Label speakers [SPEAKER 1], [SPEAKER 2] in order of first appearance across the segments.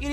[SPEAKER 1] It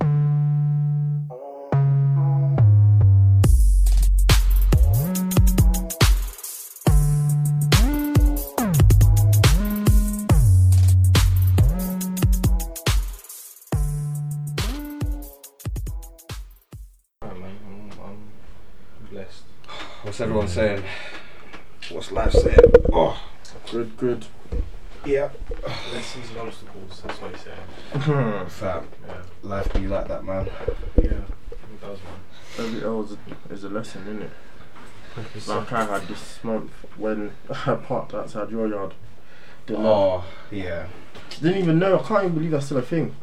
[SPEAKER 2] Oh, mate, I'm, I'm blessed. What's everyone saying?
[SPEAKER 3] What's life saying? Oh,
[SPEAKER 2] Good, good.
[SPEAKER 3] yeah.
[SPEAKER 4] Less season obstacles, that's what he's saying.
[SPEAKER 3] Fam,
[SPEAKER 4] Yeah.
[SPEAKER 3] life be like that, man.
[SPEAKER 4] Yeah. That was one.
[SPEAKER 2] Every hour is a, is a lesson, isn't it? Like I had this month when I parked outside your yard. Didn't, know-
[SPEAKER 3] Oh, yeah.
[SPEAKER 2] didn't even know. I can't even believe that's still a thing.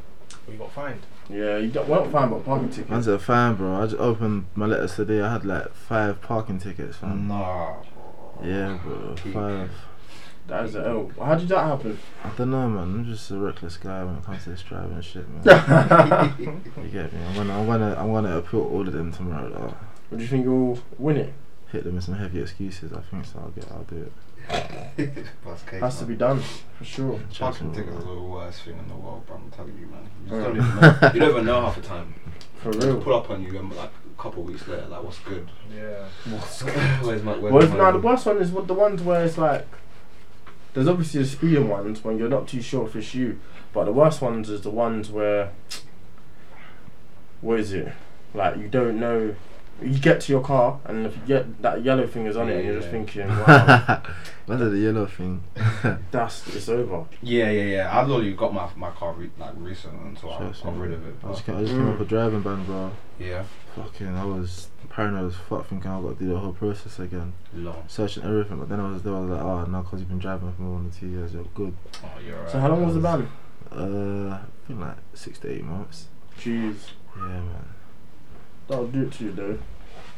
[SPEAKER 4] We got fined.
[SPEAKER 2] Yeah, you don't, well, not fine, but parking tickets.
[SPEAKER 5] Man's a fan, bro. I just opened my letters today. I had like five parking tickets, fam.
[SPEAKER 3] Nah.
[SPEAKER 5] Yeah, bro. Five.
[SPEAKER 2] That is a L. How did that happen?
[SPEAKER 5] I don't know, man. I'm just a reckless guy when it comes to this driving and shit, man. you get me? I'm gonna, I'm gonna, I'm gonna appeal all of them tomorrow. Though.
[SPEAKER 2] What do you think you'll win it?
[SPEAKER 5] Hit them with some heavy excuses. I think so. I'll get, I'll do it.
[SPEAKER 3] Bus case,
[SPEAKER 2] Has to be
[SPEAKER 3] man.
[SPEAKER 2] done for sure.
[SPEAKER 5] Trust
[SPEAKER 3] Fucking
[SPEAKER 5] me,
[SPEAKER 3] tickets
[SPEAKER 5] bro.
[SPEAKER 3] are the worst thing in the world, but I'm telling you, man. You, just
[SPEAKER 2] Mm.
[SPEAKER 3] don't, even know. you don't even know half the time.
[SPEAKER 2] For
[SPEAKER 3] They pull
[SPEAKER 2] real.
[SPEAKER 3] up on you and like a couple of weeks later, like, what's good?
[SPEAKER 4] Yeah.
[SPEAKER 3] What's good? Where's my where's
[SPEAKER 2] Well, if,
[SPEAKER 3] my
[SPEAKER 2] now the
[SPEAKER 3] money?
[SPEAKER 2] worst one is what the ones where it's like. There's obviously the speeding ones when you're not too sure if it's you, but the worst ones is the ones where. What is it? Like you don't know. You get to your car and if you get that yellow thing is on it, and you're just
[SPEAKER 3] Yeah.
[SPEAKER 2] thinking, wow,
[SPEAKER 5] Man's a the yellow thing.
[SPEAKER 2] that's it's over.
[SPEAKER 3] Yeah, yeah, yeah. I literally got my my car re- like recent until I
[SPEAKER 5] Trust me,
[SPEAKER 3] got rid of
[SPEAKER 5] bro. I
[SPEAKER 3] it. But,
[SPEAKER 5] just, ca- I just came up a driving ban, bro.
[SPEAKER 3] yeah,
[SPEAKER 5] Fucking, I was paranoid as fuck, thinking I got to do the whole process again.
[SPEAKER 3] long.
[SPEAKER 5] searching everything, but then I was there, I was like, oh, no, because you've been driving for more than two years, you're good.
[SPEAKER 3] Oh, you're right.
[SPEAKER 2] So how long was the ban?
[SPEAKER 5] Uh, I think like six to eight months.
[SPEAKER 2] Jeez,
[SPEAKER 5] Yeah, man.
[SPEAKER 2] that'll do it to you though.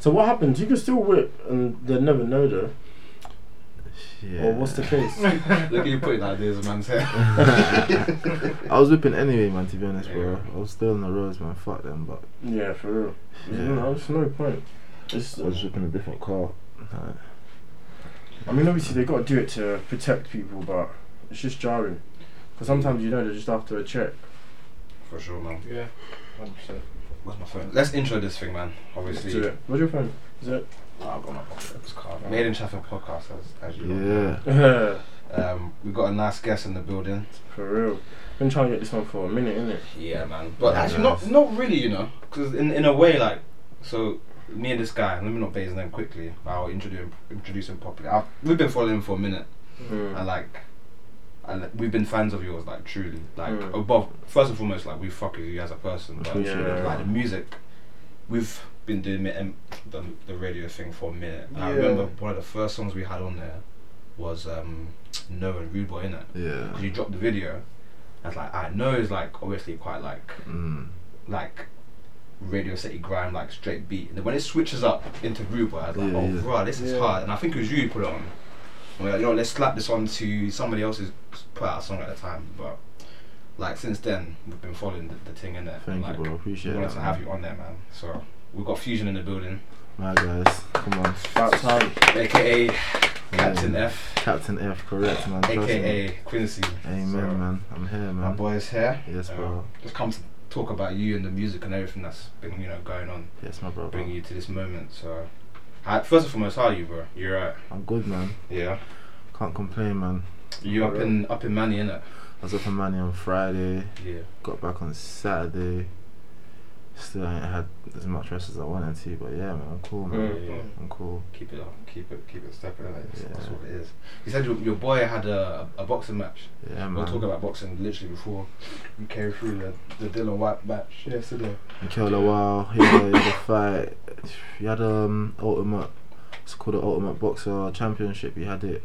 [SPEAKER 2] So what happens? You can still whip and they never know though.
[SPEAKER 5] Yeah.
[SPEAKER 2] Or what's the case?
[SPEAKER 3] Look at you putting ideas, man.
[SPEAKER 5] I was whipping anyway, man, to be honest, bro.
[SPEAKER 3] Yeah.
[SPEAKER 5] I was still on the roads, man, fuck them, but
[SPEAKER 2] yeah, for real. There's
[SPEAKER 5] Yeah.
[SPEAKER 2] no, there's no point. It's,
[SPEAKER 5] I was whipping a different car. Like,
[SPEAKER 2] I mean, obviously they got to do it to protect people, but it's just jarring. Because sometimes you know they're just after a check.
[SPEAKER 3] For sure, man.
[SPEAKER 4] Yeah. 100%.
[SPEAKER 3] Where's my phone? Let's intro this thing, man. Obviously,
[SPEAKER 2] Do it. Where's your phone? Is it?
[SPEAKER 3] Oh, I've got my pocket's card. Made in Sheffield podcast, as, as you know.
[SPEAKER 5] yeah.
[SPEAKER 2] for
[SPEAKER 3] Um, we got a nice guest in the building.
[SPEAKER 2] real. Been trying to get this one for a minute, innit?
[SPEAKER 3] Yeah, man. But
[SPEAKER 5] Yeah,
[SPEAKER 3] actually,
[SPEAKER 5] nice.
[SPEAKER 3] not not really, you know, because in in a way, like, so me and this guy. Let me not base his name quickly. but I'll introduce him, introduce him properly. I've, we've been following him for a minute, and
[SPEAKER 2] Mm.
[SPEAKER 3] like. And like, we've been fans of yours, like truly, like
[SPEAKER 2] Mm.
[SPEAKER 3] above. First and foremost, like we fuck with you as a person, but
[SPEAKER 5] Appreciate
[SPEAKER 2] it,
[SPEAKER 3] like
[SPEAKER 2] man.
[SPEAKER 3] the music, we've been doing it, um, the, the radio thing for a minute. And I
[SPEAKER 2] Yeah.
[SPEAKER 3] remember one of the first songs we had on there was um, "No" and "Rude Boy" in it.
[SPEAKER 5] Yeah.
[SPEAKER 3] Because you dropped the video, I was like, I know it's like obviously quite like
[SPEAKER 5] Mm.
[SPEAKER 3] like Radio City grime, like straight beat. And then when it switches up into groove, I was like,
[SPEAKER 5] Yeah,
[SPEAKER 3] oh,
[SPEAKER 5] yeah.
[SPEAKER 3] bruh, this is
[SPEAKER 2] Yeah.
[SPEAKER 3] hard. And I think it was you who put it on. And we're like, you know, let's slap this on to somebody else's put out a song at the time. But like since then, we've been following the, the thing in there.
[SPEAKER 5] Thank
[SPEAKER 3] like,
[SPEAKER 5] you, bro.
[SPEAKER 3] We
[SPEAKER 5] Appreciate
[SPEAKER 3] wanted
[SPEAKER 5] that.
[SPEAKER 3] to have
[SPEAKER 5] man.
[SPEAKER 3] you on there, man. So we've got Fusion in the building,
[SPEAKER 5] My guys, come on.
[SPEAKER 2] About time.
[SPEAKER 3] aka Captain
[SPEAKER 5] Yeah.
[SPEAKER 3] F,
[SPEAKER 5] Captain F, correct, man. Trust me.
[SPEAKER 3] aka Quincy.
[SPEAKER 5] Amen,
[SPEAKER 3] So,
[SPEAKER 5] man. I'm here,
[SPEAKER 3] My
[SPEAKER 5] man.
[SPEAKER 3] boy's here.
[SPEAKER 5] Yes,
[SPEAKER 3] Uh,
[SPEAKER 5] bro.
[SPEAKER 3] just come to talk about you and the music and everything that's been you know going on,
[SPEAKER 5] Yes, my brother.
[SPEAKER 3] bringing you to this moment. So, how, first and foremost, how are you, bro? You're right.
[SPEAKER 5] I'm good, man.
[SPEAKER 3] Yeah.
[SPEAKER 5] Can't complain, man.
[SPEAKER 3] You up
[SPEAKER 2] Alright.
[SPEAKER 3] in up in Manny, innit?
[SPEAKER 5] I was up in Manny on Friday,
[SPEAKER 3] Yeah.
[SPEAKER 5] got back on Saturday. Still ain't had as much rest as I wanted to, but yeah, man, I'm cool, man.
[SPEAKER 3] Yeah, yeah.
[SPEAKER 5] I'm cool.
[SPEAKER 3] Keep it up. Mm. Keep it. Keep it stepping. Like,
[SPEAKER 5] Yeah.
[SPEAKER 3] That's what it is. You said your, your boy had a, a boxing match.
[SPEAKER 5] Yeah,
[SPEAKER 3] We were talking
[SPEAKER 5] man.
[SPEAKER 3] about boxing literally before we came through the, the Dylan White match yesterday.
[SPEAKER 5] Mikel Lawal, he had a fight. He had um ultimate. It's called the Ultimate Boxer Championship. He had it.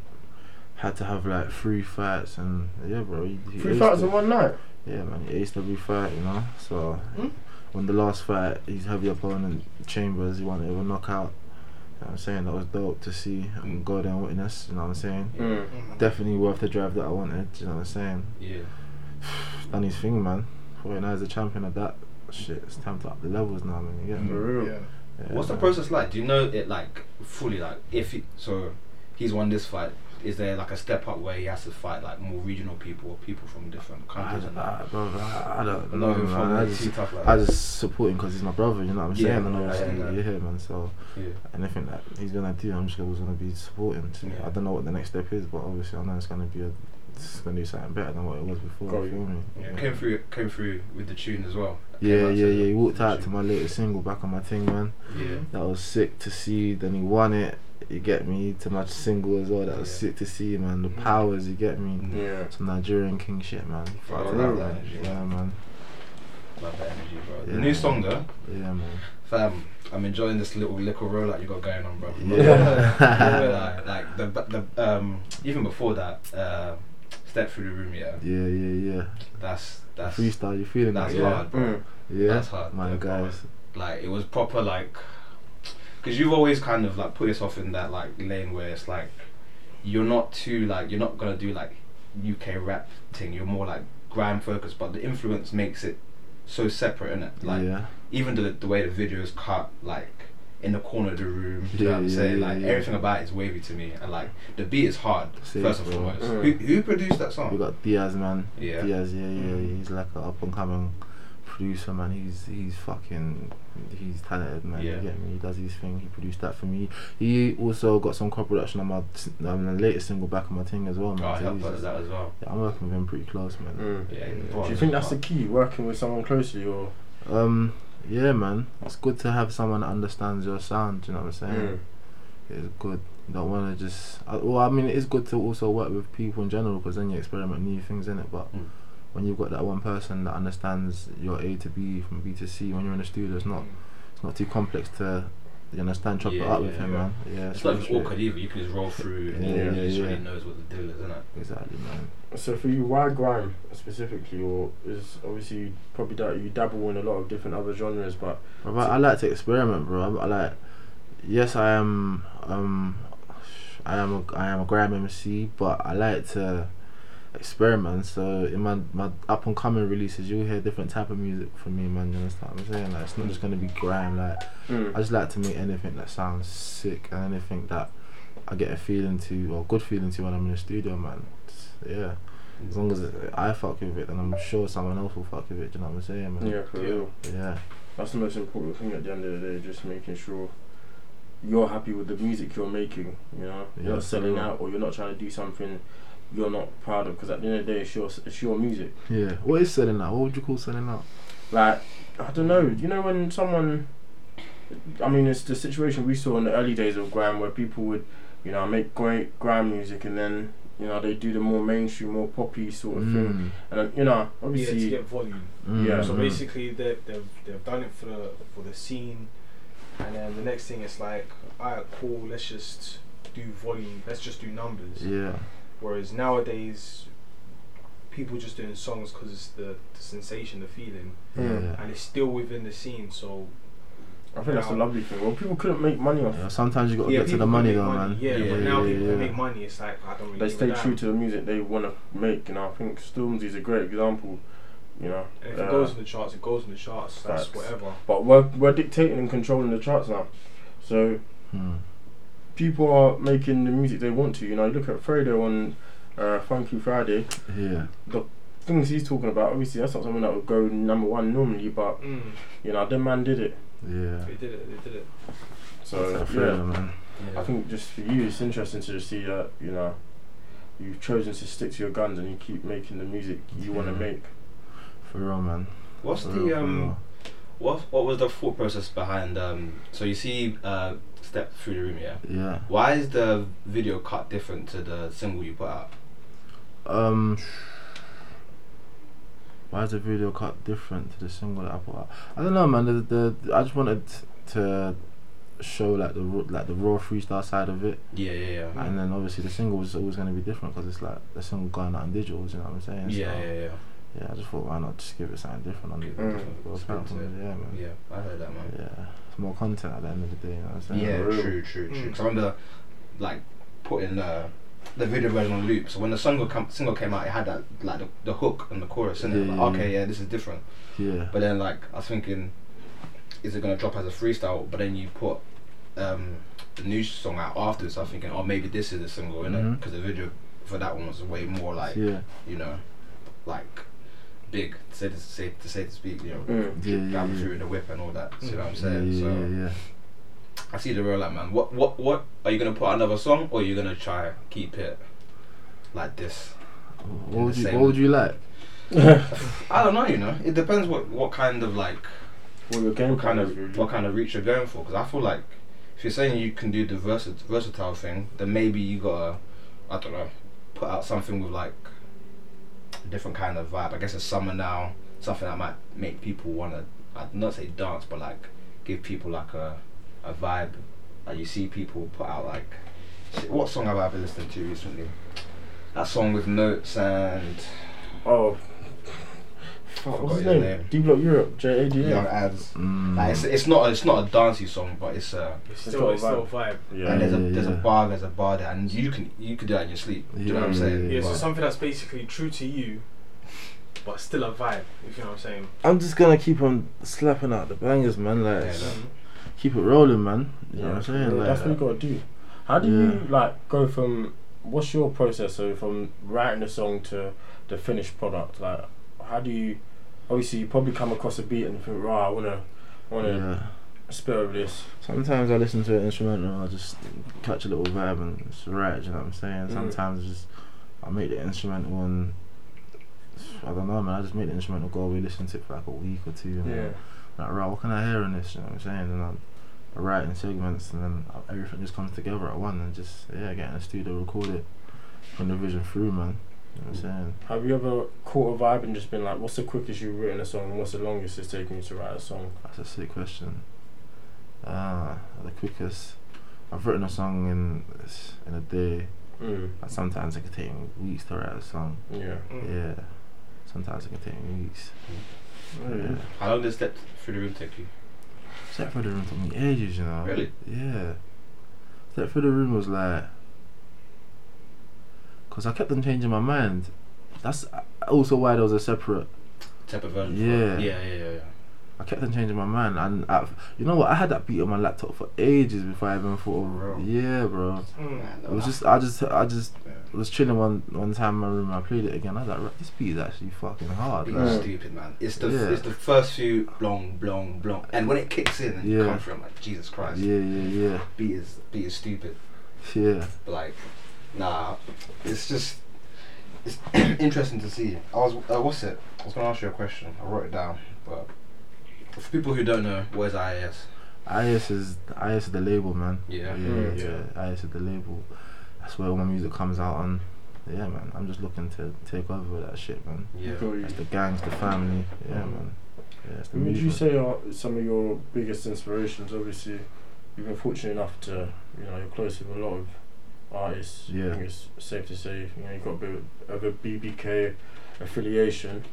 [SPEAKER 5] Had to have like three fights and yeah, bro. He, he
[SPEAKER 2] Three
[SPEAKER 5] aced
[SPEAKER 2] fights
[SPEAKER 5] it.
[SPEAKER 2] in one night.
[SPEAKER 5] Yeah, man, he aced every fight, you know. So
[SPEAKER 3] Hmm?
[SPEAKER 5] when the last fight, his heavy opponent Chambers, he wanted a knockout. You know what I'm saying that was dope to see
[SPEAKER 3] Hmm.
[SPEAKER 5] and go there and witness. You know what I'm saying?
[SPEAKER 2] Mm.
[SPEAKER 5] Definitely worth the drive that I wanted. You know what I'm saying?
[SPEAKER 3] Yeah.
[SPEAKER 5] Done his thing, man. Boy, now he's a champion of that. Shit, it's time to up the levels now, man. You get me?
[SPEAKER 2] For real.
[SPEAKER 4] Yeah.
[SPEAKER 5] Yeah,
[SPEAKER 3] What's the
[SPEAKER 5] man.
[SPEAKER 3] process like? Do you know it like fully? Like if he, so, he's won this fight. Is there like a step up where he has to fight like more regional people or people from different
[SPEAKER 5] I
[SPEAKER 3] countries?
[SPEAKER 5] don't
[SPEAKER 3] and
[SPEAKER 5] know,
[SPEAKER 3] that?
[SPEAKER 5] bro. I I don't know,
[SPEAKER 3] I know him
[SPEAKER 5] man.
[SPEAKER 3] from
[SPEAKER 5] I
[SPEAKER 3] like,
[SPEAKER 5] just,
[SPEAKER 3] T Tough, like
[SPEAKER 5] I just support him because he's my brother. You know what I'm
[SPEAKER 3] Yeah,
[SPEAKER 5] saying? And
[SPEAKER 3] no, I
[SPEAKER 5] obviously,
[SPEAKER 3] get
[SPEAKER 5] yeah,
[SPEAKER 3] that.
[SPEAKER 5] man. So
[SPEAKER 3] yeah.
[SPEAKER 5] anything that he's gonna do, I'm just always gonna be supporting.
[SPEAKER 3] Yeah.
[SPEAKER 5] I don't know what the next step is, but obviously, I know it's gonna be a, it's gonna do something better than what it was before.
[SPEAKER 2] Got
[SPEAKER 5] you feel
[SPEAKER 2] you.
[SPEAKER 5] me?
[SPEAKER 3] Yeah, came through, came through with the tune as well. Came
[SPEAKER 5] Yeah,
[SPEAKER 3] out to
[SPEAKER 5] yeah,
[SPEAKER 3] the-
[SPEAKER 5] yeah. He walked
[SPEAKER 3] the
[SPEAKER 5] out to
[SPEAKER 3] tune.
[SPEAKER 5] my latest single, back on my thing, man.
[SPEAKER 3] Yeah,
[SPEAKER 5] That was sick to see. Then he won it. You get me to my single as well. That was
[SPEAKER 3] Yeah.
[SPEAKER 5] sick to see, man. The
[SPEAKER 3] Mhm.
[SPEAKER 5] powers, you get me.
[SPEAKER 2] Yeah.
[SPEAKER 5] Some Nigerian king shit, man.
[SPEAKER 3] For
[SPEAKER 5] Fuck Mm.
[SPEAKER 3] real,
[SPEAKER 5] that,
[SPEAKER 3] man.
[SPEAKER 5] like, Yeah, man.
[SPEAKER 3] love that energy, bro.
[SPEAKER 5] Yeah.
[SPEAKER 3] The new song though,
[SPEAKER 5] Yeah, man.
[SPEAKER 3] fam. I'm enjoying this little liquor rollout you got going on, bro.
[SPEAKER 5] Yeah.
[SPEAKER 3] like, like the, the um even before that, uh, step through the room. Yeah,
[SPEAKER 5] Yeah, yeah, yeah.
[SPEAKER 3] that's that's
[SPEAKER 5] Freestyle, you feeling
[SPEAKER 3] that's
[SPEAKER 5] that? yeah?
[SPEAKER 3] hard, bro.
[SPEAKER 2] Mm.
[SPEAKER 5] Yeah,
[SPEAKER 3] That's hard,
[SPEAKER 5] My
[SPEAKER 3] yeah, bro.
[SPEAKER 5] guys.
[SPEAKER 3] Like it was proper like, because you've always kind of like put yourself in that like lane where it's like, you're not too like you're not gonna do like UK rap thing. You're more like grind focused, but the influence makes it so separate, innit? Like
[SPEAKER 5] yeah,
[SPEAKER 3] even the the way the video is cut, like in the corner of the room, you know
[SPEAKER 5] Yeah,
[SPEAKER 3] what I'm
[SPEAKER 5] yeah,
[SPEAKER 3] saying?
[SPEAKER 5] yeah,
[SPEAKER 3] like
[SPEAKER 5] yeah.
[SPEAKER 3] everything about it is wavy to me, and like the beat is hard.
[SPEAKER 5] See,
[SPEAKER 3] first and
[SPEAKER 5] bro.
[SPEAKER 3] foremost,
[SPEAKER 2] Mm.
[SPEAKER 3] who who produced that song?
[SPEAKER 5] we got Diaz, man.
[SPEAKER 3] Yeah.
[SPEAKER 5] Diaz, yeah, yeah.
[SPEAKER 3] Mhm.
[SPEAKER 5] He's like an up and coming producer, man. He's he's fucking he's talented, man.
[SPEAKER 3] Yeah.
[SPEAKER 5] You get me? He does his thing. He produced that for me. He also got some co-production on my s- on the latest single, back on my thing as well,
[SPEAKER 3] oh,
[SPEAKER 5] man.
[SPEAKER 3] I
[SPEAKER 5] So
[SPEAKER 3] helped
[SPEAKER 5] he's
[SPEAKER 3] out with
[SPEAKER 5] just-
[SPEAKER 3] that as well.
[SPEAKER 5] yeah, I'm working with him pretty close, man.
[SPEAKER 2] Mm.
[SPEAKER 3] Yeah.
[SPEAKER 2] Do you think that's the key, working with someone closely, or
[SPEAKER 5] Um, yeah, man. It's good to have someone that understands your sound. You know what I'm
[SPEAKER 3] Mm.
[SPEAKER 5] saying? It's good. You don't want to just. I- Well, I mean, it is good to also work with people in general because then you experiment new things in it. But
[SPEAKER 3] Mm.
[SPEAKER 5] when you've got that one person that understands your A to B from B to C, when you're in the studio, it's not it's not too complex to you understand chop it
[SPEAKER 3] Yeah,
[SPEAKER 5] up with
[SPEAKER 3] yeah,
[SPEAKER 5] him,
[SPEAKER 3] yeah.
[SPEAKER 5] man. Yeah,
[SPEAKER 3] It's not
[SPEAKER 5] really
[SPEAKER 3] even
[SPEAKER 5] straight.
[SPEAKER 3] awkward either. You can just roll through, and
[SPEAKER 5] Yeah,
[SPEAKER 3] yeah,
[SPEAKER 5] yeah,
[SPEAKER 3] just
[SPEAKER 5] yeah.
[SPEAKER 3] really knows what the deal is, isn't it?
[SPEAKER 5] Exactly, man.
[SPEAKER 2] so for you? Why grime specifically, or is obviously you probably that you dabble in a lot of different other genres, but
[SPEAKER 5] Bro, I, I like to experiment, bro. I, I like. Yes, I am. Um, I am. A, I am a gram MC, but I like to experiment. So in my my up and coming releases, you'll hear different type of music from me, man. You understand what I'm saying? Like it's not just gonna be grime. Like
[SPEAKER 2] Mm.
[SPEAKER 5] I just like to make anything that sounds sick and anything that I get a feeling to or good feeling to when I'm in the studio, man. It's- yeah. As long as I fuck with it, then I'm sure someone else will fuck with it. Do you know what I'm saying, man?
[SPEAKER 2] yeah, for real.
[SPEAKER 5] Yeah.
[SPEAKER 2] That's the most important thing at the end of the day, just making sure you're happy with the music you're making. You know,
[SPEAKER 5] Yeah,
[SPEAKER 2] you're not selling
[SPEAKER 5] for real.
[SPEAKER 2] out, or you're not trying to do something you're not proud of. Because at the end of the day, it's your it's your music.
[SPEAKER 5] Yeah. What is selling out? What would you call selling out?
[SPEAKER 2] Like I don't know, you know when someone, I mean, it's the situation we saw in the early days of grime where people would, you know, make great grime music and then you know they do the more mainstream, more poppy sort of thing, and then, you know
[SPEAKER 4] Yeah,
[SPEAKER 2] obviously
[SPEAKER 4] to get volume.
[SPEAKER 5] Mm,
[SPEAKER 2] Yeah.
[SPEAKER 4] So
[SPEAKER 5] mm.
[SPEAKER 4] basically, they, they've they've done it for the for the scene, and then the next thing is like, alright, cool. Let's just do volume. Let's just do numbers.
[SPEAKER 5] Yeah.
[SPEAKER 4] Whereas nowadays, people just doing songs because it's the, the sensation, the feeling,
[SPEAKER 5] Yeah.
[SPEAKER 4] and it's still within the scene. So
[SPEAKER 2] I think that's a
[SPEAKER 4] now-
[SPEAKER 2] lovely thing. Well, people couldn't make money off.
[SPEAKER 5] Yeah, Sometimes you gotta
[SPEAKER 4] yeah,
[SPEAKER 5] get to
[SPEAKER 4] people
[SPEAKER 5] the
[SPEAKER 4] can
[SPEAKER 5] money
[SPEAKER 4] make
[SPEAKER 5] though,
[SPEAKER 4] money.
[SPEAKER 5] man.
[SPEAKER 4] Yeah,
[SPEAKER 3] Yeah,
[SPEAKER 4] but now
[SPEAKER 5] yeah,
[SPEAKER 4] people
[SPEAKER 5] yeah.
[SPEAKER 4] can make money. It's like I don't really.
[SPEAKER 2] They
[SPEAKER 4] give a
[SPEAKER 2] stay
[SPEAKER 4] damn.
[SPEAKER 2] true to the music they want to make, and I think Stormzy's a great example. You know,
[SPEAKER 4] And if
[SPEAKER 2] uh,
[SPEAKER 4] it goes in the charts, it goes in the charts. That's
[SPEAKER 2] Facts.
[SPEAKER 4] whatever.
[SPEAKER 2] but we're we're dictating and controlling the charts now, so
[SPEAKER 5] Mm.
[SPEAKER 2] people are making the music they want to. You know, you look at Fredo on uh, Funky Friday,
[SPEAKER 5] Yeah.
[SPEAKER 2] things he's talking about. Obviously, that's not something that would go number one normally, but
[SPEAKER 4] Mm.
[SPEAKER 2] you know, the man did it.
[SPEAKER 5] Yeah.
[SPEAKER 4] They did it. They did it.
[SPEAKER 2] So
[SPEAKER 5] That's a
[SPEAKER 2] yeah,
[SPEAKER 5] thriller, man.
[SPEAKER 3] Yeah.
[SPEAKER 2] I think just for you, it's interesting to see that you know you've chosen to stick to your guns and you keep making the music you want to
[SPEAKER 5] Yeah.
[SPEAKER 2] make.
[SPEAKER 5] For real, man.
[SPEAKER 3] What's
[SPEAKER 5] For real,
[SPEAKER 3] the
[SPEAKER 5] for
[SPEAKER 3] um,
[SPEAKER 5] real.
[SPEAKER 3] what what was the thought process behind um? So you see, uh, step through the room, yeah.
[SPEAKER 5] Yeah.
[SPEAKER 3] Why is the video cut different to the single you put out?
[SPEAKER 5] Um. Why is the video cut different to the single that I put out? I don't know, man. The, the I just wanted to show like the raw- like the raw freestyle side of it,
[SPEAKER 3] Yeah, yeah, yeah.
[SPEAKER 4] Mm.
[SPEAKER 5] and then obviously the single was always gonna be different because it's like the single going out on digitals. You know what I'm saying?
[SPEAKER 3] Yeah,
[SPEAKER 5] So,
[SPEAKER 3] yeah, yeah.
[SPEAKER 5] yeah, I just thought why not just give it something different on the
[SPEAKER 3] Give it a
[SPEAKER 2] Mm.
[SPEAKER 3] different
[SPEAKER 5] raw
[SPEAKER 3] spin
[SPEAKER 5] platform.
[SPEAKER 3] to it.
[SPEAKER 5] Yeah, man.
[SPEAKER 3] Yeah, I heard that man.
[SPEAKER 5] Yeah. It's more content at the end of the day. You know what I'm saying?
[SPEAKER 3] Yeah,
[SPEAKER 2] For real.
[SPEAKER 3] true, true, true. Because I remember, like, putting uh, the video version on loop. So when the single come, single came out, it had that like the, the hook and the chorus, and it
[SPEAKER 5] Yeah,
[SPEAKER 3] like,
[SPEAKER 5] yeah,
[SPEAKER 3] okay, yeah, this is different.
[SPEAKER 5] Yeah.
[SPEAKER 3] But then like I was thinking, is it gonna drop as a freestyle? But then you put um, the new song out after, so I'm thinking, oh, maybe this is a single, innit? 'Cause
[SPEAKER 5] Mhm.
[SPEAKER 3] Because the video for that one was way more like
[SPEAKER 5] Yeah.
[SPEAKER 3] you know, like big to say to say to, say to speak, you know.
[SPEAKER 2] Mm.
[SPEAKER 5] Yeah. Yeah.
[SPEAKER 3] Down
[SPEAKER 5] Yeah.
[SPEAKER 3] through the whip and all that. See what I'm
[SPEAKER 5] Yeah.
[SPEAKER 3] saying? so
[SPEAKER 5] Yeah. Yeah.
[SPEAKER 3] I see the real light, man. What, what, what? Are you gonna put out another song, or are you gonna try keep it like this?
[SPEAKER 5] What would you
[SPEAKER 3] same-
[SPEAKER 5] What would you like?
[SPEAKER 3] I don't know. You know, it depends what what kind of like
[SPEAKER 2] What your game
[SPEAKER 3] what kind
[SPEAKER 2] plan is
[SPEAKER 3] of what
[SPEAKER 2] really.
[SPEAKER 3] kind of reach you're going for. Because I feel like if you're saying you can do the versa- versatile thing, then maybe you gotta, I don't know, put out something with like a different kind of vibe. I guess it's summer now, something that might make people wanna, I'd not say dance, but like give people like a a vibe. Like you see people put out like, shit, what song have I been listening to recently? That song with notes and
[SPEAKER 2] Oh,
[SPEAKER 3] forgot
[SPEAKER 2] what's his
[SPEAKER 3] his
[SPEAKER 2] name?
[SPEAKER 3] name.
[SPEAKER 2] D Block Europe, J A D
[SPEAKER 3] young
[SPEAKER 2] A.
[SPEAKER 3] ads.
[SPEAKER 5] Mm.
[SPEAKER 3] Like it's, it's not it's not a dancey song, but it's a
[SPEAKER 4] It's
[SPEAKER 2] It's
[SPEAKER 4] still,
[SPEAKER 2] got a
[SPEAKER 4] it's still a vibe.
[SPEAKER 3] and
[SPEAKER 2] Yeah.
[SPEAKER 3] there's a
[SPEAKER 5] yeah,
[SPEAKER 3] there's a
[SPEAKER 5] yeah.
[SPEAKER 3] bar there's a bar there and you can you could do that in your sleep do you know what I'm
[SPEAKER 2] Yeah,
[SPEAKER 3] saying
[SPEAKER 4] Yeah, so
[SPEAKER 3] But-
[SPEAKER 4] something that's basically true to you, but still a vibe. If you know what I'm saying.
[SPEAKER 5] I'm just gonna keep on slapping out the bangers, man. Like,
[SPEAKER 3] Yeah, no.
[SPEAKER 5] keep it rolling, man. You know
[SPEAKER 2] Yeah,
[SPEAKER 5] what I'm
[SPEAKER 2] that's
[SPEAKER 5] saying? Like,
[SPEAKER 2] what you gotta do. How do
[SPEAKER 5] Yeah.
[SPEAKER 2] you like go from? What's your process? So from writing the song to the finished product, like how do you? Obviously, you probably come across a beat and think, right, I wanna, I wanna
[SPEAKER 5] yeah.
[SPEAKER 2] spit over this.
[SPEAKER 5] Sometimes I listen to an instrumental and I just catch a little vibe and it's right. You know what I'm saying? Sometimes just I make the instrumental and I don't know, man. I just make the instrumental go away, listen to it for like a week or two. And
[SPEAKER 2] Yeah.
[SPEAKER 5] Like, right, what can I hear in this? You know what I'm saying? And I'm I write in segments and then everything just comes together at one and just yeah, get in the studio, record it, bring the vision through, man. You know what I'm saying?
[SPEAKER 2] Have you ever caught a vibe and just been like, what's the quickest you've written a song? and What's the longest it's taken you to write a song?
[SPEAKER 5] That's a sick question. Uh, the quickest. I've written a song in s- in a day.
[SPEAKER 2] Mm.
[SPEAKER 5] And sometimes it can take me weeks to write a song.
[SPEAKER 2] Yeah.
[SPEAKER 3] Mm.
[SPEAKER 5] Yeah. Sometimes it can take me weeks. Yeah.
[SPEAKER 3] how long does that through the room take you
[SPEAKER 5] Step through the room took me ages, you know.
[SPEAKER 3] Really?
[SPEAKER 5] Yeah. Step through the room was like, cause I kept on changing my mind. That's uh, also why there was a separate.
[SPEAKER 3] type of version
[SPEAKER 5] Yeah.
[SPEAKER 3] yeah yeah yeah, yeah.
[SPEAKER 5] I kept on changing my mind, and I, you know what? I had that beat on my laptop for ages before I even thought of.
[SPEAKER 3] Bro.
[SPEAKER 5] Yeah, bro.
[SPEAKER 3] Man,
[SPEAKER 5] It was
[SPEAKER 3] I-
[SPEAKER 5] just, I just, I just
[SPEAKER 3] yeah.
[SPEAKER 5] was chilling one one time in my room. I played it again. I was like, "Right, this beat is actually fucking hard.
[SPEAKER 3] Being
[SPEAKER 5] Like,
[SPEAKER 3] stupid, man. It's the
[SPEAKER 5] Yeah.
[SPEAKER 3] it's the first few long, long, long, and when it kicks in and you
[SPEAKER 5] Yeah.
[SPEAKER 3] come through, I'm like, Jesus Christ,
[SPEAKER 5] yeah, yeah,
[SPEAKER 3] beat is beat is stupid.
[SPEAKER 5] yeah, yeah.
[SPEAKER 3] But like, nah, it's just it's interesting to see. I was uh, what's it? I was gonna ask you a question. I wrote it down, but for people who don't know, what is IAS?
[SPEAKER 5] IS is IS is the label, man. yeah,
[SPEAKER 3] Yeah.
[SPEAKER 2] Mm,
[SPEAKER 5] yeah. IS is the label. That's where all my music comes out on. Yeah, man. I'm just looking to take over with that shit, man.
[SPEAKER 3] Yeah.
[SPEAKER 2] Got you.
[SPEAKER 5] That's the gangs, the family. Yeah, man. Yeah, it's the
[SPEAKER 2] Who Mm. would you
[SPEAKER 5] movement.
[SPEAKER 2] say are some of your biggest inspirations? Obviously, you've been fortunate enough to, you know, you're close with a lot of artists. I
[SPEAKER 5] Yeah.
[SPEAKER 2] think it's safe to say, you know, you've got a bit of a BBK affiliation.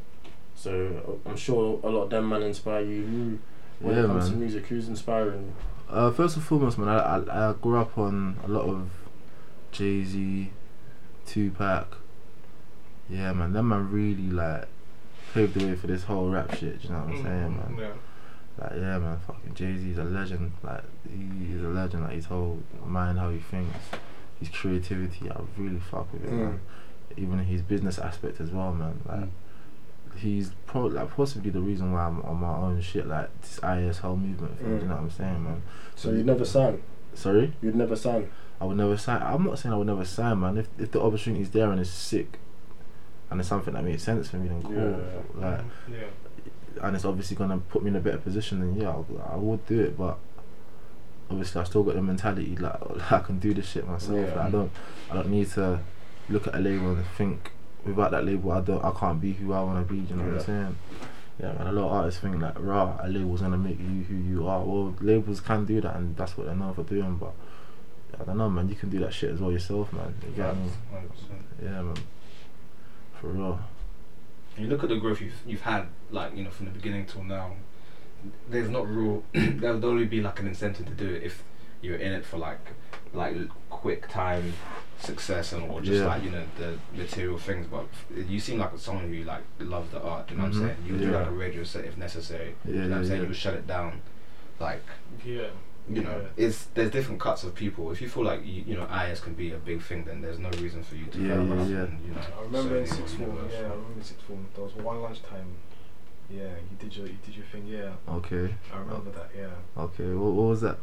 [SPEAKER 2] So uh, I'm sure a lot of them man inspire you. Who, when
[SPEAKER 5] Yeah,
[SPEAKER 2] it comes to
[SPEAKER 5] man.
[SPEAKER 2] music, who's inspiring?
[SPEAKER 5] Uh, first and foremost, man, I, I, I grew up on a lot of Jay Z, Tupac. Yeah, man, them man really like paved the way for this whole rap shit. Do you know what I'm
[SPEAKER 2] Mm.
[SPEAKER 5] saying, man?
[SPEAKER 4] Yeah.
[SPEAKER 5] Like, yeah, man, fucking Jay Z's a legend. Like, he's a legend. Like, his whole mind, how he thinks, his creativity. I really fuck with it,
[SPEAKER 2] Mm.
[SPEAKER 5] man. Even his business aspect as well, man. Like,
[SPEAKER 2] Mm.
[SPEAKER 5] he's probably like possibly the reason why I'm on my own shit. Like this IS whole movement thing. do
[SPEAKER 2] Mm.
[SPEAKER 5] You know what I'm saying, man?
[SPEAKER 2] So you'd never sign.
[SPEAKER 5] Sorry.
[SPEAKER 2] You'd never sign.
[SPEAKER 5] I would never sign. I'm not saying I would never sign, man. If if the opportunity's there and it's sick, and it's something that makes sense for me, then cool.
[SPEAKER 2] Yeah.
[SPEAKER 5] Like,
[SPEAKER 4] Yeah.
[SPEAKER 5] and it's obviously gonna put me in a better position. Then yeah, I, I would do it, but obviously I still got the mentality like, I can do this shit myself.
[SPEAKER 2] Yeah.
[SPEAKER 5] Like, I don't, I don't need to look at a label and think without that label I don't, I can't be who I wanna be. You know what
[SPEAKER 2] Yeah.
[SPEAKER 5] I'm saying? Yeah, man. A lot of artists think like, rah, a label's gonna make you who you are. Well, labels can do that, and that's what they're known for doing. But I don't know, man. You can do that shit as well yourself, man. You get me?
[SPEAKER 3] 100%.
[SPEAKER 5] Yeah, man. For real.
[SPEAKER 3] you look at the growth you've, you've had, like, you know, from the beginning till now, there's not real, there'll only be like an incentive to do it if you're in it for like, like quick time success and or just
[SPEAKER 5] Yeah.
[SPEAKER 3] like, you know, the material things. But f- you seem like someone who like loves the art, you know
[SPEAKER 5] Mhm.
[SPEAKER 3] what I'm saying? You'll do
[SPEAKER 5] Yeah.
[SPEAKER 3] like a radio set if necessary,
[SPEAKER 5] Yeah,
[SPEAKER 3] you know what I'm
[SPEAKER 5] yeah,
[SPEAKER 3] saying?
[SPEAKER 5] yeah.
[SPEAKER 3] You'll shut it down. Like,
[SPEAKER 4] Yeah.
[SPEAKER 3] you know, it's there's different cuts of people. If you feel like you, you know IS can be a big thing, then there's no reason for you to.
[SPEAKER 5] Yeah,
[SPEAKER 3] kind of
[SPEAKER 5] yeah,
[SPEAKER 3] up
[SPEAKER 5] yeah.
[SPEAKER 3] And, you know,
[SPEAKER 4] I remember in
[SPEAKER 3] say,
[SPEAKER 4] sixth
[SPEAKER 3] you know,
[SPEAKER 4] form.
[SPEAKER 3] universe.
[SPEAKER 4] Yeah, I remember in sixth form. There was one lunchtime. Yeah, you did your you did your thing. Yeah,
[SPEAKER 5] Okay.
[SPEAKER 4] I remember that. Yeah.
[SPEAKER 5] Okay. What, what was that?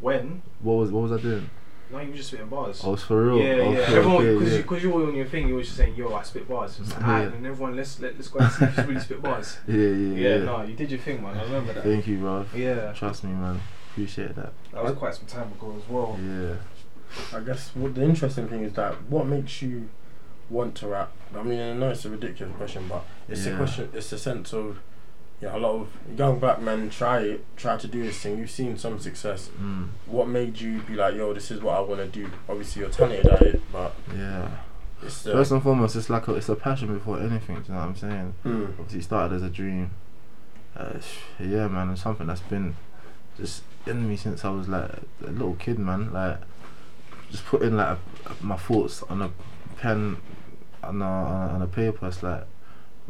[SPEAKER 4] When?
[SPEAKER 5] What was what was I doing?
[SPEAKER 4] No, you were just spitting bars.
[SPEAKER 5] Oh, it's for real.
[SPEAKER 4] Yeah,
[SPEAKER 5] okay,
[SPEAKER 4] yeah. Everyone,
[SPEAKER 5] okay,
[SPEAKER 4] because
[SPEAKER 5] yeah.
[SPEAKER 4] you, 'cause you were on your thing, you were just saying, "Yo, I spit bars." It's like,
[SPEAKER 5] Yeah.
[SPEAKER 4] "Alright, then everyone, let's let, let's go and see if you really spit bars.
[SPEAKER 5] Yeah, yeah,
[SPEAKER 4] Yeah,
[SPEAKER 5] yeah.
[SPEAKER 4] no, you did your thing, man. I remember that.
[SPEAKER 5] Thank you, bro.
[SPEAKER 4] Yeah,
[SPEAKER 5] Trust me, man. Appreciate that.
[SPEAKER 4] that was quite some time ago as well.
[SPEAKER 5] Yeah.
[SPEAKER 2] I guess what the interesting thing is that what makes you want to rap? I mean, I know it's a ridiculous question, but it's a
[SPEAKER 5] Yeah.
[SPEAKER 2] question. It's a sense of yeah, a lot of young black men try it, try to do this thing. You've seen some success.
[SPEAKER 5] Mm.
[SPEAKER 2] What made you be like, yo, this is what I want to do? Obviously, you're talented at it, but
[SPEAKER 5] Yeah.
[SPEAKER 2] it's the
[SPEAKER 5] First and foremost, it's like a, it's a passion before anything. Do you know what I'm saying?
[SPEAKER 2] Mm.
[SPEAKER 5] Obviously, it started as a dream. Uh, sh- yeah, man, it's something that's been just in me since I was like a little kid, man. Like, just putting like my thoughts on a pen, on a, on a, on a paper. It's like,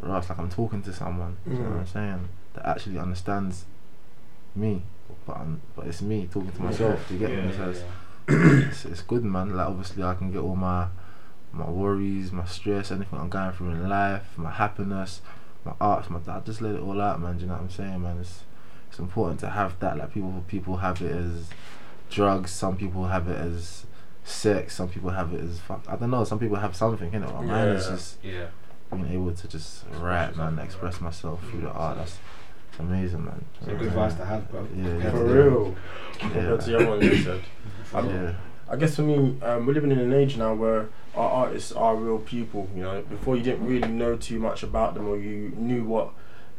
[SPEAKER 5] right, it's like I'm talking to someone. do You know what I'm
[SPEAKER 2] Mm.
[SPEAKER 5] saying? That actually understands me, but i but it's me talking to myself. Do you get
[SPEAKER 4] Yeah,
[SPEAKER 5] me? So it's- it's, it's good, man. Like obviously, I can get all my my worries, my stress, anything I'm going through in life, my happiness, my arts, my I just let it all out, man. Do you know what I'm saying, man? It's it's important to have that. Like people people have it as drugs. Some people have it as sex. Some people have it as fuck. I don't know. Some people have something in it. Mine is
[SPEAKER 2] Yeah.
[SPEAKER 5] just
[SPEAKER 3] yeah.
[SPEAKER 5] being able to just write, man, express myself through the art. That's it's amazing, man.
[SPEAKER 3] It's a good vice to have, bro.
[SPEAKER 5] Yeah, yeah.
[SPEAKER 2] for
[SPEAKER 3] Compared to the-
[SPEAKER 2] real. Compared to the other one you said. I'm-
[SPEAKER 5] Yeah,
[SPEAKER 2] I guess for me, um, we're living in an age now where our artists are real people. You know, before you didn't really know too much about them, or you knew what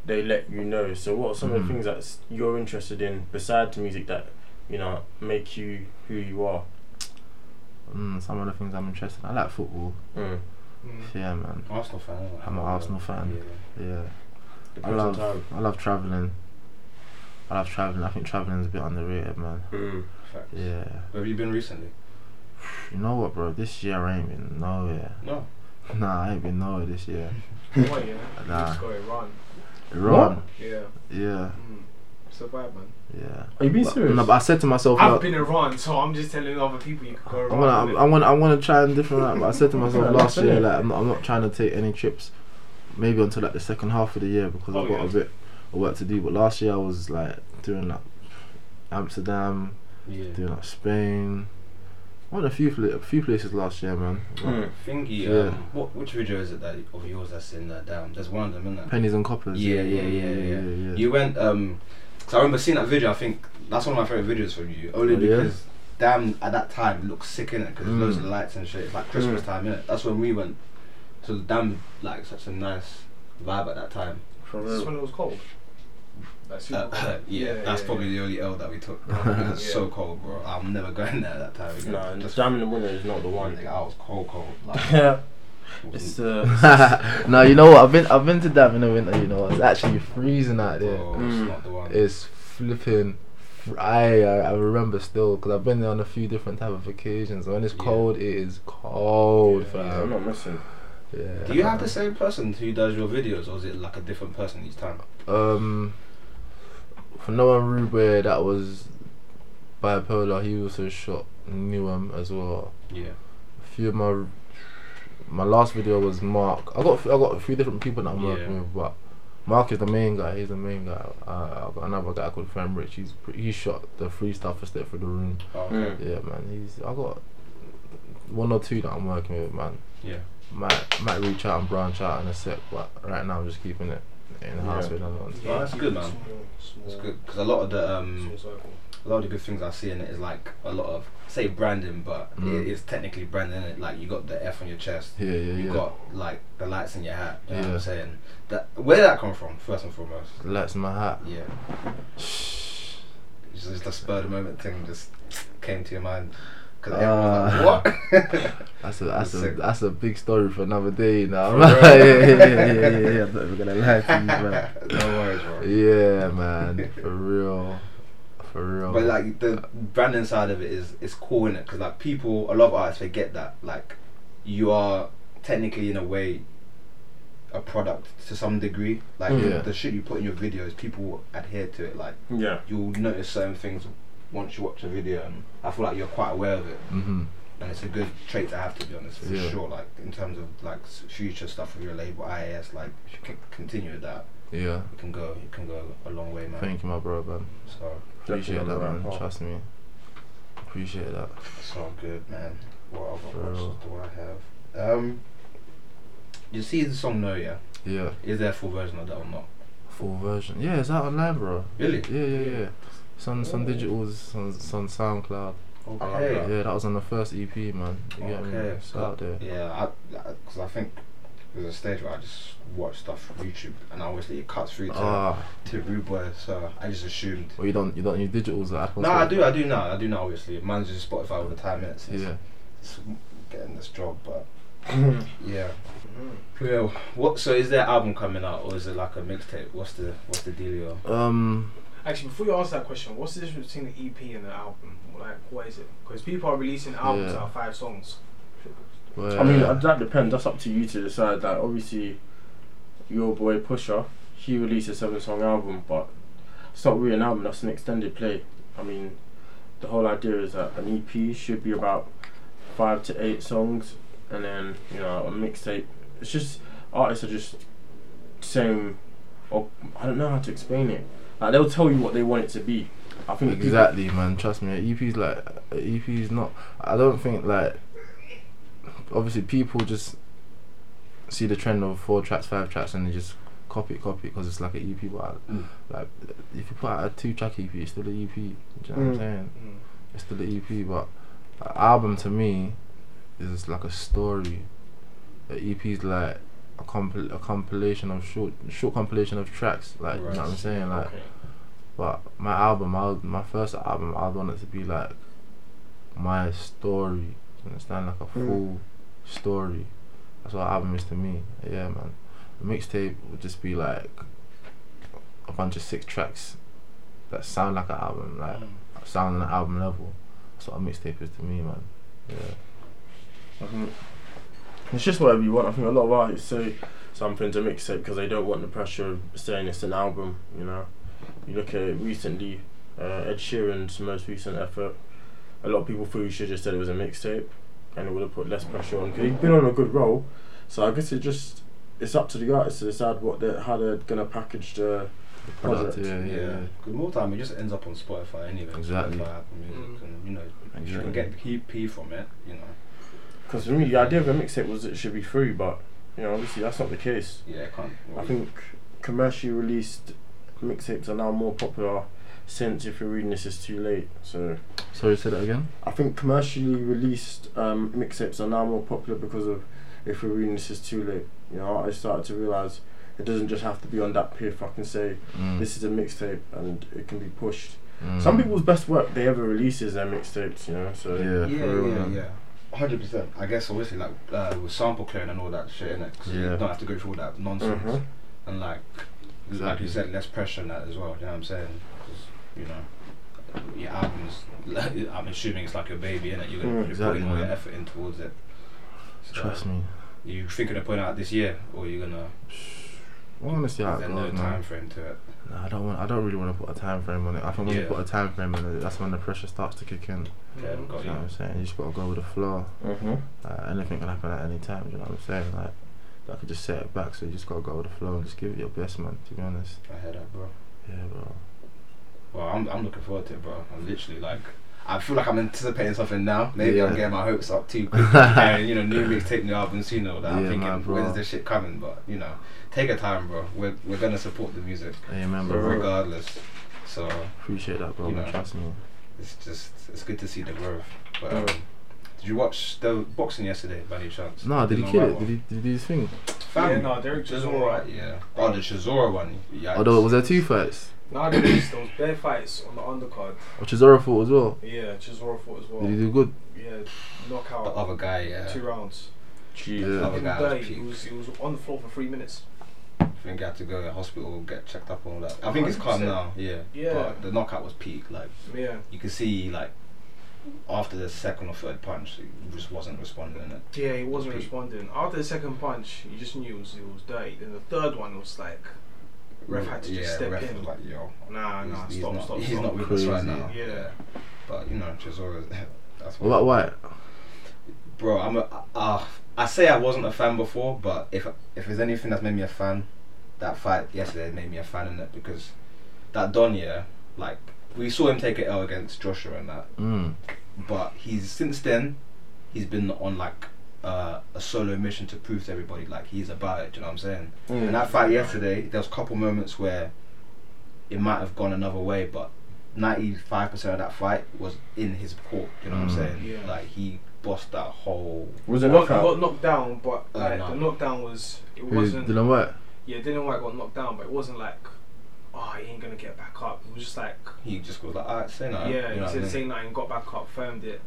[SPEAKER 2] they let you know. So, what are some of
[SPEAKER 5] Mhm.
[SPEAKER 2] the things that s- you're interested in besides music that you know make you who you are?
[SPEAKER 5] mm, some of the things I'm interested. in. I like football.
[SPEAKER 2] Mm.
[SPEAKER 4] Mm.
[SPEAKER 5] Yeah, man.
[SPEAKER 3] Arsenal fan. innit?
[SPEAKER 5] I'm an Arsenal fan.
[SPEAKER 3] Yeah.
[SPEAKER 5] Yeah.
[SPEAKER 2] The
[SPEAKER 5] I
[SPEAKER 2] present
[SPEAKER 5] love
[SPEAKER 2] time.
[SPEAKER 5] I love traveling. I love traveling. I think traveling's a bit underrated, man.
[SPEAKER 2] Mm.
[SPEAKER 3] Facts.
[SPEAKER 5] Yeah.
[SPEAKER 3] Where have you been recently?
[SPEAKER 5] You know what, bro? This year I ain't been nowhere.
[SPEAKER 3] No.
[SPEAKER 5] Nah, I ain't been nowhere this year.
[SPEAKER 4] Why, yeah? You
[SPEAKER 5] Nah.
[SPEAKER 4] just go Iran.
[SPEAKER 5] Iran.
[SPEAKER 4] Yeah.
[SPEAKER 5] Yeah.
[SPEAKER 4] Mm. It's a vibe, man.
[SPEAKER 5] Yeah.
[SPEAKER 2] Are you being
[SPEAKER 5] But,
[SPEAKER 2] serious?
[SPEAKER 5] no, but I said to myself,
[SPEAKER 4] I've
[SPEAKER 5] like,
[SPEAKER 4] been Iran, so I'm just telling other people you could go
[SPEAKER 5] I'm
[SPEAKER 4] Iran.
[SPEAKER 5] gonna,
[SPEAKER 4] innit?
[SPEAKER 5] I'm gonna, I'm gonna try and different. Like, but I said to
[SPEAKER 2] Yeah,
[SPEAKER 5] myself last year,
[SPEAKER 2] definitely.
[SPEAKER 5] like, I'm not, I'm not trying to take any trips, maybe until like the second half of the year because
[SPEAKER 4] Oh,
[SPEAKER 5] I've got
[SPEAKER 4] yeah.
[SPEAKER 5] a bit of work to do. But last year I was like doing like Amsterdam,
[SPEAKER 3] Yeah.
[SPEAKER 5] doing like Spain. I went a few, fl- a few places last year, man.
[SPEAKER 2] Mm.
[SPEAKER 3] Thingy.
[SPEAKER 5] Yeah.
[SPEAKER 3] Um, what which video is it that of yours that's in that down? There's one of them in that.
[SPEAKER 5] Pennies and coppers.
[SPEAKER 3] Yeah, yeah, yeah, yeah. You went um, 'cause I remember seeing that video. I think that's one of my favorite videos from you, only
[SPEAKER 5] Oh, yeah? Mm.
[SPEAKER 3] because damn at that time looked sick in it because loads of lights and shit. It's like Christmas time in it. That's when we went. So damn, like such a nice vibe at that time.
[SPEAKER 2] For
[SPEAKER 4] Is this when
[SPEAKER 2] real.
[SPEAKER 4] it was cold? Like super
[SPEAKER 3] Uh,
[SPEAKER 4] cold.
[SPEAKER 3] yeah, that's
[SPEAKER 4] yeah,
[SPEAKER 3] probably
[SPEAKER 4] yeah.
[SPEAKER 3] the only L that we took. Bro. It was
[SPEAKER 4] Yeah.
[SPEAKER 3] so cold, bro. I'm never going there that time. Again.
[SPEAKER 2] No,
[SPEAKER 3] Just
[SPEAKER 2] jamming the winner is not the
[SPEAKER 3] one
[SPEAKER 2] one.
[SPEAKER 3] thing. I was cold, cold. Like,
[SPEAKER 2] Yeah,
[SPEAKER 3] wasn't-
[SPEAKER 2] it's uh,
[SPEAKER 5] no, you know what? I've been, I've been to Dam in the winter. You know, it's actually freezing out there.
[SPEAKER 3] Oh,
[SPEAKER 2] Mm.
[SPEAKER 3] it's not the one.
[SPEAKER 5] It's flipping. fr- I, I I remember still because I've been there on a few different type of occasions. When it's
[SPEAKER 3] Yeah.
[SPEAKER 5] cold, it is cold,
[SPEAKER 2] I'm
[SPEAKER 5] fam.
[SPEAKER 2] not missing.
[SPEAKER 5] Yeah.
[SPEAKER 3] Do you have the same person who does your videos, or is it like a different person each time?
[SPEAKER 5] Um, for Noah Rube, that was bipolar. He also shot Newham as well.
[SPEAKER 3] Yeah.
[SPEAKER 5] a few of my my last video was Mark. I got a few- I got a few different people that I'm
[SPEAKER 3] Yeah.
[SPEAKER 5] working with, but Mark is the main guy. He's the main guy. Uh, I've got another guy called Fem Rich. He's pre- he shot the free stuff a step through the room.
[SPEAKER 3] Oh, okay.
[SPEAKER 2] Mm.
[SPEAKER 5] Yeah, man. He's I got one or two that I'm working with, man.
[SPEAKER 3] Yeah.
[SPEAKER 5] Might might reach out and branch out in a sec, but right now I'm just keeping it in the house
[SPEAKER 2] Yeah.
[SPEAKER 5] with another one.
[SPEAKER 3] Oh, that's
[SPEAKER 4] keep
[SPEAKER 3] good,
[SPEAKER 4] it
[SPEAKER 3] man.
[SPEAKER 4] small,
[SPEAKER 3] That's
[SPEAKER 4] small-
[SPEAKER 3] good because a lot of the um,
[SPEAKER 4] small circle.
[SPEAKER 3] a lot of the good things I see in it is like a lot of say branding, but
[SPEAKER 5] Mm.
[SPEAKER 3] it is technically branding. It like you got the F on your chest,
[SPEAKER 5] Yeah, yeah,
[SPEAKER 3] you
[SPEAKER 5] yeah.
[SPEAKER 3] got like the lights in your hat. You know what
[SPEAKER 5] Yeah.
[SPEAKER 3] I'm saying? That where did that come from? First and foremost,
[SPEAKER 5] That's my hat.
[SPEAKER 3] yeah. It's just the spur of the moment thing just came to your mind because everyone's
[SPEAKER 5] Uh,
[SPEAKER 3] like, what?
[SPEAKER 5] That's a that's a
[SPEAKER 3] Sick.
[SPEAKER 5] that's a big story for another day now.
[SPEAKER 3] For
[SPEAKER 5] yeah, yeah,
[SPEAKER 3] real.
[SPEAKER 5] yeah, yeah, yeah, yeah. I'm not even gonna lie to you, man.
[SPEAKER 3] no worries, bro.
[SPEAKER 5] Yeah, man. For real. For real.
[SPEAKER 3] But like the branding side of it is is cool in it because like people, a lot of artists forget that like you are technically in a way a product to some degree. Like
[SPEAKER 5] Yeah.
[SPEAKER 3] the shit you put in your videos, people will adhere to it. Like
[SPEAKER 2] Yeah.
[SPEAKER 3] you'll notice certain things once you watch a video, and I feel like you're quite aware of it.
[SPEAKER 5] hmm
[SPEAKER 3] And it's a good trait to have, to be honest, for
[SPEAKER 5] Yeah.
[SPEAKER 3] sure. Like in terms of like s- future stuff with your label, IAS, like if you can continue with that,
[SPEAKER 5] Yeah.
[SPEAKER 3] you can go, you can go a long way, man.
[SPEAKER 5] Thank you, my bro, man.
[SPEAKER 3] So.
[SPEAKER 5] Appreciate
[SPEAKER 2] Definitely
[SPEAKER 5] that,
[SPEAKER 2] on the
[SPEAKER 5] man.
[SPEAKER 2] ramp up.
[SPEAKER 5] Trust me. Appreciate that.
[SPEAKER 3] It's all good, man. What other
[SPEAKER 5] Bro.
[SPEAKER 3] options do I have? Um, you see the song No, yeah?
[SPEAKER 5] Yeah.
[SPEAKER 3] Is there a full version of that or not?
[SPEAKER 5] Full version. Yeah, it's out online, bro.
[SPEAKER 3] Really?
[SPEAKER 5] Yeah, yeah, yeah. It's on some digitals, on some SoundCloud.
[SPEAKER 3] Okay.
[SPEAKER 5] Yeah. that was on the first EP, man. You get me?
[SPEAKER 3] Oh, Okay,
[SPEAKER 5] It's
[SPEAKER 3] so-
[SPEAKER 5] out there.
[SPEAKER 3] Yeah, I because I think there's a stage where I just watch stuff from YouTube and obviously it cuts through to
[SPEAKER 5] Ah,
[SPEAKER 3] to Rude Boy, so I just assumed.
[SPEAKER 5] well, you don't you don't use digitals at Apple.
[SPEAKER 3] No, I do, I do now, I do now. Obviously, mine's just Spotify all the time. It's, it's,
[SPEAKER 5] Yeah.
[SPEAKER 3] it's getting this job, but
[SPEAKER 5] Mm-hmm.
[SPEAKER 3] yeah. Well, what? So is there an album coming out or is it like a mixtape? What's the what's the dealio?
[SPEAKER 5] Um.
[SPEAKER 4] Actually, before you ask that question, what's the difference between the EP and the album? Like, what is it? Because people are releasing albums
[SPEAKER 5] Yeah.
[SPEAKER 4] out of five songs.
[SPEAKER 5] Where,
[SPEAKER 2] I mean, uh, that depends. That's up to you to decide. That obviously, your boy Pusher, he released a seven-song album, but it's not really an album. That's an extended play. I mean, the whole idea is that an EP should be about five to eight songs, and then you know a mixtape. It's just artists are just saying, or I don't know how to explain it. Like they'll tell you what they want it to be. I think E people-
[SPEAKER 5] Exactly, man. Trust me. a EP's like a EP's not. I don't think like. Obviously, people just see the trend of four tracks, five tracks, and they just copy it, copy it because it's like an EP. But I-
[SPEAKER 3] Mm.
[SPEAKER 5] like, if you put out a two-track EP, it's still an EP. Do you know what I'm
[SPEAKER 2] Mm.
[SPEAKER 5] saying?
[SPEAKER 4] Mm.
[SPEAKER 5] It's still an EP, but an album to me is like a story. An EP's like a, compil- a compilation of short, short compilation of tracks. Like, you
[SPEAKER 3] Right.
[SPEAKER 5] know what I'm saying? Like.
[SPEAKER 4] Okay.
[SPEAKER 5] But my album, I would- my first album, I want it to be like my story. You understand? Like a
[SPEAKER 2] Mm.
[SPEAKER 5] full story. That's what an album is to me. Yeah, man. A mixtape would just be like a bunch of six tracks that sound like an album, like
[SPEAKER 3] Mm.
[SPEAKER 5] sound on an album level. That's what a mixtape is to me, man. Yeah.
[SPEAKER 2] I think it's just whatever you want. I think a lot of artists say something to mixtape because they don't want the pressure of saying it's an album. You know, you look at it recently, uh, Ed Sheeran's most recent effort. A lot of people thought you should have just said it was a mixtape, and it would have put less pressure on. Cause he's been on a good roll, so I guess it just it's up to the artist to decide what they how they're gonna package the
[SPEAKER 5] The
[SPEAKER 2] Project.
[SPEAKER 5] product, yeah, yeah, yeah.
[SPEAKER 3] Because more time it just ends up on Spotify anyway.
[SPEAKER 5] Exactly.
[SPEAKER 3] Spotify, Apple Music,
[SPEAKER 4] Mm.
[SPEAKER 3] and you know, if you
[SPEAKER 5] Exactly.
[SPEAKER 3] can get the EP from it, you know.
[SPEAKER 2] Because for me, the idea of a mixtape was it should be free, but you know, obviously that's not the case.
[SPEAKER 3] Yeah, it can't.
[SPEAKER 2] I think commercially released mixtapes are now more popular since if you're reading this is too late. So
[SPEAKER 5] Sorry, say that again.
[SPEAKER 2] I think commercially released um, mixtapes are now more popular because of if you're reading this is too late. You know, I started to realise it doesn't just have to be on that piff. I can say
[SPEAKER 5] Mm.
[SPEAKER 2] this is a mixtape and it can be pushed.
[SPEAKER 5] Mm.
[SPEAKER 2] Some people's best work they ever release is their mixtapes, you know, so
[SPEAKER 5] Yeah,
[SPEAKER 3] Yeah,
[SPEAKER 5] for
[SPEAKER 3] yeah,
[SPEAKER 5] real,
[SPEAKER 3] yeah.
[SPEAKER 5] man.
[SPEAKER 3] Hundred percent. I guess obviously like uh, with sample clearing and all that shit, innit? 'Cause you
[SPEAKER 5] Yeah. Mm-hmm.
[SPEAKER 3] don't have to go through all that nonsense.
[SPEAKER 2] Mhm.
[SPEAKER 3] And like, like you
[SPEAKER 5] Exactly.
[SPEAKER 3] said, less pressure on that as well. You know what I'm saying? 'Cause, you know, your albums. I'm assuming it's like your baby, innit? You're, gonna,
[SPEAKER 2] Mm,
[SPEAKER 3] you're
[SPEAKER 5] exactly,
[SPEAKER 3] putting all your
[SPEAKER 5] man.
[SPEAKER 3] effort in towards it. So
[SPEAKER 5] Trust me.
[SPEAKER 3] You thinking of putting out this year, or you're gonna?
[SPEAKER 5] I want to see how it
[SPEAKER 3] there's
[SPEAKER 5] goes,
[SPEAKER 3] no
[SPEAKER 5] man.
[SPEAKER 3] time frame to it.
[SPEAKER 5] No, I don't want. I don't really want to put a time frame on it. I think when
[SPEAKER 3] Yeah.
[SPEAKER 5] you put a time frame on it, that's when the pressure starts to kick in.
[SPEAKER 3] Oh, Yeah,
[SPEAKER 4] Mm.
[SPEAKER 3] got
[SPEAKER 5] You
[SPEAKER 3] you.
[SPEAKER 5] know what I'm saying? You just gotta go with the flow.
[SPEAKER 2] Mhm.
[SPEAKER 5] Uh, anything can happen at any time. You know what I'm saying? Like that I could just set it back. So you just gotta go with the flow and just give it your best, man. To be honest,
[SPEAKER 3] I heard that, bro.
[SPEAKER 5] yeah, bro.
[SPEAKER 3] Well, I'm, I'm looking forward to it, bro. I'm literally like, I feel like I'm anticipating something now. Maybe I'm
[SPEAKER 5] Yeah.
[SPEAKER 3] getting my hopes up too quick. and you know, new mixtape, new album soon. All that. I'm
[SPEAKER 5] Yeah,
[SPEAKER 3] thinking,
[SPEAKER 5] man, bro.
[SPEAKER 3] when's this shit coming? But you know, take your time, bro. We're we're gonna support the music
[SPEAKER 5] Amen, bro.
[SPEAKER 3] regardless. So
[SPEAKER 5] Appreciate that, bro.
[SPEAKER 3] You
[SPEAKER 5] man,
[SPEAKER 3] know.
[SPEAKER 5] Trust me.
[SPEAKER 3] it's just it's good to see the growth. But um, did you watch the boxing yesterday by any chance?
[SPEAKER 5] No, did he
[SPEAKER 3] The
[SPEAKER 5] kill
[SPEAKER 3] Norbert
[SPEAKER 5] it? Did
[SPEAKER 3] one?
[SPEAKER 5] he, did he do his thing?
[SPEAKER 3] Fam,
[SPEAKER 4] Yeah, no, Derek
[SPEAKER 3] it was
[SPEAKER 4] Chisora.
[SPEAKER 3] alright. Yeah. Oh, the Chisora one. Yeah.
[SPEAKER 5] Although Oh, was there two fights?
[SPEAKER 4] Now there was, there was bare fights on the undercard.
[SPEAKER 5] Which is fought as well.
[SPEAKER 4] Yeah, Chisora fought as well.
[SPEAKER 5] Did he do good?
[SPEAKER 4] Yeah,
[SPEAKER 3] the
[SPEAKER 4] knockout.
[SPEAKER 3] other guy. Yeah.
[SPEAKER 4] Two rounds.
[SPEAKER 5] Yeah.
[SPEAKER 2] Jeez.
[SPEAKER 3] Other
[SPEAKER 4] Him
[SPEAKER 3] guy was
[SPEAKER 4] dirty. He
[SPEAKER 3] peak.
[SPEAKER 4] was, he was on the floor for three minutes.
[SPEAKER 3] I think I had to go to hospital, get checked up, and all that.
[SPEAKER 4] Oh,
[SPEAKER 3] I think it's calm
[SPEAKER 4] 100%.
[SPEAKER 3] now. Yeah.
[SPEAKER 4] Yeah.
[SPEAKER 3] But the knockout was peak. Like
[SPEAKER 4] Yeah.
[SPEAKER 3] you could see, like after the second or third punch, he just wasn't responding. Innit?
[SPEAKER 4] Yeah, he wasn't
[SPEAKER 3] Peak.
[SPEAKER 4] responding. After the second punch, you just knew it was, it was dirty. Then the third one was like, Ref had to
[SPEAKER 3] yeah,
[SPEAKER 4] just step
[SPEAKER 3] ref
[SPEAKER 4] in.
[SPEAKER 3] Was like, yo,
[SPEAKER 4] nah, nah,
[SPEAKER 3] he's, he's
[SPEAKER 4] stop,
[SPEAKER 3] not,
[SPEAKER 4] stop,
[SPEAKER 3] he's
[SPEAKER 4] stop.
[SPEAKER 3] not with us right
[SPEAKER 5] Crazy.
[SPEAKER 3] now.
[SPEAKER 4] Yeah.
[SPEAKER 3] But you know, Chisora. That's
[SPEAKER 5] What about White?
[SPEAKER 3] Bro, I'm a, uh, I say I wasn't a fan before, but if if there's anything that's made me a fan, that fight yesterday made me a fan in it because that Don yeah, like we saw him take it L against Joshua and that,
[SPEAKER 5] Mm.
[SPEAKER 3] but he's since then he's been on like uh, a solo mission to prove to everybody like he's about it. Do you know what I'm saying? In that fight yesterday, there was a couple moments where it might have gone another way, but 95% of that fight was in his court. You know what I'm
[SPEAKER 5] Mm.
[SPEAKER 3] saying?
[SPEAKER 4] Yeah.
[SPEAKER 3] Like he bossed that whole
[SPEAKER 2] Was it
[SPEAKER 4] Not, got
[SPEAKER 2] knockout?
[SPEAKER 4] knocked down, but
[SPEAKER 3] Uh,
[SPEAKER 4] like,
[SPEAKER 3] no.
[SPEAKER 4] the knockdown was it
[SPEAKER 5] Who
[SPEAKER 4] wasn't.
[SPEAKER 5] Dylan White?
[SPEAKER 4] yeah, Dylan White got knocked down, but it wasn't like, oh, he ain't gonna get back up. It was just like,
[SPEAKER 3] he just goes like, alright, say no.
[SPEAKER 4] yeah,
[SPEAKER 3] Uh, you know
[SPEAKER 4] he
[SPEAKER 3] what I
[SPEAKER 4] said the
[SPEAKER 3] mean?
[SPEAKER 4] same night and got back up, firmed it.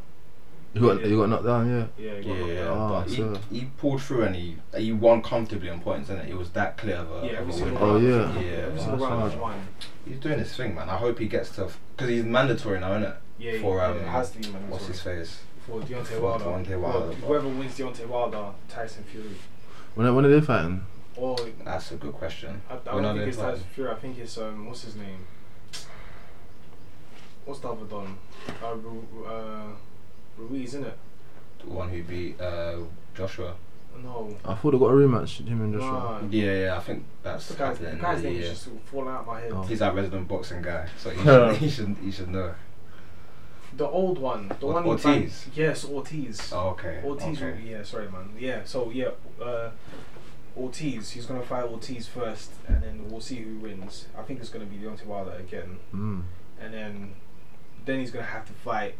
[SPEAKER 5] He got he got knocked down. Yeah.
[SPEAKER 4] Yeah, he
[SPEAKER 3] Yeah, yeah,
[SPEAKER 4] got knocked
[SPEAKER 3] yeah.
[SPEAKER 4] down.
[SPEAKER 5] Oh,
[SPEAKER 3] but
[SPEAKER 5] so-
[SPEAKER 3] he, he pulled through and he he won comfortably on points, and it? it was that clear of a,
[SPEAKER 4] Yeah,
[SPEAKER 3] of
[SPEAKER 4] every
[SPEAKER 3] a
[SPEAKER 4] single
[SPEAKER 3] win.
[SPEAKER 5] Oh,
[SPEAKER 4] round.
[SPEAKER 5] yeah.
[SPEAKER 3] Yeah.
[SPEAKER 4] Every
[SPEAKER 5] Oh,
[SPEAKER 4] single
[SPEAKER 5] that's
[SPEAKER 4] round was
[SPEAKER 5] hard.
[SPEAKER 4] one.
[SPEAKER 3] He's doing his thing, man. I hope he gets to because he's mandatory now, isn't it?
[SPEAKER 4] Yeah,
[SPEAKER 3] For,
[SPEAKER 4] yeah,
[SPEAKER 3] um,
[SPEAKER 4] it has to be man.
[SPEAKER 3] What's
[SPEAKER 4] sorry.
[SPEAKER 3] his face?
[SPEAKER 4] for Deontay
[SPEAKER 3] for
[SPEAKER 4] Wilder?
[SPEAKER 3] Deontay
[SPEAKER 4] Well,
[SPEAKER 3] Wilder, but-
[SPEAKER 4] whoever wins Deontay Wilder, Tyson Fury,
[SPEAKER 5] When are- when are they fighting?
[SPEAKER 4] or
[SPEAKER 3] That's a good question.
[SPEAKER 4] I, I
[SPEAKER 3] We're
[SPEAKER 4] don't
[SPEAKER 3] not
[SPEAKER 4] think it's
[SPEAKER 3] even-
[SPEAKER 4] Tyson Fury. I think it's um, what's his name? What's the other Don? Uh, Ru- uh, Ruiz, isn't it?
[SPEAKER 3] the one who beat uh, Joshua.
[SPEAKER 4] No.
[SPEAKER 5] I thought they got a rematch. Him and Joshua.
[SPEAKER 4] Nah.
[SPEAKER 3] Yeah, yeah. I think that's
[SPEAKER 4] The guy's,
[SPEAKER 3] at the
[SPEAKER 4] the
[SPEAKER 3] end of
[SPEAKER 4] guy's
[SPEAKER 3] the
[SPEAKER 4] name is
[SPEAKER 3] year.
[SPEAKER 4] just falling out of my head.
[SPEAKER 5] Oh.
[SPEAKER 3] He's our resident boxing guy, so he should he should, he should know.
[SPEAKER 4] The old one, the
[SPEAKER 3] Or-
[SPEAKER 4] one he
[SPEAKER 3] Ortiz?
[SPEAKER 4] banged- yes, Ortiz.
[SPEAKER 3] Oh, okay.
[SPEAKER 4] Ortiz,
[SPEAKER 3] okay.
[SPEAKER 4] yeah, sorry, man. Yeah, so yeah, uh, Ortiz. He's gonna fight Ortiz first, and then we'll see who wins. I think it's gonna be Deontay Wilder again,
[SPEAKER 5] Mm.
[SPEAKER 4] and then then he's gonna have to fight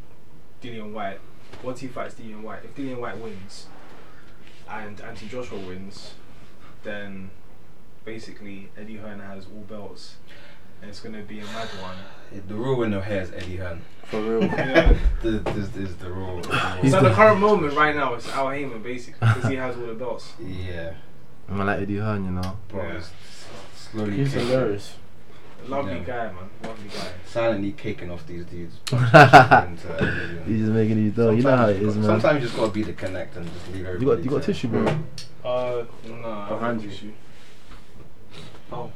[SPEAKER 4] Dillian White. Once he fights Dillian White, if Dillian White wins, and Anthony Joshua wins, then basically Eddie Hearn has all belts, and it's gonna be a mad one.
[SPEAKER 3] The real winner here is Eddie Hearn.
[SPEAKER 2] For real.
[SPEAKER 4] Yeah.
[SPEAKER 3] This, this is the real. the real-
[SPEAKER 5] He's
[SPEAKER 4] so at the
[SPEAKER 5] the-
[SPEAKER 4] current moment right now, it's Al Heyman basically because he has all the belts.
[SPEAKER 3] yeah,
[SPEAKER 5] And I like Eddie Hearn, you know.
[SPEAKER 3] bro.
[SPEAKER 4] Yeah.
[SPEAKER 3] it's Slowly.
[SPEAKER 2] He's
[SPEAKER 3] kicking-
[SPEAKER 2] hilarious.
[SPEAKER 4] Lovely
[SPEAKER 3] Yeah.
[SPEAKER 4] guy, man. Lovely guy.
[SPEAKER 3] silently kicking off these dudes.
[SPEAKER 5] He's
[SPEAKER 3] Sometimes
[SPEAKER 5] just making these dough. You know how it
[SPEAKER 3] you
[SPEAKER 5] is,
[SPEAKER 3] got-
[SPEAKER 5] man.
[SPEAKER 3] Sometimes you just gotta be the connect and just leave
[SPEAKER 5] You
[SPEAKER 3] everybody.
[SPEAKER 5] got you got
[SPEAKER 3] to it.
[SPEAKER 5] tissue, bro.
[SPEAKER 4] Uh, nah.
[SPEAKER 2] Behind you.
[SPEAKER 4] Oh.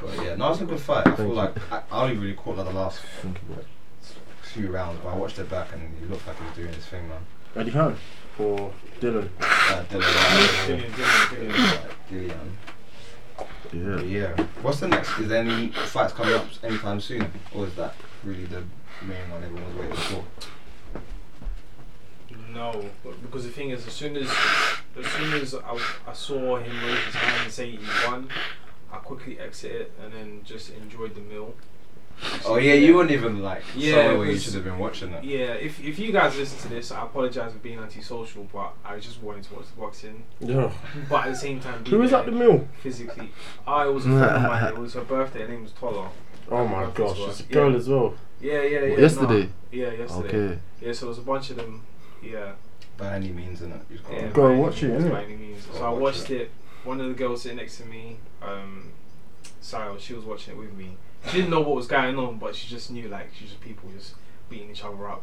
[SPEAKER 3] But yeah, no, it's a good fight. I feel
[SPEAKER 5] Thank
[SPEAKER 3] like I, I only really caught like the last
[SPEAKER 5] Thank you, bro.
[SPEAKER 3] few rounds, but I watched it back and he looked like he was doing his thing, man.
[SPEAKER 2] Eddie Hearn for Dylan.
[SPEAKER 3] Uh, Dylan,
[SPEAKER 4] Dillian, Dillian, Dillian.
[SPEAKER 3] Dillian. But
[SPEAKER 5] Yeah.
[SPEAKER 3] yeah. What's the next? Is there any fights coming up anytime soon, or is that really the main one everyone's waiting for?
[SPEAKER 4] No, but- because the thing is, as soon as, as soon as I, I saw him raise his hand and say he won, I quickly exited and then just enjoyed the meal.
[SPEAKER 3] Oh yeah, you weren't even like
[SPEAKER 4] Yeah,
[SPEAKER 3] somewhere where you
[SPEAKER 4] because-
[SPEAKER 3] should have been watching it.
[SPEAKER 4] Yeah, if if you guys listen to this, I apologize for being antisocial, but I just wanted to watch the boxing.
[SPEAKER 2] Yeah.
[SPEAKER 4] But at the same time, be
[SPEAKER 2] Who was
[SPEAKER 4] there
[SPEAKER 2] at the meal?
[SPEAKER 4] physically? I was a friend of mine. It was her birthday. Her name was Tola.
[SPEAKER 2] Oh my
[SPEAKER 4] That's
[SPEAKER 2] gosh,
[SPEAKER 4] right.
[SPEAKER 2] it's a girl
[SPEAKER 4] Yeah.
[SPEAKER 2] as well.
[SPEAKER 4] Yeah, yeah, yeah.
[SPEAKER 5] Yesterday.
[SPEAKER 4] No. Yeah, yesterday.
[SPEAKER 5] Okay.
[SPEAKER 4] Yeah, so it was a bunch of them. Yeah.
[SPEAKER 3] By any means, innit? You've got
[SPEAKER 4] yeah
[SPEAKER 3] to-
[SPEAKER 2] Go
[SPEAKER 4] by any
[SPEAKER 2] watch it,
[SPEAKER 4] means,
[SPEAKER 2] innit?
[SPEAKER 4] by any means.
[SPEAKER 3] Go
[SPEAKER 4] So I
[SPEAKER 3] watch
[SPEAKER 4] watched
[SPEAKER 3] it.
[SPEAKER 4] it. One of the girls sitting next to me, um, Sarah, she was watching it with me. She didn't know what was going on, but she just knew like she just people just beating each other up.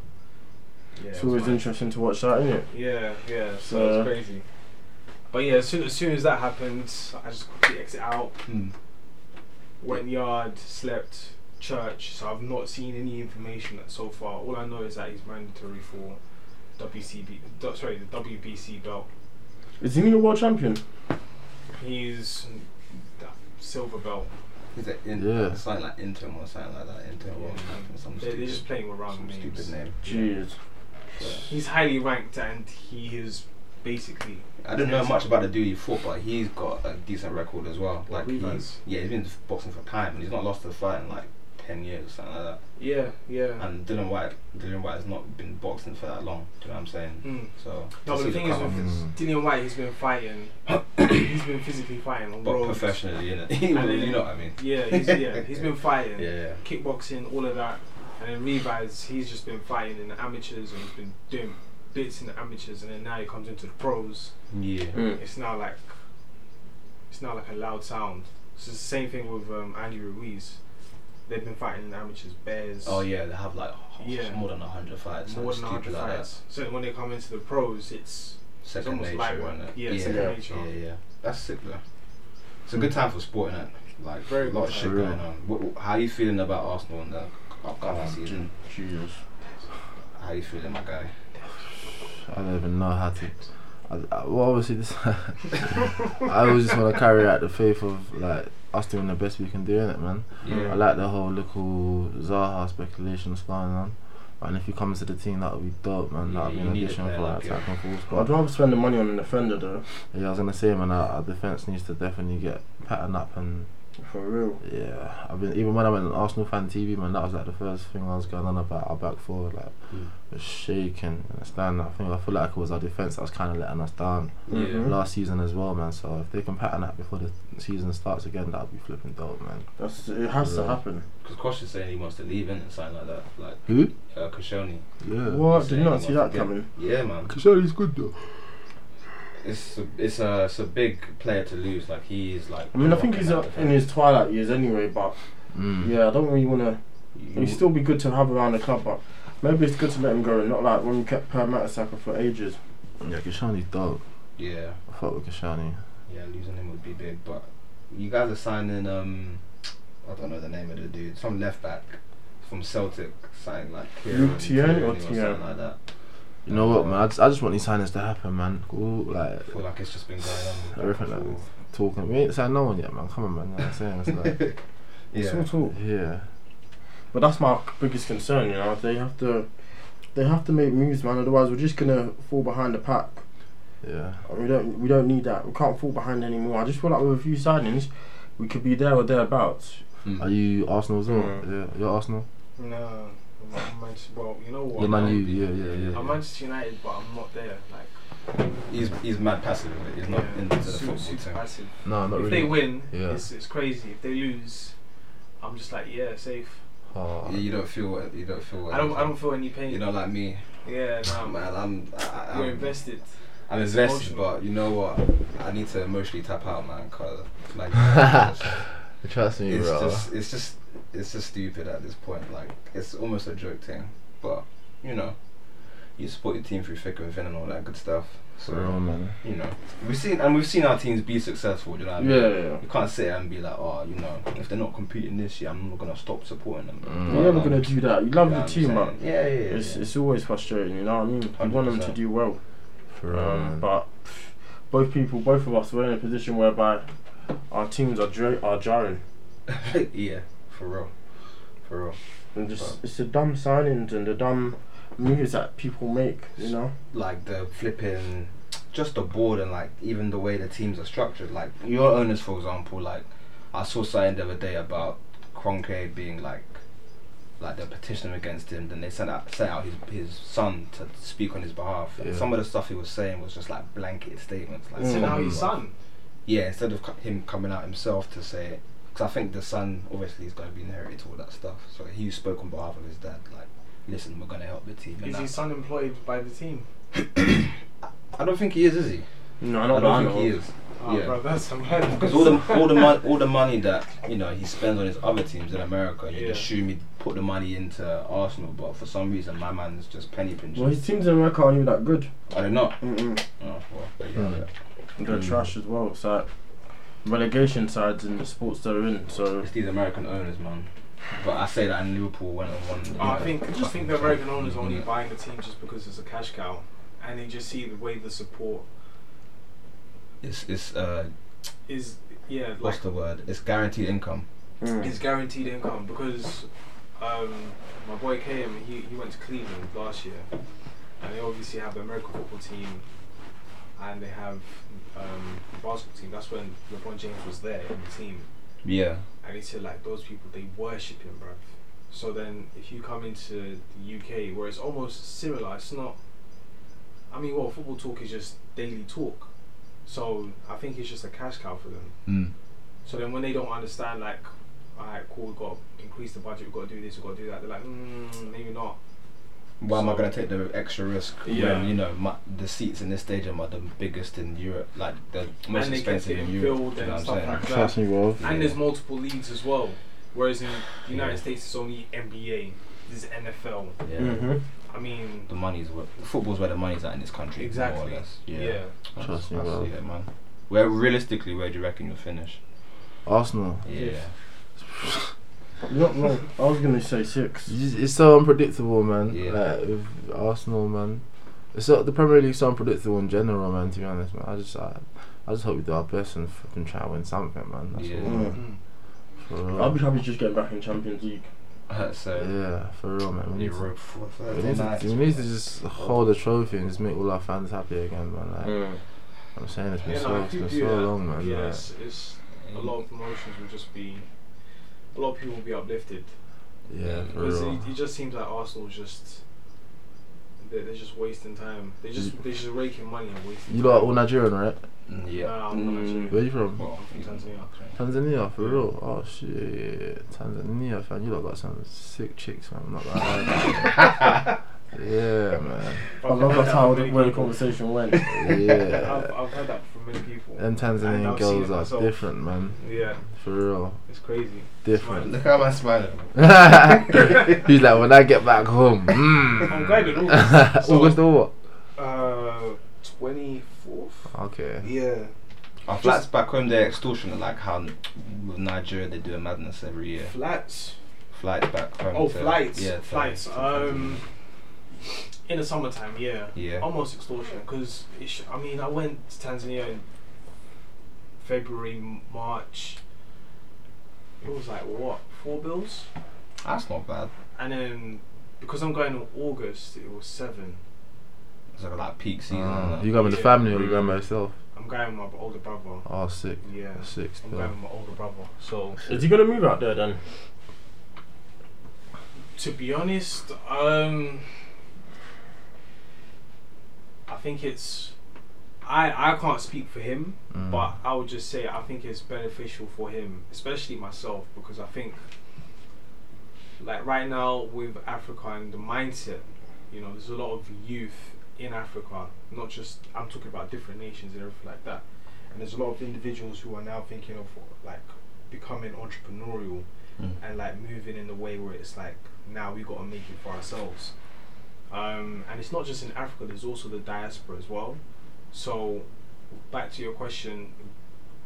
[SPEAKER 4] Yeah,
[SPEAKER 2] It's
[SPEAKER 4] it was
[SPEAKER 2] always
[SPEAKER 4] mad.
[SPEAKER 2] interesting to watch that, isn't it?
[SPEAKER 4] Yeah, yeah. So
[SPEAKER 2] So- uh,
[SPEAKER 4] it's crazy. But yeah, as soon, as soon as that happened, I just quickly exit out,
[SPEAKER 3] Hmm.
[SPEAKER 4] went yard, slept, church. So I've not seen any information that so far. All I know is that he's mandatory for WCB, sorry, the WBC belt.
[SPEAKER 2] Is he the world champion?
[SPEAKER 4] He's the silver belt.
[SPEAKER 3] Is it in,
[SPEAKER 5] Yeah.
[SPEAKER 3] something like interim or something like that? Interim
[SPEAKER 4] Yeah.
[SPEAKER 3] or something, some
[SPEAKER 4] They, they're
[SPEAKER 3] stupid,
[SPEAKER 4] just playing with random
[SPEAKER 3] some
[SPEAKER 4] names.
[SPEAKER 3] stupid name.
[SPEAKER 2] Jeez.
[SPEAKER 4] He's highly ranked and he is basically
[SPEAKER 3] I don't know much about the dude he fought, but he's got a decent record as well. Like
[SPEAKER 4] Rivas.
[SPEAKER 3] he's yeah, he's been boxing for time, and he's not lost a fight in like ten years or something like
[SPEAKER 4] yeah
[SPEAKER 3] that.
[SPEAKER 4] yeah.
[SPEAKER 3] And Dylan White, Dylan White has not been boxing for that long. Do you know what I'm saying?
[SPEAKER 4] Mm.
[SPEAKER 3] So
[SPEAKER 4] No,
[SPEAKER 3] to
[SPEAKER 4] but the
[SPEAKER 3] see
[SPEAKER 4] thing is,
[SPEAKER 3] come
[SPEAKER 4] with
[SPEAKER 3] up,
[SPEAKER 5] Mm.
[SPEAKER 4] Dillian White, he's been fighting. he's been physically fighting on
[SPEAKER 3] but
[SPEAKER 4] road.
[SPEAKER 3] professionally, innit? you know, you know what I mean?
[SPEAKER 4] Yeah, he's, yeah, he's been fighting.
[SPEAKER 3] Yeah,
[SPEAKER 4] Kickboxing, all of that. And then Revis, he's just been fighting in the amateurs and he's been doing bits in the amateurs. And then now he comes into the pros.
[SPEAKER 3] yeah.
[SPEAKER 2] Mm.
[SPEAKER 4] It's now like, it's now like a loud sound. It's the same thing with um, Andy Ruiz. They've been fighting in the amateurs, bears.
[SPEAKER 3] Oh yeah, they have like
[SPEAKER 4] Yeah.
[SPEAKER 3] more than hundred fights.
[SPEAKER 4] More
[SPEAKER 3] something
[SPEAKER 4] than 100
[SPEAKER 3] stupid like that.
[SPEAKER 4] fights. So when they come into the pros, it's
[SPEAKER 3] Second
[SPEAKER 4] almost
[SPEAKER 3] nature,
[SPEAKER 4] like
[SPEAKER 3] isn't
[SPEAKER 4] one.
[SPEAKER 3] it?
[SPEAKER 4] Yeah,
[SPEAKER 3] yeah,
[SPEAKER 4] second
[SPEAKER 3] yeah,
[SPEAKER 4] nature.
[SPEAKER 3] Yeah, yeah. That's sick though. It's a good time for sport, innit? Like
[SPEAKER 4] Very
[SPEAKER 3] a lot
[SPEAKER 4] good
[SPEAKER 3] of
[SPEAKER 4] time.
[SPEAKER 3] shit
[SPEAKER 5] For real.
[SPEAKER 3] going on. What, what- how you feeling about Arsenal in the upcoming season?
[SPEAKER 2] Jesus.
[SPEAKER 3] How you feeling, my guy?
[SPEAKER 5] I don't even know how to. I, I- well, obviously, this. I always just want to carry out the faith of like us doing the best we can do in it, man. I
[SPEAKER 3] Yeah.
[SPEAKER 5] like the whole little Zaha speculation that's going on. And if he comes to the team, that'll be dope, man.
[SPEAKER 3] Yeah,
[SPEAKER 5] That'll be
[SPEAKER 3] you
[SPEAKER 5] an
[SPEAKER 3] need a
[SPEAKER 5] addition
[SPEAKER 3] player
[SPEAKER 5] for our
[SPEAKER 3] like him.
[SPEAKER 5] attack and full
[SPEAKER 2] I'd
[SPEAKER 5] squad.
[SPEAKER 2] rather spend the money on an offender though.
[SPEAKER 5] Yeah, I was gonna say, man, our, our defense needs to definitely get patterned up, and
[SPEAKER 2] For real.
[SPEAKER 5] yeah, I've been even when I went on Arsenal fan TV, man, that was like the first thing I was going on about our back four, like
[SPEAKER 3] Mm.
[SPEAKER 5] was shaking. you Understand? I think I feel like it was our defense that was kind of letting us down
[SPEAKER 2] Mhm.
[SPEAKER 5] last season as well, man. So if they can pattern that before the season starts again, that'll be flipping dope, man.
[SPEAKER 2] That's it has to
[SPEAKER 5] Yeah.
[SPEAKER 2] happen.
[SPEAKER 3] Because Kosh is saying he wants to leave, innit? Something like that. Like
[SPEAKER 5] Who?
[SPEAKER 3] uh, Koscielny.
[SPEAKER 5] Yeah.
[SPEAKER 2] What? Oh, Did
[SPEAKER 3] saying
[SPEAKER 2] not
[SPEAKER 3] he
[SPEAKER 2] see that
[SPEAKER 3] wants to get-
[SPEAKER 2] coming.
[SPEAKER 3] Yeah, man.
[SPEAKER 5] Kashani's good though.
[SPEAKER 3] It's a, it's a it's a big player to lose. Like he is like.
[SPEAKER 2] I mean, I
[SPEAKER 3] the
[SPEAKER 2] think
[SPEAKER 3] rock
[SPEAKER 2] he's
[SPEAKER 3] that
[SPEAKER 2] up in
[SPEAKER 3] defense.
[SPEAKER 2] his twilight years anyway, but
[SPEAKER 5] Mm.
[SPEAKER 2] yeah, I don't really want to.
[SPEAKER 3] You-
[SPEAKER 2] He'd still be good to have around the club, but maybe it's good to let him go and not like when we kept Per Matasaka for ages.
[SPEAKER 5] Yeah, Kashani's dope.
[SPEAKER 3] Yeah,
[SPEAKER 5] I fuck with Kashani.
[SPEAKER 3] yeah. Losing him would be big, but you guys are signing um, I don't know the name of the dude. Some left back from Celtic, signing like
[SPEAKER 2] Luke Tierney or
[SPEAKER 3] something
[SPEAKER 2] Tierney?
[SPEAKER 3] like that.
[SPEAKER 5] You know what, man? I just, I just want these signings to happen, man. All like
[SPEAKER 3] I feel like it's just been going on. back
[SPEAKER 5] Everything
[SPEAKER 3] and
[SPEAKER 5] like
[SPEAKER 3] forth.
[SPEAKER 5] talking. We ain't signed no one yet, man. Come on, man. You know what I'm saying? It's like,
[SPEAKER 2] It's all
[SPEAKER 3] Yeah.
[SPEAKER 2] talk.
[SPEAKER 5] yeah.
[SPEAKER 2] But that's my biggest concern, you know. They have to, they have to make moves, man. Otherwise, we're just gonna fall behind the pack.
[SPEAKER 5] Yeah.
[SPEAKER 2] And we don't, we don't need that. We can't fall behind anymore. I just feel like with a few signings, we could be there or thereabouts.
[SPEAKER 3] Hmm.
[SPEAKER 5] Are you Arsenal as well?
[SPEAKER 2] Mm.
[SPEAKER 5] Yeah. You're Arsenal?
[SPEAKER 4] no. I'm Manchester, well, you know what?
[SPEAKER 5] You're Man
[SPEAKER 3] no.
[SPEAKER 5] U. Yeah, yeah, yeah.
[SPEAKER 4] I'm Manchester United, but I'm not there. Like,
[SPEAKER 3] He's he's mad passive. with it. He's not
[SPEAKER 4] yeah,
[SPEAKER 3] into the
[SPEAKER 4] su-
[SPEAKER 3] football
[SPEAKER 4] super
[SPEAKER 3] team.
[SPEAKER 4] passive.
[SPEAKER 5] No, not
[SPEAKER 4] if
[SPEAKER 5] really.
[SPEAKER 4] they win,
[SPEAKER 5] Yeah.
[SPEAKER 4] it's, it's crazy. If they lose, I'm just like, yeah, safe.
[SPEAKER 5] Oh,
[SPEAKER 3] You- You don't feel what you don't feel. What
[SPEAKER 4] I don't, I don't feel any pain.
[SPEAKER 3] You know, like me,
[SPEAKER 4] yeah, no,
[SPEAKER 3] man. I'm I, I-
[SPEAKER 4] We're
[SPEAKER 3] I'm,
[SPEAKER 4] invested.
[SPEAKER 3] I'm invested,
[SPEAKER 4] Emotional.
[SPEAKER 3] but you know what? I need to emotionally tap out, man. Cause like, it's,
[SPEAKER 5] Trust me,
[SPEAKER 3] it's
[SPEAKER 5] bro.
[SPEAKER 3] just it's just it's just stupid at this point. Like it's almost a joke thing, but you know, you support your team through thick and thin and all that good stuff. So
[SPEAKER 5] For real, man.
[SPEAKER 3] you know, we've seen and we've seen our teams be successful. do You know what I mean?
[SPEAKER 2] Yeah, yeah.
[SPEAKER 3] You can't sit and be like, oh, you know, if they're not competing this year, I'm not gonna stop supporting them.
[SPEAKER 5] Mm.
[SPEAKER 2] We're
[SPEAKER 3] Well,
[SPEAKER 2] never
[SPEAKER 3] like,
[SPEAKER 2] gonna do that.
[SPEAKER 3] you
[SPEAKER 2] You love
[SPEAKER 3] know
[SPEAKER 2] the
[SPEAKER 3] what I'm
[SPEAKER 2] team,
[SPEAKER 3] saying?
[SPEAKER 2] man.
[SPEAKER 3] Yeah, yeah, yeah.
[SPEAKER 2] It's
[SPEAKER 3] yeah.
[SPEAKER 2] it's always frustrating, you know what I mean. You want them to
[SPEAKER 3] 100%.
[SPEAKER 2] do well,
[SPEAKER 5] For real,
[SPEAKER 2] um,
[SPEAKER 5] man.
[SPEAKER 2] but both people, both of us, we're in a position whereby our teams are dra- are jarring.
[SPEAKER 3] yeah, for real, for real.
[SPEAKER 2] And just it's the dumb signings and the dumb moves that people make, you know.
[SPEAKER 3] like the flipping just the board and like even the way the teams are structured like your owners for example like i saw something the other day about Cronke being like like they're petitioning against him then they sent out sent out his, his son to speak on his behalf
[SPEAKER 5] Yeah.
[SPEAKER 3] some of the stuff he was saying was just like blanket statements like
[SPEAKER 4] So
[SPEAKER 2] Mm.
[SPEAKER 4] now his
[SPEAKER 3] like-
[SPEAKER 4] son.
[SPEAKER 3] yeah instead of co- him coming out himself to say it because i think the son obviously is going to be narrated all that stuff so he spoke on behalf of his dad like listen we're going to help the team and
[SPEAKER 4] Is his
[SPEAKER 3] that-
[SPEAKER 4] son employed by the team?
[SPEAKER 3] i don't think he is is he
[SPEAKER 2] No,
[SPEAKER 3] i
[SPEAKER 2] not
[SPEAKER 3] don't,
[SPEAKER 2] that I
[SPEAKER 3] think
[SPEAKER 2] know
[SPEAKER 3] he
[SPEAKER 2] of.
[SPEAKER 3] is
[SPEAKER 4] Oh,
[SPEAKER 3] Yeah.
[SPEAKER 4] bro, that's a man.
[SPEAKER 3] Because all the all the mon- all the money that you know he spends on his other teams in America, you'd
[SPEAKER 4] Yeah.
[SPEAKER 3] assume he'd put the money into Arsenal, but for some reason my man's just penny pinching.
[SPEAKER 2] Well, his teams in America aren't even that good.
[SPEAKER 3] Are they not?
[SPEAKER 2] Mm-mm.
[SPEAKER 3] Oh, well, there you
[SPEAKER 5] Hmm.
[SPEAKER 3] have it.
[SPEAKER 2] They're
[SPEAKER 5] Mm.
[SPEAKER 2] trash as well. So like, relegation sides in the sports they're in. So
[SPEAKER 3] It's these American owners, man. But I say that in Liverpool went and won.
[SPEAKER 4] Oh, I think I just think the American owners are only
[SPEAKER 3] buy.
[SPEAKER 4] buying the team just because it's a cash cow, and they just see the way the support.
[SPEAKER 3] It's it's uh,
[SPEAKER 4] is yeah
[SPEAKER 3] What's
[SPEAKER 4] like
[SPEAKER 3] the word? It's guaranteed income.
[SPEAKER 4] his guaranteed income because um, my boy came. He he went to Cleveland last year, and they obviously have the American football team, and they have um, the basketball team. That's when LeBron James was there in the team,
[SPEAKER 3] Yeah.
[SPEAKER 4] and he said like those people they worship him, bruv. So then if you come into the UK where it's almost similar, it's not. I mean, well, football talk is just daily talk, so I think it's just a cash cow for them.
[SPEAKER 3] Mm.
[SPEAKER 4] So then when they don't understand, like, alright, cool, we've got to increase the budget, we've got to do this, we've got to do that, they're like, mm, maybe not.
[SPEAKER 3] Why am I
[SPEAKER 4] So-
[SPEAKER 3] gonna take the extra risk
[SPEAKER 4] Yeah.
[SPEAKER 3] when you know my, the seats in this stadium are the biggest in Europe, like the most
[SPEAKER 4] And they kept
[SPEAKER 3] expensive in
[SPEAKER 4] getting
[SPEAKER 3] Europe.
[SPEAKER 4] filled
[SPEAKER 3] You know
[SPEAKER 4] and
[SPEAKER 3] what I'm
[SPEAKER 4] stuff
[SPEAKER 3] saying?
[SPEAKER 4] like that.
[SPEAKER 5] Trust me, bro.
[SPEAKER 4] And there's
[SPEAKER 3] Yeah.
[SPEAKER 4] multiple leagues as well. Whereas in the United
[SPEAKER 3] Yeah.
[SPEAKER 4] States, it's only NBA, there's NFL.
[SPEAKER 3] yeah.
[SPEAKER 2] Mm-hmm.
[SPEAKER 4] I mean,
[SPEAKER 3] The money's where football's where the money's at in this country, more
[SPEAKER 4] Exactly.
[SPEAKER 3] or less.
[SPEAKER 4] yeah.
[SPEAKER 3] Yeah. That's-
[SPEAKER 5] Trust me,
[SPEAKER 3] I
[SPEAKER 5] bro.
[SPEAKER 3] see it, man. Where realistically, where do you reckon you'll finish?
[SPEAKER 5] Arsenal.
[SPEAKER 3] Yeah.
[SPEAKER 2] You're not wrong. I was gonna say six.
[SPEAKER 5] It's just- it's so unpredictable, man.
[SPEAKER 3] Yeah.
[SPEAKER 5] Like with Arsenal, man. It's so, the Premier League's so unpredictable in general, man. To be honest, man, I just, I, I just hope we do our best and fucking try and win something, man. That's
[SPEAKER 3] Yeah.
[SPEAKER 5] all.
[SPEAKER 2] Mm.
[SPEAKER 4] Mm.
[SPEAKER 5] For real.
[SPEAKER 2] I'll be happy just getting back in Champions League.
[SPEAKER 3] so
[SPEAKER 5] yeah, for real, man. We need, to,
[SPEAKER 3] Europe for
[SPEAKER 5] we, need to, we need to just hold the trophy and just make all our fans happy again, man. Like, I'm saying it's been
[SPEAKER 4] Yeah,
[SPEAKER 5] so,
[SPEAKER 4] no, if
[SPEAKER 5] it's
[SPEAKER 4] you
[SPEAKER 5] been
[SPEAKER 4] do
[SPEAKER 5] so
[SPEAKER 4] that,
[SPEAKER 5] long, man.
[SPEAKER 4] yeah,
[SPEAKER 5] like-
[SPEAKER 4] it's, it's
[SPEAKER 3] Mm,
[SPEAKER 4] a lot of promotions will just be, a lot of people will be uplifted. Um,
[SPEAKER 5] yeah, for
[SPEAKER 4] Because
[SPEAKER 5] real.
[SPEAKER 4] it, it just seems like Arsenal just, they're, they're just wasting time. They just, they're just raking money and wasting
[SPEAKER 5] You
[SPEAKER 4] time.
[SPEAKER 5] lot are all Nigerian, right?
[SPEAKER 3] Yeah.
[SPEAKER 4] Nah, I'm not
[SPEAKER 2] Mm.
[SPEAKER 4] Nigerian.
[SPEAKER 5] Where you from?
[SPEAKER 3] Well,
[SPEAKER 4] From Tanzania.
[SPEAKER 5] Tanzania, for real. Oh shit, Tanzania, fam. You lot got some sick chicks, man. I'm not gonna lie. yeah, man.
[SPEAKER 2] I love
[SPEAKER 4] I've heard
[SPEAKER 2] that's how
[SPEAKER 4] from
[SPEAKER 2] the,
[SPEAKER 4] many
[SPEAKER 2] where the
[SPEAKER 4] people.
[SPEAKER 2] conversation went.
[SPEAKER 4] I've,
[SPEAKER 5] Yeah.
[SPEAKER 4] I've heard that from many people.
[SPEAKER 5] Them
[SPEAKER 4] And
[SPEAKER 5] Tanzanian
[SPEAKER 4] I've seen it
[SPEAKER 5] girls are
[SPEAKER 4] myself.
[SPEAKER 5] different, man.
[SPEAKER 4] Yeah,
[SPEAKER 5] For real,
[SPEAKER 4] it's crazy.
[SPEAKER 5] different.
[SPEAKER 3] at my smiling.
[SPEAKER 5] He's like, when I get back home. Mm.
[SPEAKER 4] I'm going in August. So,
[SPEAKER 5] August or what?
[SPEAKER 4] Uh, 24th?
[SPEAKER 5] Okay.
[SPEAKER 4] Yeah.
[SPEAKER 3] Our flats back home, they're extortionate. Like how n- with Nigeria, they do a madness every year.
[SPEAKER 4] Flights.
[SPEAKER 3] Flights back home.
[SPEAKER 4] Oh,
[SPEAKER 3] to-
[SPEAKER 4] flights.
[SPEAKER 3] Yeah, to-
[SPEAKER 4] flights.
[SPEAKER 3] to-
[SPEAKER 4] Um, in the summertime, yeah.
[SPEAKER 3] Yeah.
[SPEAKER 4] Almost extortion because sh- I mean I went to Tanzania in February, M- March. It was like what four bills,
[SPEAKER 3] That's not bad.
[SPEAKER 4] and then because I'm going in August, it was seven.
[SPEAKER 3] It's like, like peak season.
[SPEAKER 5] Uh,
[SPEAKER 3] innit?
[SPEAKER 5] you going with the
[SPEAKER 4] Yeah.
[SPEAKER 5] family or you going by yourself?
[SPEAKER 4] I'm going with my older brother.
[SPEAKER 5] Oh, sick.
[SPEAKER 4] Yeah,
[SPEAKER 5] Sick.
[SPEAKER 4] I'm
[SPEAKER 5] still.
[SPEAKER 4] going with my older brother. So
[SPEAKER 2] Is he gonna move out there then?
[SPEAKER 4] to be honest, um, I think it's I I can't speak for him.
[SPEAKER 5] Mm.
[SPEAKER 4] But I would just say I think it's beneficial for him, especially myself, because I think like right now with Africa and the mindset, you know, there's a lot of youth in Africa, not just I'm talking about different nations and everything like that. And there's a lot of individuals who are now thinking of like becoming entrepreneurial
[SPEAKER 3] Mm.
[SPEAKER 4] and like moving in the way where it's like now we gotta make it for ourselves. Um, and it's not just in Africa, there's also the diaspora as well. So back to your question,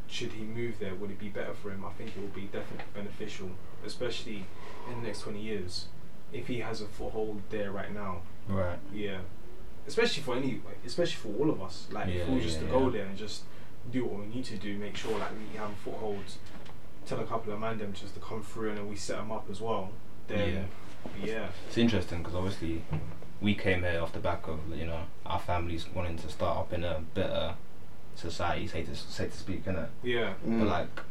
[SPEAKER 4] should he move there? Would it be better for him? I think it would be definitely beneficial, especially in the next 20 years, if he has a foothold there right now.
[SPEAKER 3] Right.
[SPEAKER 4] Yeah, especially for any, especially for all of us. Like
[SPEAKER 3] Yeah,
[SPEAKER 4] if we were just
[SPEAKER 3] yeah,
[SPEAKER 4] to go
[SPEAKER 3] yeah.
[SPEAKER 4] there and just do what we need to do, make sure like we have a foothold, tell a couple of man them just to come through, and then we set them up as well. Then yeah,
[SPEAKER 3] It's interesting because obviously we came here off the back of you know our families wanting to start up in a better society, say to say to speak, innit?
[SPEAKER 4] yeah,
[SPEAKER 3] But like,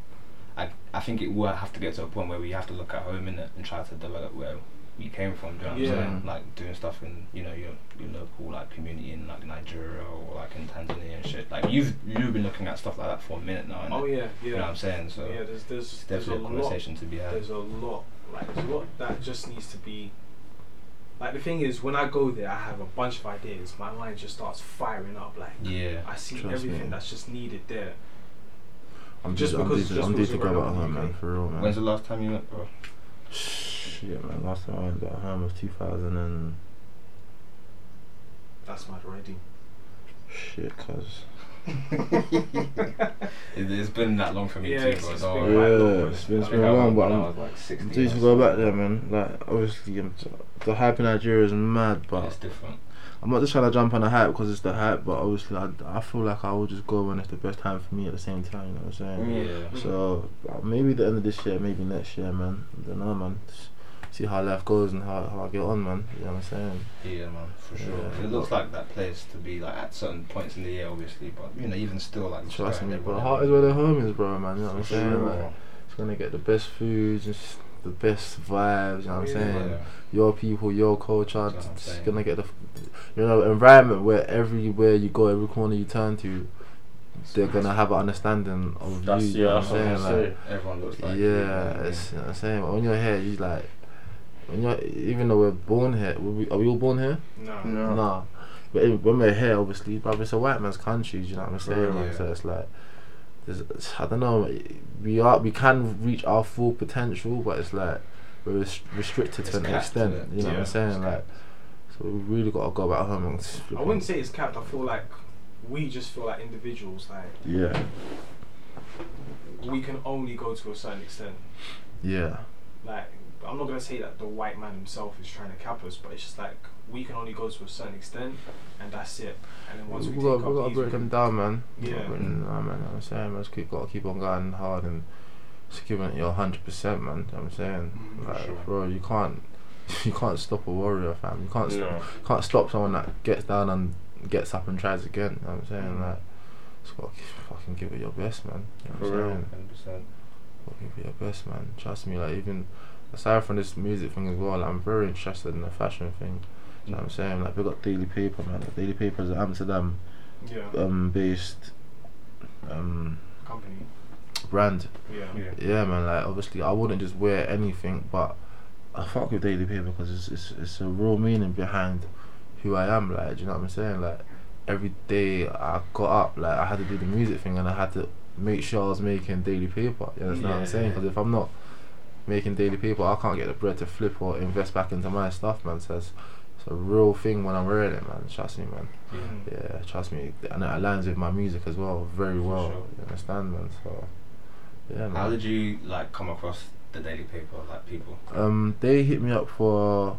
[SPEAKER 3] I I think it will have to get to a point where we have to look at home innit, and try to develop where we came from. Do you know what
[SPEAKER 4] Yeah.
[SPEAKER 3] I'm saying? Like doing stuff in you know your your local like community in like Nigeria or like in Tanzania and shit. Like you've you've been looking at stuff like that for a minute now. Innit?
[SPEAKER 4] Oh yeah, yeah,
[SPEAKER 3] You know what I'm saying? So
[SPEAKER 4] yeah. There's there's
[SPEAKER 3] it's
[SPEAKER 4] there's a
[SPEAKER 3] definitely a
[SPEAKER 4] lot
[SPEAKER 3] conversation to be had.
[SPEAKER 4] there's a lot like there's a lot that just needs to be like the thing is when i go there i have a bunch of ideas my mind just starts firing up like
[SPEAKER 3] Yeah.
[SPEAKER 4] i see
[SPEAKER 5] Trust
[SPEAKER 4] everything
[SPEAKER 5] me.
[SPEAKER 4] that's just needed there
[SPEAKER 5] I'm
[SPEAKER 4] just
[SPEAKER 5] just, I'm
[SPEAKER 4] because-
[SPEAKER 5] due to-
[SPEAKER 4] just
[SPEAKER 5] I'm due
[SPEAKER 4] because
[SPEAKER 5] to
[SPEAKER 4] we're
[SPEAKER 5] go
[SPEAKER 4] not
[SPEAKER 5] back home,
[SPEAKER 4] okay.
[SPEAKER 5] man. For real, man.
[SPEAKER 3] When's the last time you went, bro?
[SPEAKER 5] Shit, man. Last time I went back home was 2000 and
[SPEAKER 4] that's mad already
[SPEAKER 5] shit, cause
[SPEAKER 3] It, it's been that long for me
[SPEAKER 4] Yeah,
[SPEAKER 3] too,
[SPEAKER 4] it's-
[SPEAKER 3] bro.
[SPEAKER 4] it's
[SPEAKER 3] don't
[SPEAKER 4] been
[SPEAKER 3] worry.
[SPEAKER 4] quite long,
[SPEAKER 5] Yeah,
[SPEAKER 4] but
[SPEAKER 5] it's been-
[SPEAKER 4] I
[SPEAKER 5] it's
[SPEAKER 4] think
[SPEAKER 5] been
[SPEAKER 4] I-
[SPEAKER 3] I
[SPEAKER 5] long,
[SPEAKER 3] went
[SPEAKER 5] but
[SPEAKER 3] when
[SPEAKER 5] I'm-
[SPEAKER 3] I was like 16.
[SPEAKER 5] I'm due to go back there, man. Like obviously, I'm t- the hype in Nigeria is mad,
[SPEAKER 3] But it's
[SPEAKER 5] but
[SPEAKER 3] different.
[SPEAKER 5] I'm not just trying to jump on the hype because it's the hype, but obviously I, I feel like I will just go when it's the best time for me at the same time. You know what I'm saying?
[SPEAKER 4] Mm.
[SPEAKER 3] Yeah.
[SPEAKER 5] So uh, maybe the end of this year, maybe next year, man. I don't know, man. Just see how life goes and how, how I get on, man. You know what I'm saying?
[SPEAKER 3] Yeah, man, for sure.
[SPEAKER 5] Yeah.
[SPEAKER 3] It looks like that place to be like at certain points in the year, obviously, but you know, even still, like just
[SPEAKER 5] Trust
[SPEAKER 3] going
[SPEAKER 5] me,
[SPEAKER 3] there,
[SPEAKER 5] bro.
[SPEAKER 3] whatever.
[SPEAKER 5] Heart is where the home is, bro, man. You know what I'm
[SPEAKER 3] For
[SPEAKER 5] saying?
[SPEAKER 3] sure.
[SPEAKER 5] Like, it's gonna get the best foods, just the best vibes. You know what I'm saying?
[SPEAKER 3] Yeah.
[SPEAKER 5] Your people, your culture.
[SPEAKER 3] That's what I'm
[SPEAKER 5] It's
[SPEAKER 3] saying.
[SPEAKER 5] gonna get the, f- you know, environment where everywhere you go, every corner you turn to, they're gonna have an understanding of
[SPEAKER 2] That's
[SPEAKER 5] you. you
[SPEAKER 2] yeah,
[SPEAKER 5] know
[SPEAKER 2] that's
[SPEAKER 5] what
[SPEAKER 2] what
[SPEAKER 5] I'm
[SPEAKER 2] I'm
[SPEAKER 5] saying? Like,
[SPEAKER 2] saying.
[SPEAKER 3] Everyone looks like. you know what
[SPEAKER 5] yeah,
[SPEAKER 3] I
[SPEAKER 5] it's, you know what I'm saying. When you're here, you like, when you're even though we're born here, were we, are we all born here?
[SPEAKER 4] No.
[SPEAKER 2] No.
[SPEAKER 5] Nah. But if- when we're here, obviously, bruv, it's a white man's country. Do you know what I'm saying?
[SPEAKER 3] Yeah.
[SPEAKER 5] man? So it's like, there's, it's- I don't know. We are we can reach our full potential, but it's like we're res- restricted
[SPEAKER 3] It's
[SPEAKER 5] to an
[SPEAKER 3] capped,
[SPEAKER 5] extent.
[SPEAKER 3] innit?
[SPEAKER 5] You know what
[SPEAKER 4] Yeah,
[SPEAKER 5] I'm saying?
[SPEAKER 3] it's
[SPEAKER 5] Like, so we really gotta go back home and. s-
[SPEAKER 4] I wouldn't say it's capped. I feel like we just feel like individuals, like
[SPEAKER 5] Yeah.
[SPEAKER 4] we can only go to a certain extent.
[SPEAKER 5] Yeah.
[SPEAKER 4] Like I'm not gonna say that the white man himself is trying to cap us, but it's just like we can only go to a certain extent, and that's it. And then once
[SPEAKER 5] We
[SPEAKER 4] we,
[SPEAKER 5] gotta,
[SPEAKER 4] take
[SPEAKER 5] we
[SPEAKER 4] up
[SPEAKER 5] gotta
[SPEAKER 4] these-
[SPEAKER 5] break them down, man. We gotta
[SPEAKER 4] Yeah.
[SPEAKER 5] break them down, man. You know what I'm saying, man. Just keep, gotta keep on going hard and just giving it your hundred percent, man. You know what I'm saying,
[SPEAKER 4] Mm,
[SPEAKER 3] for
[SPEAKER 5] like,
[SPEAKER 3] sure.
[SPEAKER 5] bro, you can't, you can't stop a warrior, fam. You can't,
[SPEAKER 2] No.
[SPEAKER 5] can't stop someone that gets down and gets up and tries again. You know what I'm saying? Like, just gotta give, fucking give it your best, man. You know what
[SPEAKER 2] For
[SPEAKER 5] I'm
[SPEAKER 2] real.
[SPEAKER 5] saying?
[SPEAKER 3] mean? 100%.
[SPEAKER 5] Gotta give it your best, man. Trust me, like, even aside from this music thing as well, like, I'm very interested in the fashion thing. You know what I'm saying? Like, we got Daily Paper, man. The Daily Paper is an Amsterdam
[SPEAKER 4] Yeah.
[SPEAKER 5] um, based um,
[SPEAKER 4] Company.
[SPEAKER 5] brand.
[SPEAKER 4] Yeah.
[SPEAKER 3] Yeah.
[SPEAKER 5] Yeah, man. Like obviously, I wouldn't just wear anything, but I fuck with Daily Paper because it's, it's it's a real meaning behind who I am. Like, do you know what I'm saying? Like every day I got up, like I had to do the music thing, and I had to make sure I was making Daily Paper. You understand what
[SPEAKER 3] Yeah.
[SPEAKER 5] I'm saying? Because if I'm not making Daily Paper, I can't get the bread to flip or invest back into my stuff, man. So it's, it's a real thing when I'm wearing it, man. Trust me, man.
[SPEAKER 4] Mm.
[SPEAKER 5] Yeah, trust me, and it aligns with my music as well, very
[SPEAKER 3] For
[SPEAKER 5] well.
[SPEAKER 3] sure.
[SPEAKER 5] You understand, man? So yeah, man.
[SPEAKER 3] How did you like come across the Daily Paper, like people?
[SPEAKER 5] Um, they hit me up for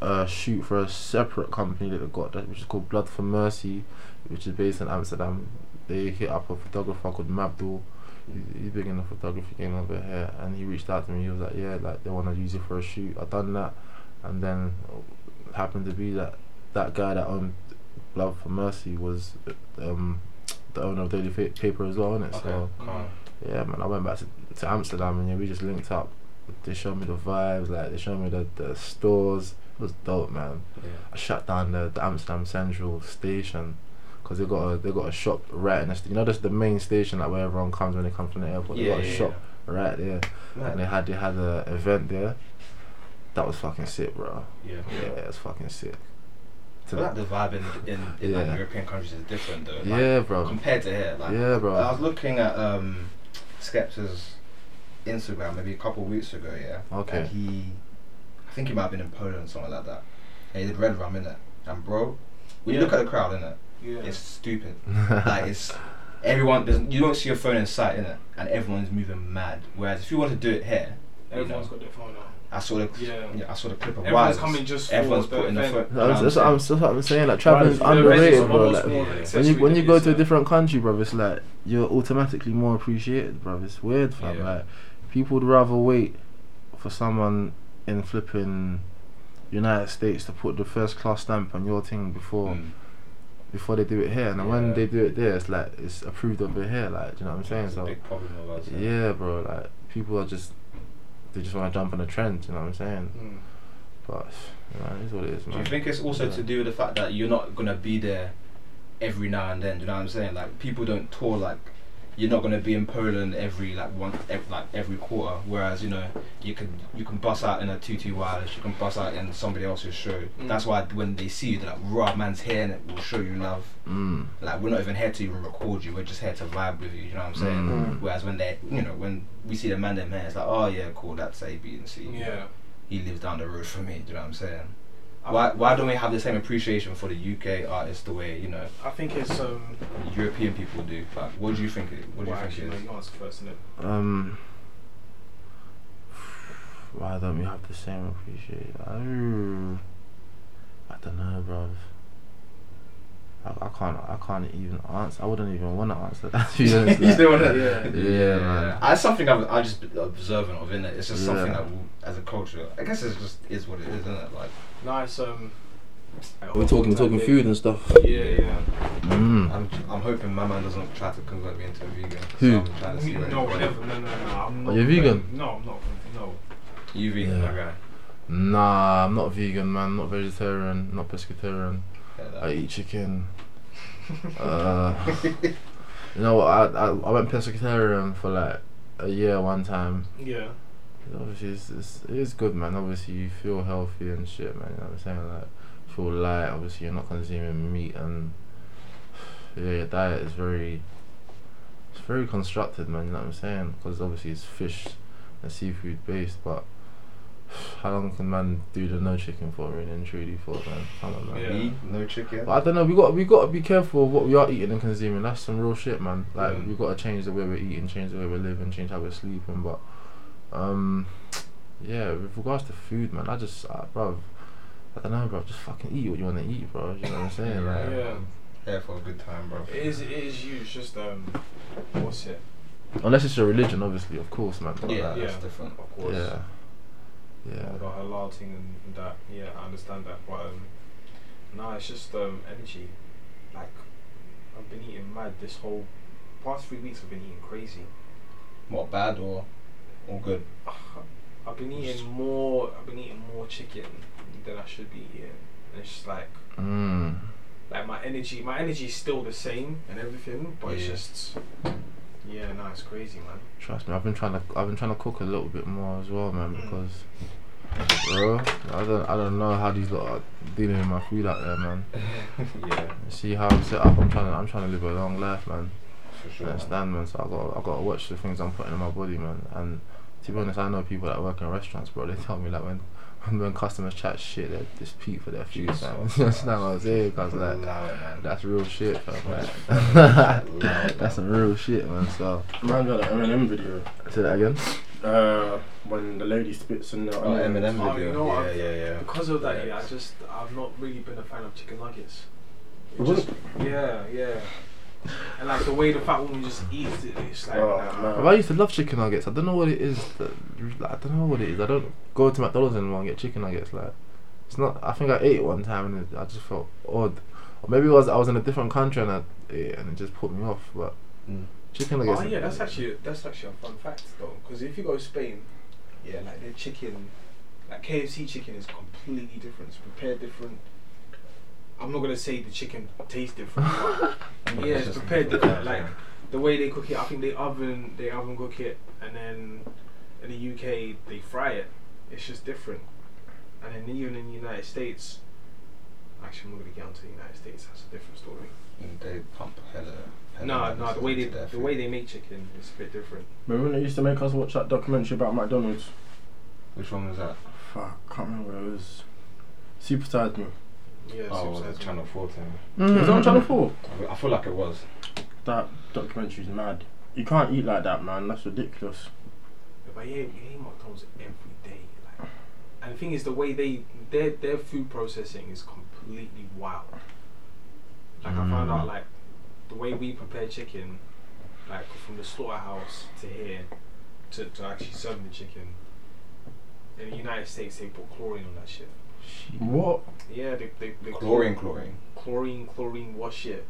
[SPEAKER 5] a shoot for a separate company that they got, that- which is called Blood for Mercy, which is based in Amsterdam. They hit up a photographer called Mabdul. He's- He's big in the photography game over here, and he reached out to me. He was like, "Yeah, like they want to use it for a shoot." I done that, and then it happened to be that that guy that owned Blood for Mercy was um, the owner of Daily Fa- Paper as well, innit? So
[SPEAKER 3] calm.
[SPEAKER 5] yeah, man, I went back to, to Amsterdam and yeah, we just linked up. They showed me the vibes, like they showed me the, the stores. It was dope, man.
[SPEAKER 3] Yeah.
[SPEAKER 5] I shut down the, the Amsterdam Central Station because they got a they got a shop right in the st- you know that's the main station like where everyone comes when they come from the airport. they
[SPEAKER 3] Yeah,
[SPEAKER 5] got a
[SPEAKER 3] yeah,
[SPEAKER 5] shop right there,
[SPEAKER 3] Mad.
[SPEAKER 5] and they had they had a event there. That was fucking sick, bro.
[SPEAKER 3] Yeah.
[SPEAKER 5] Yeah, it was fucking sick. To-
[SPEAKER 3] But like the vibe in, in, in like,
[SPEAKER 5] Yeah.
[SPEAKER 3] European countries is different though. Like,
[SPEAKER 5] yeah, bro.
[SPEAKER 3] Compared to here, like
[SPEAKER 5] Yeah, bro.
[SPEAKER 3] I was looking at um, Skepta's Instagram maybe a couple weeks ago, yeah.
[SPEAKER 5] Okay.
[SPEAKER 3] And he, I think he might have been in Poland, something like that. And he did Red Rum in it, and bro, when you
[SPEAKER 4] Yeah.
[SPEAKER 3] look at the crowd in it,
[SPEAKER 4] Yeah.
[SPEAKER 3] it's stupid. like it's everyone. There's, you don't see your phone in sight in it, and everyone's moving mad. Whereas if you want to do it here, you know,
[SPEAKER 4] Everyone's got their phone out.
[SPEAKER 3] I saw the
[SPEAKER 4] Yeah.
[SPEAKER 3] I saw the clip of
[SPEAKER 4] Everyone's
[SPEAKER 3] Wise.
[SPEAKER 4] coming just for
[SPEAKER 3] everyone's
[SPEAKER 4] the
[SPEAKER 3] putting their
[SPEAKER 4] event.
[SPEAKER 3] phone. you know
[SPEAKER 5] That's, that's,
[SPEAKER 3] what
[SPEAKER 5] what I'm,
[SPEAKER 3] I'm
[SPEAKER 5] that's what I'm saying. Like traveling's
[SPEAKER 4] Right, the event
[SPEAKER 5] underrated,
[SPEAKER 4] is
[SPEAKER 5] bro.
[SPEAKER 4] almost
[SPEAKER 5] Like,
[SPEAKER 4] more of
[SPEAKER 3] Yeah.
[SPEAKER 4] an
[SPEAKER 5] when you
[SPEAKER 4] accessory
[SPEAKER 5] when you
[SPEAKER 4] than
[SPEAKER 5] go
[SPEAKER 4] it
[SPEAKER 5] to a
[SPEAKER 3] uh,
[SPEAKER 4] is
[SPEAKER 5] different country, bro, it's like you're automatically more appreciated, bro. It's weird, fam.
[SPEAKER 3] Yeah.
[SPEAKER 5] Like people would rather wait for someone in flipping United States to put the first class stamp on your thing before
[SPEAKER 3] Mm.
[SPEAKER 5] before they do it here. And then
[SPEAKER 3] Yeah.
[SPEAKER 5] when they do it there, it's like it's approved over here. Like, do you know what I'm saying?
[SPEAKER 3] It's a
[SPEAKER 5] So
[SPEAKER 3] big problem with us.
[SPEAKER 5] yeah, bro. Like people are just they just want to jump on the trend. You know what I'm saying?
[SPEAKER 4] Mm.
[SPEAKER 5] But you know, it is what it is,
[SPEAKER 3] Do
[SPEAKER 5] man.
[SPEAKER 3] you think it's also
[SPEAKER 5] Yeah.
[SPEAKER 3] to do with the fact that you're not gonna be there every now and then? Do you know what I'm saying? Like people don't tour like you're not gonna be in Poland every like one ev like every quarter. Whereas you know you can you can bust out in a two two wireless, you can bust out in somebody else's show.
[SPEAKER 4] Mm.
[SPEAKER 3] That's why when they see you, they're like, "Raw man's here and we'll show you love."
[SPEAKER 5] Mm.
[SPEAKER 3] Like we're not even here to even record you. We're just here to vibe with you. You know what I'm saying?
[SPEAKER 5] Mm.
[SPEAKER 3] Whereas when they you know when we see the man them here, it's like, "Oh yeah, cool, that's A B and C.
[SPEAKER 4] Yeah.
[SPEAKER 3] He lives down the road from me." Do you know what I'm saying? Why, why don't we have the same appreciation for the UK artists the way you know
[SPEAKER 4] I think it's um.
[SPEAKER 3] European people do? Like, what do you think? It, what do you
[SPEAKER 4] well,
[SPEAKER 3] think
[SPEAKER 4] actually,
[SPEAKER 3] it
[SPEAKER 4] no,
[SPEAKER 3] is?
[SPEAKER 4] you answer first, innit?
[SPEAKER 5] Um, why don't we have the same appreciation? I don't know, uh, bruv. I, I can't I can't even answer. I wouldn't even want to answer that. To be honest,
[SPEAKER 3] You
[SPEAKER 5] like,
[SPEAKER 3] still want to,
[SPEAKER 4] Yeah.
[SPEAKER 5] Yeah, man.
[SPEAKER 3] That's something I've, I've just been observing of, innit? It's just something
[SPEAKER 5] Yeah.
[SPEAKER 3] that, we- as a culture, I guess it's just is what it is, isn't it? Like,
[SPEAKER 4] Nice. Um. like,
[SPEAKER 6] We're talking,
[SPEAKER 4] type
[SPEAKER 6] talking
[SPEAKER 4] thing.
[SPEAKER 6] food and stuff.
[SPEAKER 4] Yeah, yeah.
[SPEAKER 5] Mm.
[SPEAKER 3] I'm, I'm hoping my man doesn't try to convert me into a vegan.
[SPEAKER 5] Who?
[SPEAKER 3] So I'm trying to see where
[SPEAKER 4] No,
[SPEAKER 3] it goes.
[SPEAKER 4] whatever. No, no, no. I'm
[SPEAKER 5] Are
[SPEAKER 4] not
[SPEAKER 5] you vegan?
[SPEAKER 4] No, I'm not. No.
[SPEAKER 3] You vegan,
[SPEAKER 5] Yeah.
[SPEAKER 3] my guy.
[SPEAKER 5] Nah, I'm not vegan, man. Not vegetarian. Not pescatarian.
[SPEAKER 3] Yeah, that-
[SPEAKER 5] I eat chicken. uh, you know what? I, I I went pescatarian for like a year one time.
[SPEAKER 4] Yeah.
[SPEAKER 5] Obviously, it's, it's it is good, man. Obviously, you feel healthy and shit, man. You know what I'm saying? Like, feel light. Obviously, you're not consuming meat, and yeah, your diet is very, it's very constructed, man. You know what I'm saying? Because obviously, it's fish and seafood based, but. How long can man do the no chicken for, really and truly for, man? Come on, man.
[SPEAKER 4] Yeah.
[SPEAKER 3] Me? No chicken?
[SPEAKER 5] But I don't know. We got we got to be careful of what we are eating and consuming. That's some real shit, man. Like
[SPEAKER 4] Mm.
[SPEAKER 3] Yeah.
[SPEAKER 5] we got to change the way we're eating, change the way we're living, change how we're sleeping. But um, yeah, with regards to food, man, I just, uh, bro, I don't know, bro. Just fucking eat what you want to eat, bro. You know what I'm saying? Like,
[SPEAKER 4] Yeah.
[SPEAKER 3] Here for a good time, bro.
[SPEAKER 4] It is. It is you. It's just um. What's it?
[SPEAKER 5] unless it's your religion, obviously, of course, man. But
[SPEAKER 3] Yeah,
[SPEAKER 5] like,
[SPEAKER 3] that's different.
[SPEAKER 4] Of course.
[SPEAKER 5] yeah, yeah.
[SPEAKER 4] The halal thing and, and that. Yeah, I understand that. But um, nah, it's just um energy. Like, I've been eating mad this whole past three weeks. I've been eating crazy.
[SPEAKER 3] What, bad or, or good?
[SPEAKER 4] I've been eating more. I've been eating more chicken than I should be eating. And it's just like,
[SPEAKER 5] Mm.
[SPEAKER 4] like my energy. My energy's still the same and everything, but it's
[SPEAKER 3] Yeah.
[SPEAKER 4] just, yeah, nah, it's crazy, man.
[SPEAKER 5] Trust me, I've been trying to I've been trying to cook a little bit more as well, man,
[SPEAKER 4] Mm.
[SPEAKER 5] because bro, I don't I don't know how these lot are dealing with my food out there, man.
[SPEAKER 3] yeah,
[SPEAKER 5] You See how I'm set up. I'm trying to I'm trying to live a long life, man.
[SPEAKER 3] for
[SPEAKER 5] You
[SPEAKER 3] sure.
[SPEAKER 5] understand, man. So I got I got to watch the things I'm putting in my body, man. And to be honest, I know people that work in restaurants, bro. They tell me like when when customers chat shit, they just peak for their food, man.
[SPEAKER 3] Jesus
[SPEAKER 5] you understand what I'm saying? Cause like
[SPEAKER 3] Allow it, man.
[SPEAKER 5] that's real shit, fam. Like,
[SPEAKER 3] Allow it,
[SPEAKER 5] that's
[SPEAKER 3] man.
[SPEAKER 5] some real shit, man. So
[SPEAKER 2] Man got an Eminem video.
[SPEAKER 5] say that again.
[SPEAKER 2] Uh, when the lady spits in the um,
[SPEAKER 3] Oh, Eminem
[SPEAKER 4] Oh,
[SPEAKER 3] video.
[SPEAKER 4] you know
[SPEAKER 3] yeah,
[SPEAKER 4] what?
[SPEAKER 3] yeah, yeah.
[SPEAKER 4] Because of that, yeah,
[SPEAKER 3] Yeah.
[SPEAKER 4] I just I've not really been a fan of chicken nuggets. It
[SPEAKER 2] Really?
[SPEAKER 4] just, yeah, yeah. And like the way the fat woman just eats it, it's like
[SPEAKER 2] Oh,
[SPEAKER 4] nah.
[SPEAKER 2] man.
[SPEAKER 5] Bro, I used to love chicken nuggets. I don't know what it is. That, I don't know what it is. I don't go to McDonald's anymore and get chicken nuggets. Like, it's not. I think I ate it one time and it, I just felt odd, or maybe it was I was in a different country and I ate it and it just put me off. But
[SPEAKER 3] Mm.
[SPEAKER 5] chicken nuggets.
[SPEAKER 4] Oh yeah, that's actually that's actually a fun fact though, because if you go to Spain, yeah, like their chicken, like KFC chicken is completely different. It's prepared different. I'm not gonna say the chicken tastes different. but yeah, it's
[SPEAKER 3] just-
[SPEAKER 4] prepared different. Like the way they cook it, I think they oven they oven cook it, and then in the UK they fry it. It's just different. And then even in the United States, actually I'm not gonna get onto the United States. That's a different story.
[SPEAKER 3] They pump hella. hella
[SPEAKER 4] No, no,
[SPEAKER 3] nuggets
[SPEAKER 4] the way they
[SPEAKER 3] into their
[SPEAKER 4] the
[SPEAKER 3] food.
[SPEAKER 4] way they make chicken is a bit different.
[SPEAKER 2] Remember when they used to make us watch that documentary about McDonald's?
[SPEAKER 3] Which one was that?
[SPEAKER 2] Fuck, can't remember what it was. Super tired me.
[SPEAKER 4] Yeah,
[SPEAKER 3] Oh,
[SPEAKER 4] Super
[SPEAKER 3] was it
[SPEAKER 4] Size
[SPEAKER 3] Channel 14?
[SPEAKER 2] Was
[SPEAKER 5] Mm.
[SPEAKER 2] that on Channel 4?
[SPEAKER 3] I feel like it was.
[SPEAKER 2] That documentary's mad. You can't eat like that, man. That's ridiculous.
[SPEAKER 4] But yeah, you eat McDonald's every day. Like, and the thing is, the way they their their food processing is completely wild. Like I found out, like the way we prepare chicken, like from the slaughterhouse to here, to, to actually serving the chicken. In the United States, they put chlorine on that shit.
[SPEAKER 2] What?
[SPEAKER 4] Yeah, they they, they
[SPEAKER 3] Chlorine, chlorine.
[SPEAKER 4] chlorine, chlorine wash it,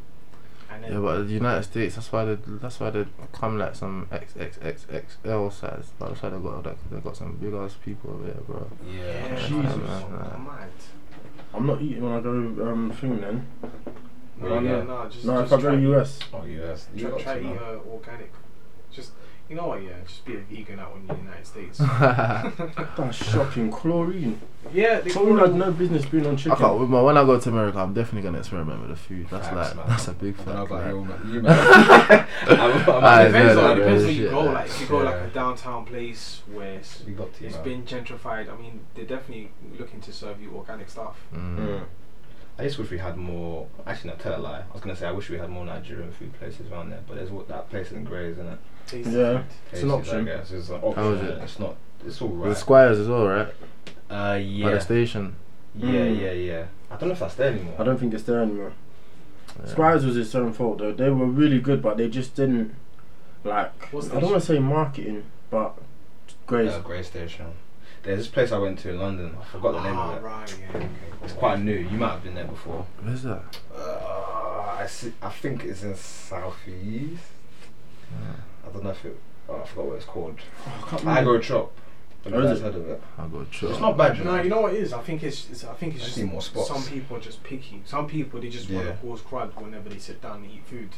[SPEAKER 4] and then
[SPEAKER 5] Yeah, but the United States. That's why they. That's why they come like some XXXXL size. But that's why they got like, they got some big ass people over there, bro.
[SPEAKER 4] yeah,
[SPEAKER 2] Jesus.
[SPEAKER 4] Jesus,
[SPEAKER 5] Nah.
[SPEAKER 4] mad.
[SPEAKER 2] I'm not eating when I go um thing then.
[SPEAKER 4] No,
[SPEAKER 3] Where you
[SPEAKER 4] yeah,
[SPEAKER 3] go?
[SPEAKER 4] no, just
[SPEAKER 2] No,
[SPEAKER 4] just
[SPEAKER 2] if I go
[SPEAKER 4] try-
[SPEAKER 2] US.
[SPEAKER 3] Oh, yes. You
[SPEAKER 4] Try,
[SPEAKER 3] got
[SPEAKER 4] try
[SPEAKER 3] to
[SPEAKER 4] eat
[SPEAKER 3] know.
[SPEAKER 4] uh, organic. Just you know what? Yeah, just be a vegan out in the United States.
[SPEAKER 2] That's Ah, shocking. Chlorine.
[SPEAKER 4] yeah, they
[SPEAKER 2] Chlorine had
[SPEAKER 4] call
[SPEAKER 2] no business being on
[SPEAKER 5] I
[SPEAKER 2] chicken.
[SPEAKER 5] can't, with my, when I go to America, I'm definitely gonna experiment with the food. That's like
[SPEAKER 3] Facts, man.
[SPEAKER 5] that's a big
[SPEAKER 3] I don't know
[SPEAKER 5] fact. like.
[SPEAKER 3] about you, man. You, man. I'm- I'm-
[SPEAKER 5] Ah,
[SPEAKER 4] it depends,
[SPEAKER 5] yeah,
[SPEAKER 4] on,
[SPEAKER 5] that
[SPEAKER 4] it depends
[SPEAKER 5] is
[SPEAKER 4] where you
[SPEAKER 5] shit,
[SPEAKER 4] go.
[SPEAKER 5] yeah.
[SPEAKER 4] Like if you go like
[SPEAKER 3] Yeah.
[SPEAKER 4] a downtown place where it's,
[SPEAKER 3] You got to,
[SPEAKER 4] it's
[SPEAKER 3] man.
[SPEAKER 4] been gentrified, I mean they're definitely looking to serve you organic stuff.
[SPEAKER 5] Mm.
[SPEAKER 2] Mm.
[SPEAKER 3] I just wish we had more. Actually, no, tell a lie. I was gonna say I wish we had more Nigerian food places around there, but there's what that place in Grays, isn't it?
[SPEAKER 4] Tasty
[SPEAKER 2] Yeah.
[SPEAKER 4] food.
[SPEAKER 2] It's an
[SPEAKER 3] Tasties, I
[SPEAKER 2] option.
[SPEAKER 3] guess. It's an option.
[SPEAKER 5] is it?
[SPEAKER 3] It's not. It's all
[SPEAKER 5] The
[SPEAKER 3] right.
[SPEAKER 5] squires as well, right?
[SPEAKER 3] uh, yeah.
[SPEAKER 5] By the station.
[SPEAKER 3] yeah,
[SPEAKER 2] Mm.
[SPEAKER 3] yeah, yeah. Hmm. I don't know if that's there anymore. Uh,
[SPEAKER 2] I don't think it's there anymore.
[SPEAKER 5] It's
[SPEAKER 2] Spires was its own fault though. They were really good, but they just didn't like.
[SPEAKER 4] What's
[SPEAKER 2] I
[SPEAKER 4] the-
[SPEAKER 2] don't want to say marketing, but Grace.
[SPEAKER 3] Uh, Grey Station. There's this place I went to in London. I forgot the name
[SPEAKER 4] Ah,
[SPEAKER 3] of it.
[SPEAKER 4] right, yeah, okay,
[SPEAKER 3] It's
[SPEAKER 4] cool.
[SPEAKER 3] quite new. You might have been there before.
[SPEAKER 5] Where's that?
[SPEAKER 3] Uh, I see, I think it's in Southeast. I don't know if it. Oh, I forgot what it's called. Agro Chop. Have you
[SPEAKER 2] Oh,
[SPEAKER 3] guys
[SPEAKER 2] is it?
[SPEAKER 3] heard of it?
[SPEAKER 5] I got
[SPEAKER 3] It's not bad, you know.
[SPEAKER 4] No, you know what it is? I think it's, it's I think it's
[SPEAKER 3] I
[SPEAKER 4] just
[SPEAKER 3] see more spots.
[SPEAKER 4] some people are just picky. Some people they just want
[SPEAKER 3] Yeah.
[SPEAKER 4] to cause crud whenever they sit down and eat food.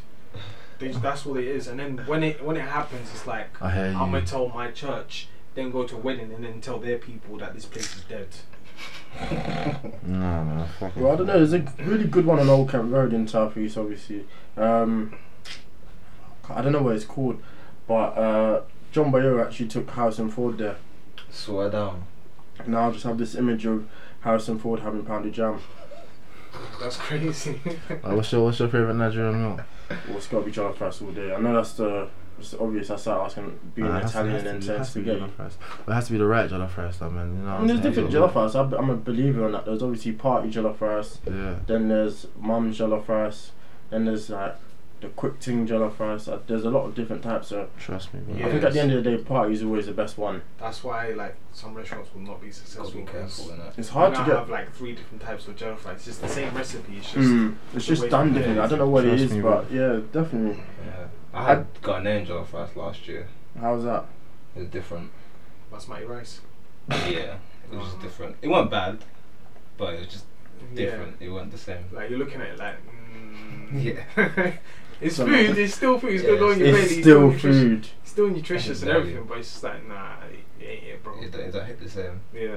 [SPEAKER 4] They just, that's all it is. And then when it when it happens, it's like
[SPEAKER 5] I hear
[SPEAKER 4] I'm
[SPEAKER 5] you.
[SPEAKER 4] gonna tell my church, then go to a wedding, and then tell their people that this place is dead.
[SPEAKER 5] No, no, fuck
[SPEAKER 2] Well, I don't know. There's a really good one on Old Kent Road in South East, obviously. Um, I don't know what it's called, but uh, John Boyer actually took Harrison Ford there.
[SPEAKER 3] Swear down.
[SPEAKER 2] Now I just have this image of Harrison Ford having pounded jam.
[SPEAKER 4] That's crazy.
[SPEAKER 5] Uh, what's your What's your favorite Nigerian meal?
[SPEAKER 2] Well, it's got to be jollof rice all day. I know that's the it's obvious. That's how I was going be
[SPEAKER 5] Uh,
[SPEAKER 2] an
[SPEAKER 5] it has to- has
[SPEAKER 2] Italian
[SPEAKER 5] to
[SPEAKER 2] and
[SPEAKER 5] be-
[SPEAKER 2] turn
[SPEAKER 5] has to be
[SPEAKER 2] spaghetti.
[SPEAKER 5] jollof rice. But it has to be the right jollof rice, though, man. You know. what
[SPEAKER 2] I
[SPEAKER 5] I'm
[SPEAKER 2] mean, there's
[SPEAKER 5] saying?
[SPEAKER 2] different
[SPEAKER 5] You
[SPEAKER 2] jollof
[SPEAKER 5] gotta-
[SPEAKER 2] rice. I'm I'm a believer in that. There's obviously party jollof rice.
[SPEAKER 5] Yeah.
[SPEAKER 2] Then there's mum's jollof rice. Then there's like the quick ting jollof rice. Uh, There's a lot of different types. So
[SPEAKER 5] Trust me, bro.
[SPEAKER 2] I
[SPEAKER 4] Yeah.
[SPEAKER 2] think at the end of the day, party is always the best one.
[SPEAKER 4] that's why like some restaurants will not be successful.
[SPEAKER 3] Gotta be careful in it.
[SPEAKER 2] It's
[SPEAKER 4] I
[SPEAKER 2] hard
[SPEAKER 4] now
[SPEAKER 2] to get.
[SPEAKER 4] have like three different types of jollof rice. It's the same recipe. It's just
[SPEAKER 2] Mm, it's just
[SPEAKER 4] wait
[SPEAKER 2] done
[SPEAKER 4] for
[SPEAKER 2] different.
[SPEAKER 4] it.
[SPEAKER 2] I don't know what it
[SPEAKER 5] Trust
[SPEAKER 2] is,
[SPEAKER 5] me,
[SPEAKER 2] but yeah, definitely.
[SPEAKER 3] Yeah. I had got an angel for us last year.
[SPEAKER 2] How's that?
[SPEAKER 3] It was different.
[SPEAKER 4] basmati rice.
[SPEAKER 3] Yeah. It was just different. It wasn't bad, but it was just different. It wasn't the same.
[SPEAKER 4] Yeah. Like you're looking at it like. Mm,
[SPEAKER 3] Yeah.
[SPEAKER 4] It's
[SPEAKER 2] So-
[SPEAKER 4] food. It's still food. It's
[SPEAKER 3] Yeah,
[SPEAKER 4] gonna go in your
[SPEAKER 3] it's-
[SPEAKER 4] belly.
[SPEAKER 2] It's still
[SPEAKER 4] nutritious.
[SPEAKER 2] food.
[SPEAKER 4] It's still nutritious and
[SPEAKER 3] Value.
[SPEAKER 4] everything, but it's just like nah, it ain't it, bro.
[SPEAKER 3] It, don't- it don't hit the same.
[SPEAKER 4] Yeah.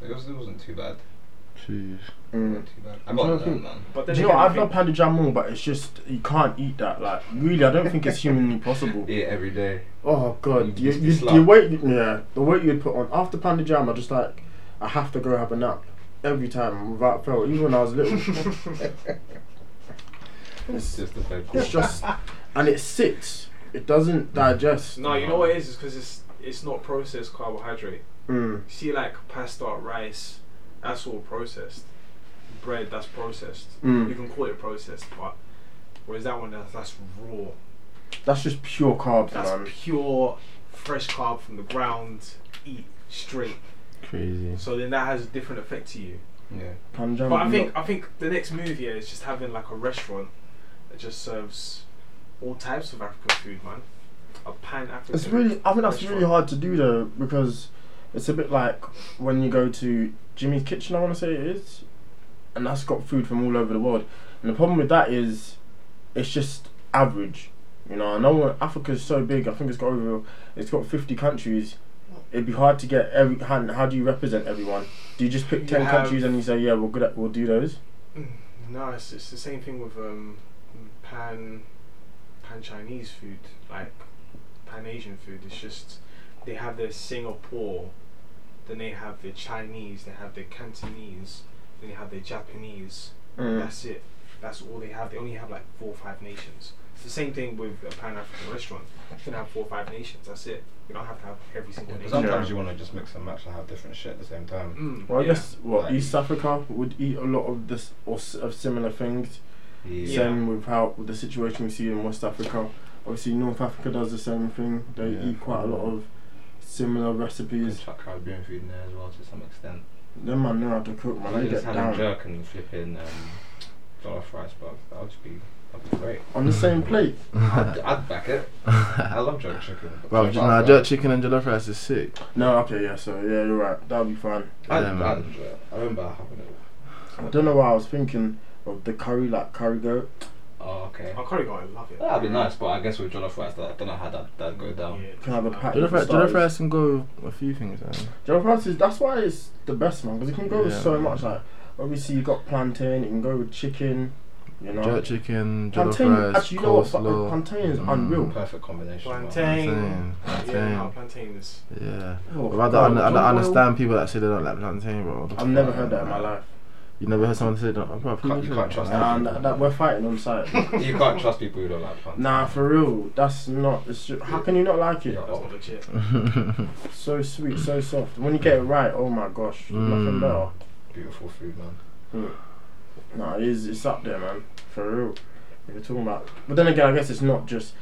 [SPEAKER 3] But it, was, it wasn't too bad.
[SPEAKER 5] Jeez.
[SPEAKER 3] It
[SPEAKER 2] Mm.
[SPEAKER 3] wasn't too bad. I
[SPEAKER 2] I'm
[SPEAKER 3] got
[SPEAKER 2] trying
[SPEAKER 3] that,
[SPEAKER 2] to think.
[SPEAKER 3] man.
[SPEAKER 4] But
[SPEAKER 2] Do
[SPEAKER 4] then
[SPEAKER 2] you know,
[SPEAKER 4] again,
[SPEAKER 2] what,
[SPEAKER 4] I
[SPEAKER 2] I've
[SPEAKER 4] think-
[SPEAKER 2] not had a jam more, but it's just you can't eat that. Like, really, I don't think it's humanly possible.
[SPEAKER 3] Eat it every day.
[SPEAKER 2] Oh god,
[SPEAKER 3] You
[SPEAKER 2] you,
[SPEAKER 3] just
[SPEAKER 2] you,
[SPEAKER 3] slap.
[SPEAKER 2] the weight, yeah, the weight you'd put on after Panda Jam, I just like, I have to go have a nap every time without fail, even when I was little.
[SPEAKER 3] It's just a bad
[SPEAKER 2] it's just, and it sits, it doesn't digest.
[SPEAKER 4] Mm. No, you know what it is? It's because it's it's not processed carbohydrate.
[SPEAKER 2] Mm.
[SPEAKER 4] You see, like pasta, rice, that's all processed. Bread, that's processed.
[SPEAKER 2] Mm.
[SPEAKER 4] You can call it processed, but whereas that one, that's, that's raw.
[SPEAKER 2] That's just pure carbs,
[SPEAKER 4] That's
[SPEAKER 2] man.
[SPEAKER 4] pure, fresh carb from the ground. Eat straight.
[SPEAKER 5] Crazy.
[SPEAKER 4] So then that has a different effect to you.
[SPEAKER 3] Yeah.
[SPEAKER 2] Panda Jam.
[SPEAKER 4] But I
[SPEAKER 2] you
[SPEAKER 4] think
[SPEAKER 2] know-
[SPEAKER 4] I think the next move here is just having like a restaurant that just serves all types of African food, man. A pan African.
[SPEAKER 2] it's really, I think that's really hard to do though because it's a bit like when you go to Jimmy's Kitchen, I want to say it is, and that's got food from all over the world. And the problem with that is, it's just average. You know, I know Africa's so big. I think it's got over, it's got fifty countries. It'd be hard to get every. How, how do you represent everyone? Do you just pick
[SPEAKER 4] You
[SPEAKER 2] ten
[SPEAKER 4] have-
[SPEAKER 2] countries and you say, yeah, we're good at, we'll do those?
[SPEAKER 4] No, it's, it's the same thing with um, pan pan Chinese food, like pan Asian food. It's just they have their Singapore, then they have the Chinese, they have the Cantonese, then they have the Japanese.
[SPEAKER 2] Mm.
[SPEAKER 4] That's it. That's all they have. They only have like four or five nations. It's the same thing with a Pan African restaurant. You can have four or five nations. That's it. You don't have to have every single
[SPEAKER 3] But
[SPEAKER 4] nation.
[SPEAKER 3] sometimes
[SPEAKER 2] Yeah.
[SPEAKER 3] you want to just mix and match and have different shit at the same time.
[SPEAKER 4] Mm,
[SPEAKER 2] Well, I
[SPEAKER 4] yeah.
[SPEAKER 2] guess what
[SPEAKER 3] Like-
[SPEAKER 2] East Africa would eat a lot of this or s- of similar things.
[SPEAKER 3] Yeah.
[SPEAKER 2] Same with how with the situation we see in West Africa. Obviously, North Africa does the same thing. They
[SPEAKER 5] Yeah.
[SPEAKER 2] eat quite a lot of similar
[SPEAKER 3] You can
[SPEAKER 2] recipes.
[SPEAKER 3] chuck Caribbean food in there as well to some extent.
[SPEAKER 2] Them man know how to cook, man.
[SPEAKER 3] I
[SPEAKER 2] They
[SPEAKER 3] just
[SPEAKER 2] get
[SPEAKER 3] had
[SPEAKER 2] down.
[SPEAKER 3] a jerk and flipping um, jollof rice, but that would just be that'd be great.
[SPEAKER 2] On the same plate.
[SPEAKER 3] I'd, I'd back it. I love jerk chicken.
[SPEAKER 5] Bro, just nah, jerk chicken and jollof rice is sick.
[SPEAKER 2] No, okay, yeah, so yeah, you're right. That'll be fine.
[SPEAKER 3] I'd,
[SPEAKER 5] Yeah,
[SPEAKER 3] I'd
[SPEAKER 5] man.
[SPEAKER 3] enjoy it. I remember having it.
[SPEAKER 2] I don't know why I was thinking of the curry, like curry goat.
[SPEAKER 3] Oh, okay.
[SPEAKER 4] Oh, curry goat, I love it.
[SPEAKER 3] That'd be nice, but I guess with jollof rice, I don't know how that that'd go down.
[SPEAKER 4] Yeah.
[SPEAKER 2] Can I have a pack?
[SPEAKER 5] Jollof
[SPEAKER 2] for
[SPEAKER 5] rice,
[SPEAKER 2] starters?
[SPEAKER 5] jollof rice can go with a few things, man.
[SPEAKER 2] Jollof rice is that's why it's the best, man, because it can go with
[SPEAKER 5] Yeah,
[SPEAKER 2] so
[SPEAKER 5] man.
[SPEAKER 2] much. Like obviously you got plantain, you can go with chicken. You know,
[SPEAKER 5] Jerk chicken, jollof
[SPEAKER 2] Plantain,
[SPEAKER 5] rice,
[SPEAKER 2] actually, you know what,
[SPEAKER 5] coleslaw.
[SPEAKER 2] but, uh, plantain is
[SPEAKER 5] Mm.
[SPEAKER 2] unreal.
[SPEAKER 3] Perfect combination. man.
[SPEAKER 4] Plantain.
[SPEAKER 5] Plantain,
[SPEAKER 4] Yeah, no,
[SPEAKER 5] plantain.
[SPEAKER 4] plantain is.
[SPEAKER 5] Yeah.
[SPEAKER 2] Oh,
[SPEAKER 5] But I
[SPEAKER 2] God,
[SPEAKER 5] don't, I don't
[SPEAKER 2] olive oil.
[SPEAKER 5] understand people that say they don't like plantain, bro.
[SPEAKER 2] I've never heard that in my life.
[SPEAKER 5] You never heard someone say that? Bro,
[SPEAKER 3] Can't- you can't trust
[SPEAKER 2] Nah, that, that we're fighting on site.
[SPEAKER 3] You can't trust people who don't like plantain.
[SPEAKER 2] Nah, for real, that's not. It's ju- how can you not like it?
[SPEAKER 3] Yeah.
[SPEAKER 4] That's not legit.
[SPEAKER 2] So sweet, so soft. When you get it right, oh my gosh, nothing
[SPEAKER 5] Mm.
[SPEAKER 2] better.
[SPEAKER 3] Beautiful food, man.
[SPEAKER 2] No, it is, it's up there, man. For real. If you're talking about. But then again, I guess it's not just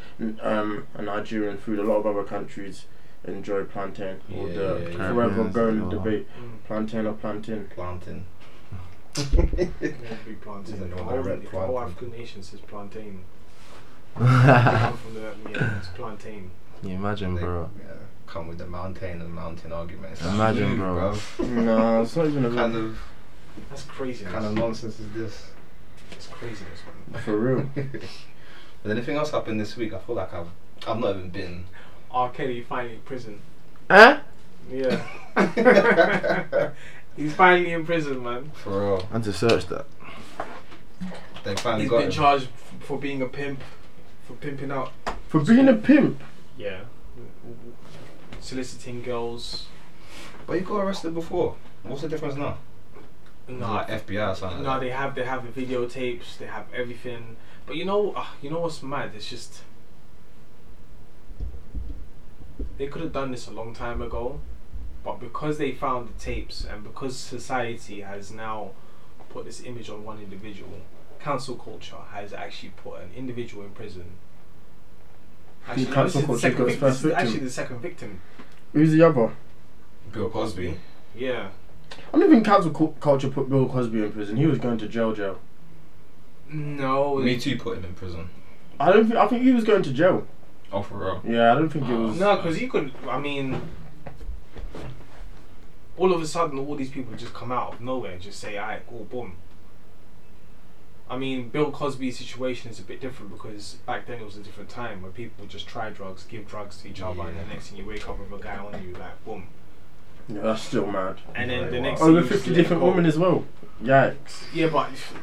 [SPEAKER 2] um, a Nigerian food. A lot of other countries enjoy plantain. or
[SPEAKER 3] Yeah,
[SPEAKER 2] the
[SPEAKER 3] yeah,
[SPEAKER 5] yeah.
[SPEAKER 2] forever
[SPEAKER 5] Caribbeans,
[SPEAKER 2] going
[SPEAKER 5] oh.
[SPEAKER 2] debate
[SPEAKER 3] Mm.
[SPEAKER 2] plantain or plantain.
[SPEAKER 3] planting.
[SPEAKER 4] Big plantain.
[SPEAKER 3] Isn't it
[SPEAKER 4] The
[SPEAKER 3] all
[SPEAKER 4] whole,
[SPEAKER 3] red
[SPEAKER 4] the whole
[SPEAKER 3] plantain?
[SPEAKER 4] African nation says plantain.
[SPEAKER 5] Can
[SPEAKER 4] Come from the yeah, it's plantain.
[SPEAKER 5] you imagine,
[SPEAKER 3] They-
[SPEAKER 5] bro?
[SPEAKER 3] yeah, come with the mountain and mountain arguments.
[SPEAKER 5] Imagine, bro. Mm.
[SPEAKER 2] no, it's not even a
[SPEAKER 3] What kind of
[SPEAKER 4] That's craziness.
[SPEAKER 3] kind of nonsense is this?
[SPEAKER 4] It's craziness, man.
[SPEAKER 2] For real.
[SPEAKER 3] But anything else happened this week? I feel like I've I've not even been.
[SPEAKER 4] R. Kelly finally in prison.
[SPEAKER 5] Eh?
[SPEAKER 4] Yeah.
[SPEAKER 3] For
[SPEAKER 4] He's finally in prison, man.
[SPEAKER 3] real,
[SPEAKER 5] I had to search that.
[SPEAKER 3] they finally
[SPEAKER 4] He's
[SPEAKER 3] got
[SPEAKER 4] been
[SPEAKER 3] him.
[SPEAKER 4] charged f- for being a pimp, for pimping out.
[SPEAKER 2] For being a pimp.
[SPEAKER 4] Yeah. Soliciting girls.
[SPEAKER 3] But you got arrested before. What's the difference now?
[SPEAKER 4] No,
[SPEAKER 3] Like FBI or something.
[SPEAKER 4] no,
[SPEAKER 3] like
[SPEAKER 4] they have they have the videotapes, they have everything. But you know, uh, you know what's mad? It's just they could have done this a long time ago, but because they found the tapes and because society has now put this image on one individual, cancel culture has actually put an individual in prison. Actually, no,
[SPEAKER 2] cancel
[SPEAKER 4] this is the
[SPEAKER 2] culture
[SPEAKER 4] second
[SPEAKER 2] goes
[SPEAKER 4] vic- this
[SPEAKER 2] first
[SPEAKER 4] is actually
[SPEAKER 2] victim.
[SPEAKER 4] the second victim.
[SPEAKER 2] Who's the other?
[SPEAKER 3] that. Bill Cosby.
[SPEAKER 4] Yeah.
[SPEAKER 2] I don't think cancel cu- culture put Bill Cosby in prison. He was going to jail, jail.
[SPEAKER 4] No.
[SPEAKER 3] Me
[SPEAKER 4] it-
[SPEAKER 3] too put him in prison.
[SPEAKER 2] I don't think. I think he was going to jail.
[SPEAKER 3] Oh, for real.
[SPEAKER 2] Yeah, I don't think it was.
[SPEAKER 4] No, because you could. I mean, all of a sudden, all these people just come out of nowhere and just say, "Alright, cool, boom." I mean, Bill Cosby's situation is a bit different because back then it was a different time where people would just try drugs, give drugs to each other, and the
[SPEAKER 3] Yeah.
[SPEAKER 4] next thing you wake up with a guy on you, like boom,
[SPEAKER 2] Yeah, that's still mad.
[SPEAKER 4] and then the
[SPEAKER 3] Right,
[SPEAKER 4] next
[SPEAKER 3] wow.
[SPEAKER 4] thing
[SPEAKER 2] Over
[SPEAKER 4] you just
[SPEAKER 2] 50
[SPEAKER 4] let it
[SPEAKER 2] Oh, different
[SPEAKER 4] go.
[SPEAKER 2] women as well. Yikes.
[SPEAKER 4] Yeah, but if-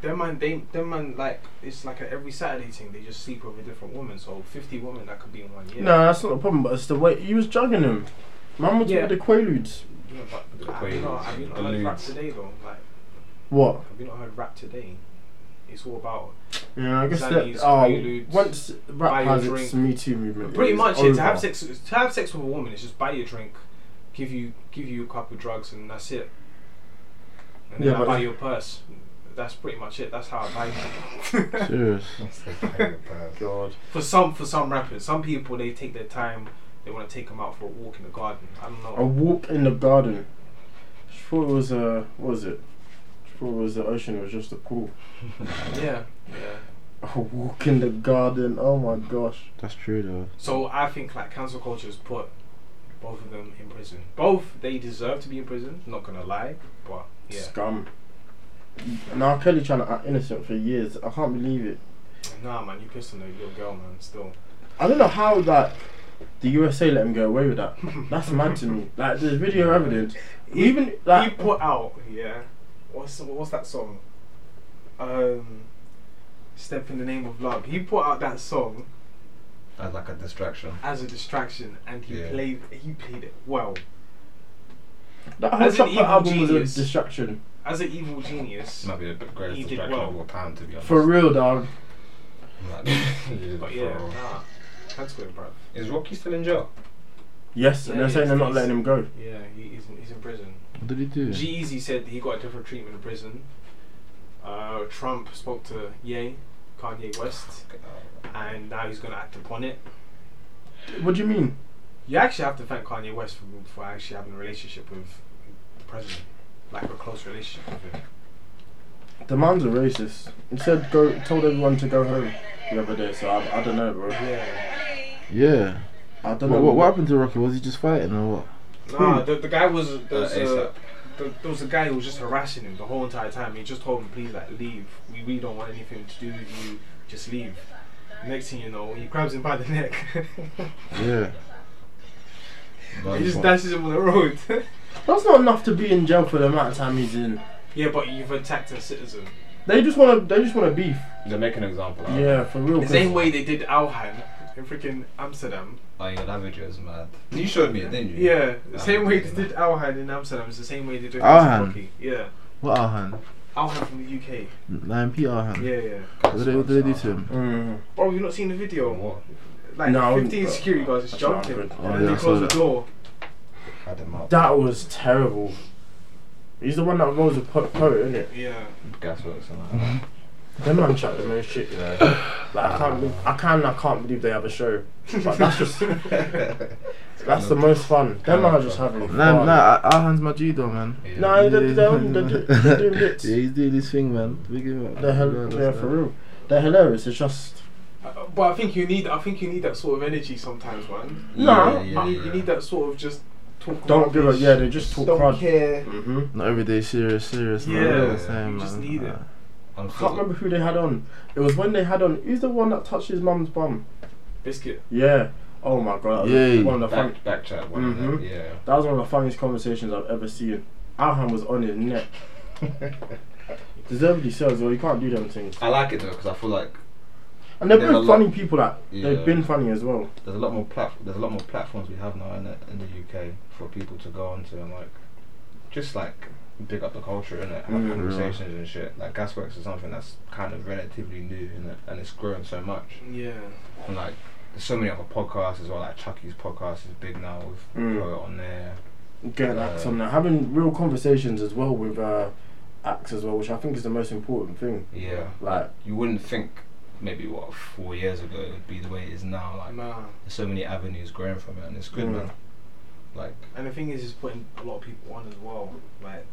[SPEAKER 4] them man, they them man like it's like a every Saturday thing. They just sleep with a different woman. So fifty women that could be in one year.
[SPEAKER 2] No, that's not a problem, but it's the way he was drugging him. Man was
[SPEAKER 4] Yeah.
[SPEAKER 2] with the Quaaludes.
[SPEAKER 4] Yeah,
[SPEAKER 3] The
[SPEAKER 4] but have you not,
[SPEAKER 3] quails,
[SPEAKER 4] have you not
[SPEAKER 3] the
[SPEAKER 4] heard rap
[SPEAKER 3] lewds.
[SPEAKER 4] today though? Like,
[SPEAKER 2] What?
[SPEAKER 4] have you not heard rap today? It's all about
[SPEAKER 2] Yeah, I guess
[SPEAKER 4] Zannies,
[SPEAKER 2] that. Oh,
[SPEAKER 4] Quaaludes,
[SPEAKER 2] once
[SPEAKER 4] buy
[SPEAKER 2] rap
[SPEAKER 4] your
[SPEAKER 2] has
[SPEAKER 4] drink.
[SPEAKER 2] its Me Too movement. it
[SPEAKER 4] pretty
[SPEAKER 2] is
[SPEAKER 4] much yeah,
[SPEAKER 2] over.
[SPEAKER 4] to have sex. To have sex with a woman is just buy you a drink, give you give you a couple of drugs, and that's it. And then
[SPEAKER 2] Yeah,
[SPEAKER 4] I
[SPEAKER 2] but-
[SPEAKER 4] buy you a purse. That's pretty much it. That's how I buy you.
[SPEAKER 5] Serious.
[SPEAKER 2] God.
[SPEAKER 4] for some for some rappers, some people they take their time. They want to take them out for a walk in the garden. I don't know.
[SPEAKER 2] A walk in the garden. She thought it was a. What was it? She thought it was the ocean, it was just a pool.
[SPEAKER 4] Yeah, yeah.
[SPEAKER 2] A walk in the garden, oh my gosh.
[SPEAKER 5] That's true, though.
[SPEAKER 4] So I think like cancel culture has put both of them in prison. Both they deserve to be in prison. Not gonna lie, but yeah.
[SPEAKER 2] Scum. Now Kelly trying to act innocent for years. I can't believe it.
[SPEAKER 4] Nah, man, you pissed on the little girl, man. Still.
[SPEAKER 2] I don't know how like the USA let him get away with that. That's mad to me. Like there's video evidence. Even
[SPEAKER 4] he
[SPEAKER 2] like
[SPEAKER 4] put out yeah. What's what's that song? Um, step in the name of love. He put out that song
[SPEAKER 3] As like a distraction.
[SPEAKER 4] as a distraction, and he
[SPEAKER 3] Yeah.
[SPEAKER 4] played he played it well.
[SPEAKER 2] that whole
[SPEAKER 4] as an
[SPEAKER 2] Chopper
[SPEAKER 4] evil
[SPEAKER 2] album
[SPEAKER 4] genius.
[SPEAKER 2] was a distraction.
[SPEAKER 4] As an evil genius.
[SPEAKER 3] This might be the greatest
[SPEAKER 4] He did
[SPEAKER 3] distraction
[SPEAKER 4] well.
[SPEAKER 3] of all time, to be honest.
[SPEAKER 2] For real dog.
[SPEAKER 3] Like,
[SPEAKER 4] But
[SPEAKER 3] for
[SPEAKER 4] yeah,
[SPEAKER 3] real.
[SPEAKER 4] nah. That's good, bro.
[SPEAKER 3] Is Rocky still in jail?
[SPEAKER 2] Yes, and
[SPEAKER 4] Yeah,
[SPEAKER 2] they're saying they're not
[SPEAKER 4] it's-
[SPEAKER 2] letting him go.
[SPEAKER 4] Yeah, he, he's, in, he's in prison.
[SPEAKER 5] What did he do?
[SPEAKER 4] G Easy said he got a different treatment in prison. Uh, Trump spoke to Ye, Kanye West, and now he's gonna act upon it.
[SPEAKER 2] What do you mean?
[SPEAKER 4] You actually have to thank Kanye West for, for actually having a relationship with the president, like a close relationship with him.
[SPEAKER 2] The man's a racist. He said go told everyone to go home the other day, so I, I don't know bro.
[SPEAKER 4] Yeah.
[SPEAKER 5] Yeah.
[SPEAKER 2] I don't know
[SPEAKER 5] What, what, what happened to Rocky? Was he just fighting or what?
[SPEAKER 4] Nah, the, the guy was there Hmm. was,
[SPEAKER 3] ASAP.
[SPEAKER 4] a, the, there was a guy who was just harassing him the whole entire time. He just told him, please, like, leave. We really don't want anything to do with you. Just leave. Next thing you know, he grabs him by the neck.
[SPEAKER 5] Yeah.
[SPEAKER 3] But
[SPEAKER 4] he just dashes him on the road.
[SPEAKER 2] That's not enough to be in jail for the amount of time he's in.
[SPEAKER 4] yeah, but you've attacked a citizen.
[SPEAKER 2] They just wanna they just wanna beef.
[SPEAKER 3] They're making an example. out of
[SPEAKER 2] Yeah, for real.
[SPEAKER 4] The same way they did Alhan in freaking Amsterdam.
[SPEAKER 3] Oh yeah, that video is mad. You showed me it, didn't you?
[SPEAKER 4] Yeah, the
[SPEAKER 3] That
[SPEAKER 4] same way
[SPEAKER 3] video
[SPEAKER 4] they
[SPEAKER 3] is
[SPEAKER 4] did
[SPEAKER 3] mad.
[SPEAKER 4] Alhan in Amsterdam is the same way they did
[SPEAKER 5] Alhan?
[SPEAKER 4] Rocky. Yeah.
[SPEAKER 5] What Arhan?
[SPEAKER 4] Alhan from the UK.
[SPEAKER 5] Lion P Arhan.
[SPEAKER 4] Yeah, yeah.
[SPEAKER 5] What did they, what did they do to him?
[SPEAKER 2] Mm.
[SPEAKER 4] Oh, you've not seen the video?
[SPEAKER 3] What?
[SPEAKER 4] Like,
[SPEAKER 2] No, I wouldn't,
[SPEAKER 4] 15
[SPEAKER 2] but-
[SPEAKER 4] security guards just
[SPEAKER 2] That's not
[SPEAKER 4] jumped him.
[SPEAKER 2] good.
[SPEAKER 5] Oh,
[SPEAKER 4] and
[SPEAKER 5] yeah,
[SPEAKER 4] they
[SPEAKER 5] I saw
[SPEAKER 4] closed the
[SPEAKER 5] that.
[SPEAKER 4] door.
[SPEAKER 3] Had him up.
[SPEAKER 2] That was terrible. He's the one that rolls a po- poet, isn't it?
[SPEAKER 4] Yeah.
[SPEAKER 3] Gasworks and like that.
[SPEAKER 2] Them man chat the most shit, you know. Like I can't, be- I can, I can't believe they have a show. But that's just, that's the most fun. Them man are just having fun.
[SPEAKER 5] Nah, nah, I, I'll hand my G though, man.
[SPEAKER 3] Yeah.
[SPEAKER 2] Nah, they're, they're, on- they're, do- they're doing bits.
[SPEAKER 5] Yeah, he's doing his thing, man. We give him.
[SPEAKER 2] They're hel- yeah, for real. They're hilarious. It's just
[SPEAKER 4] Uh, But I think you need I think you need that sort of energy sometimes, man.
[SPEAKER 2] No,
[SPEAKER 4] you, need, you need that sort of just talk.
[SPEAKER 2] don't give a
[SPEAKER 4] rubbish,
[SPEAKER 2] yeah. They just talk
[SPEAKER 4] Don't
[SPEAKER 2] crud.
[SPEAKER 4] care.
[SPEAKER 2] Mm-hmm.
[SPEAKER 5] Not every day serious, serious. man.
[SPEAKER 4] Yeah,
[SPEAKER 5] That's what I'm saying,
[SPEAKER 3] you
[SPEAKER 4] just
[SPEAKER 5] man.
[SPEAKER 4] need it.
[SPEAKER 5] Uh,
[SPEAKER 3] I'm
[SPEAKER 2] I can't
[SPEAKER 3] still-
[SPEAKER 2] remember who they had on. It was when they had on. Who's the one that touched his mum's bum?
[SPEAKER 4] Biscuit.
[SPEAKER 2] Yeah. Oh my god. That
[SPEAKER 5] Yay.
[SPEAKER 2] was one of the fun-
[SPEAKER 3] back, back chat one of them,
[SPEAKER 2] Mhm.
[SPEAKER 3] yeah.
[SPEAKER 2] That was one of the funniest conversations I've ever seen. Alhan was on his neck. Deservedly so as well. You can't do them things.
[SPEAKER 3] I like it though because I feel like
[SPEAKER 2] And they're
[SPEAKER 3] There's a
[SPEAKER 2] both
[SPEAKER 3] lot-
[SPEAKER 2] funny people. That
[SPEAKER 3] Yeah.
[SPEAKER 2] they've been funny as well.
[SPEAKER 3] there's a lot more plat- there's a lot more platforms we have now in the, in the UK for people to go onto and like just like big up the culture in it, have
[SPEAKER 2] Mm.
[SPEAKER 3] conversations and shit. Like Gasworks is something that's kind of relatively new in it, and it's growing so much.
[SPEAKER 4] Yeah.
[SPEAKER 3] And like there's so many other podcasts as well. Like Chucky's podcast is big now with
[SPEAKER 2] Mm.
[SPEAKER 3] Poet on there.
[SPEAKER 2] Getting
[SPEAKER 3] Yeah.
[SPEAKER 2] acts on that. Having real conversations as well with uh, acts as well, which I think is the most important thing.
[SPEAKER 3] Yeah,
[SPEAKER 2] Like
[SPEAKER 3] you wouldn't think maybe what four years ago it would be the way it is now. Like
[SPEAKER 4] Nah.
[SPEAKER 3] there's so many avenues growing from it, and it's good,
[SPEAKER 2] Mm.
[SPEAKER 3] man. Like
[SPEAKER 4] And the thing is, is putting a lot of people on as well. Like,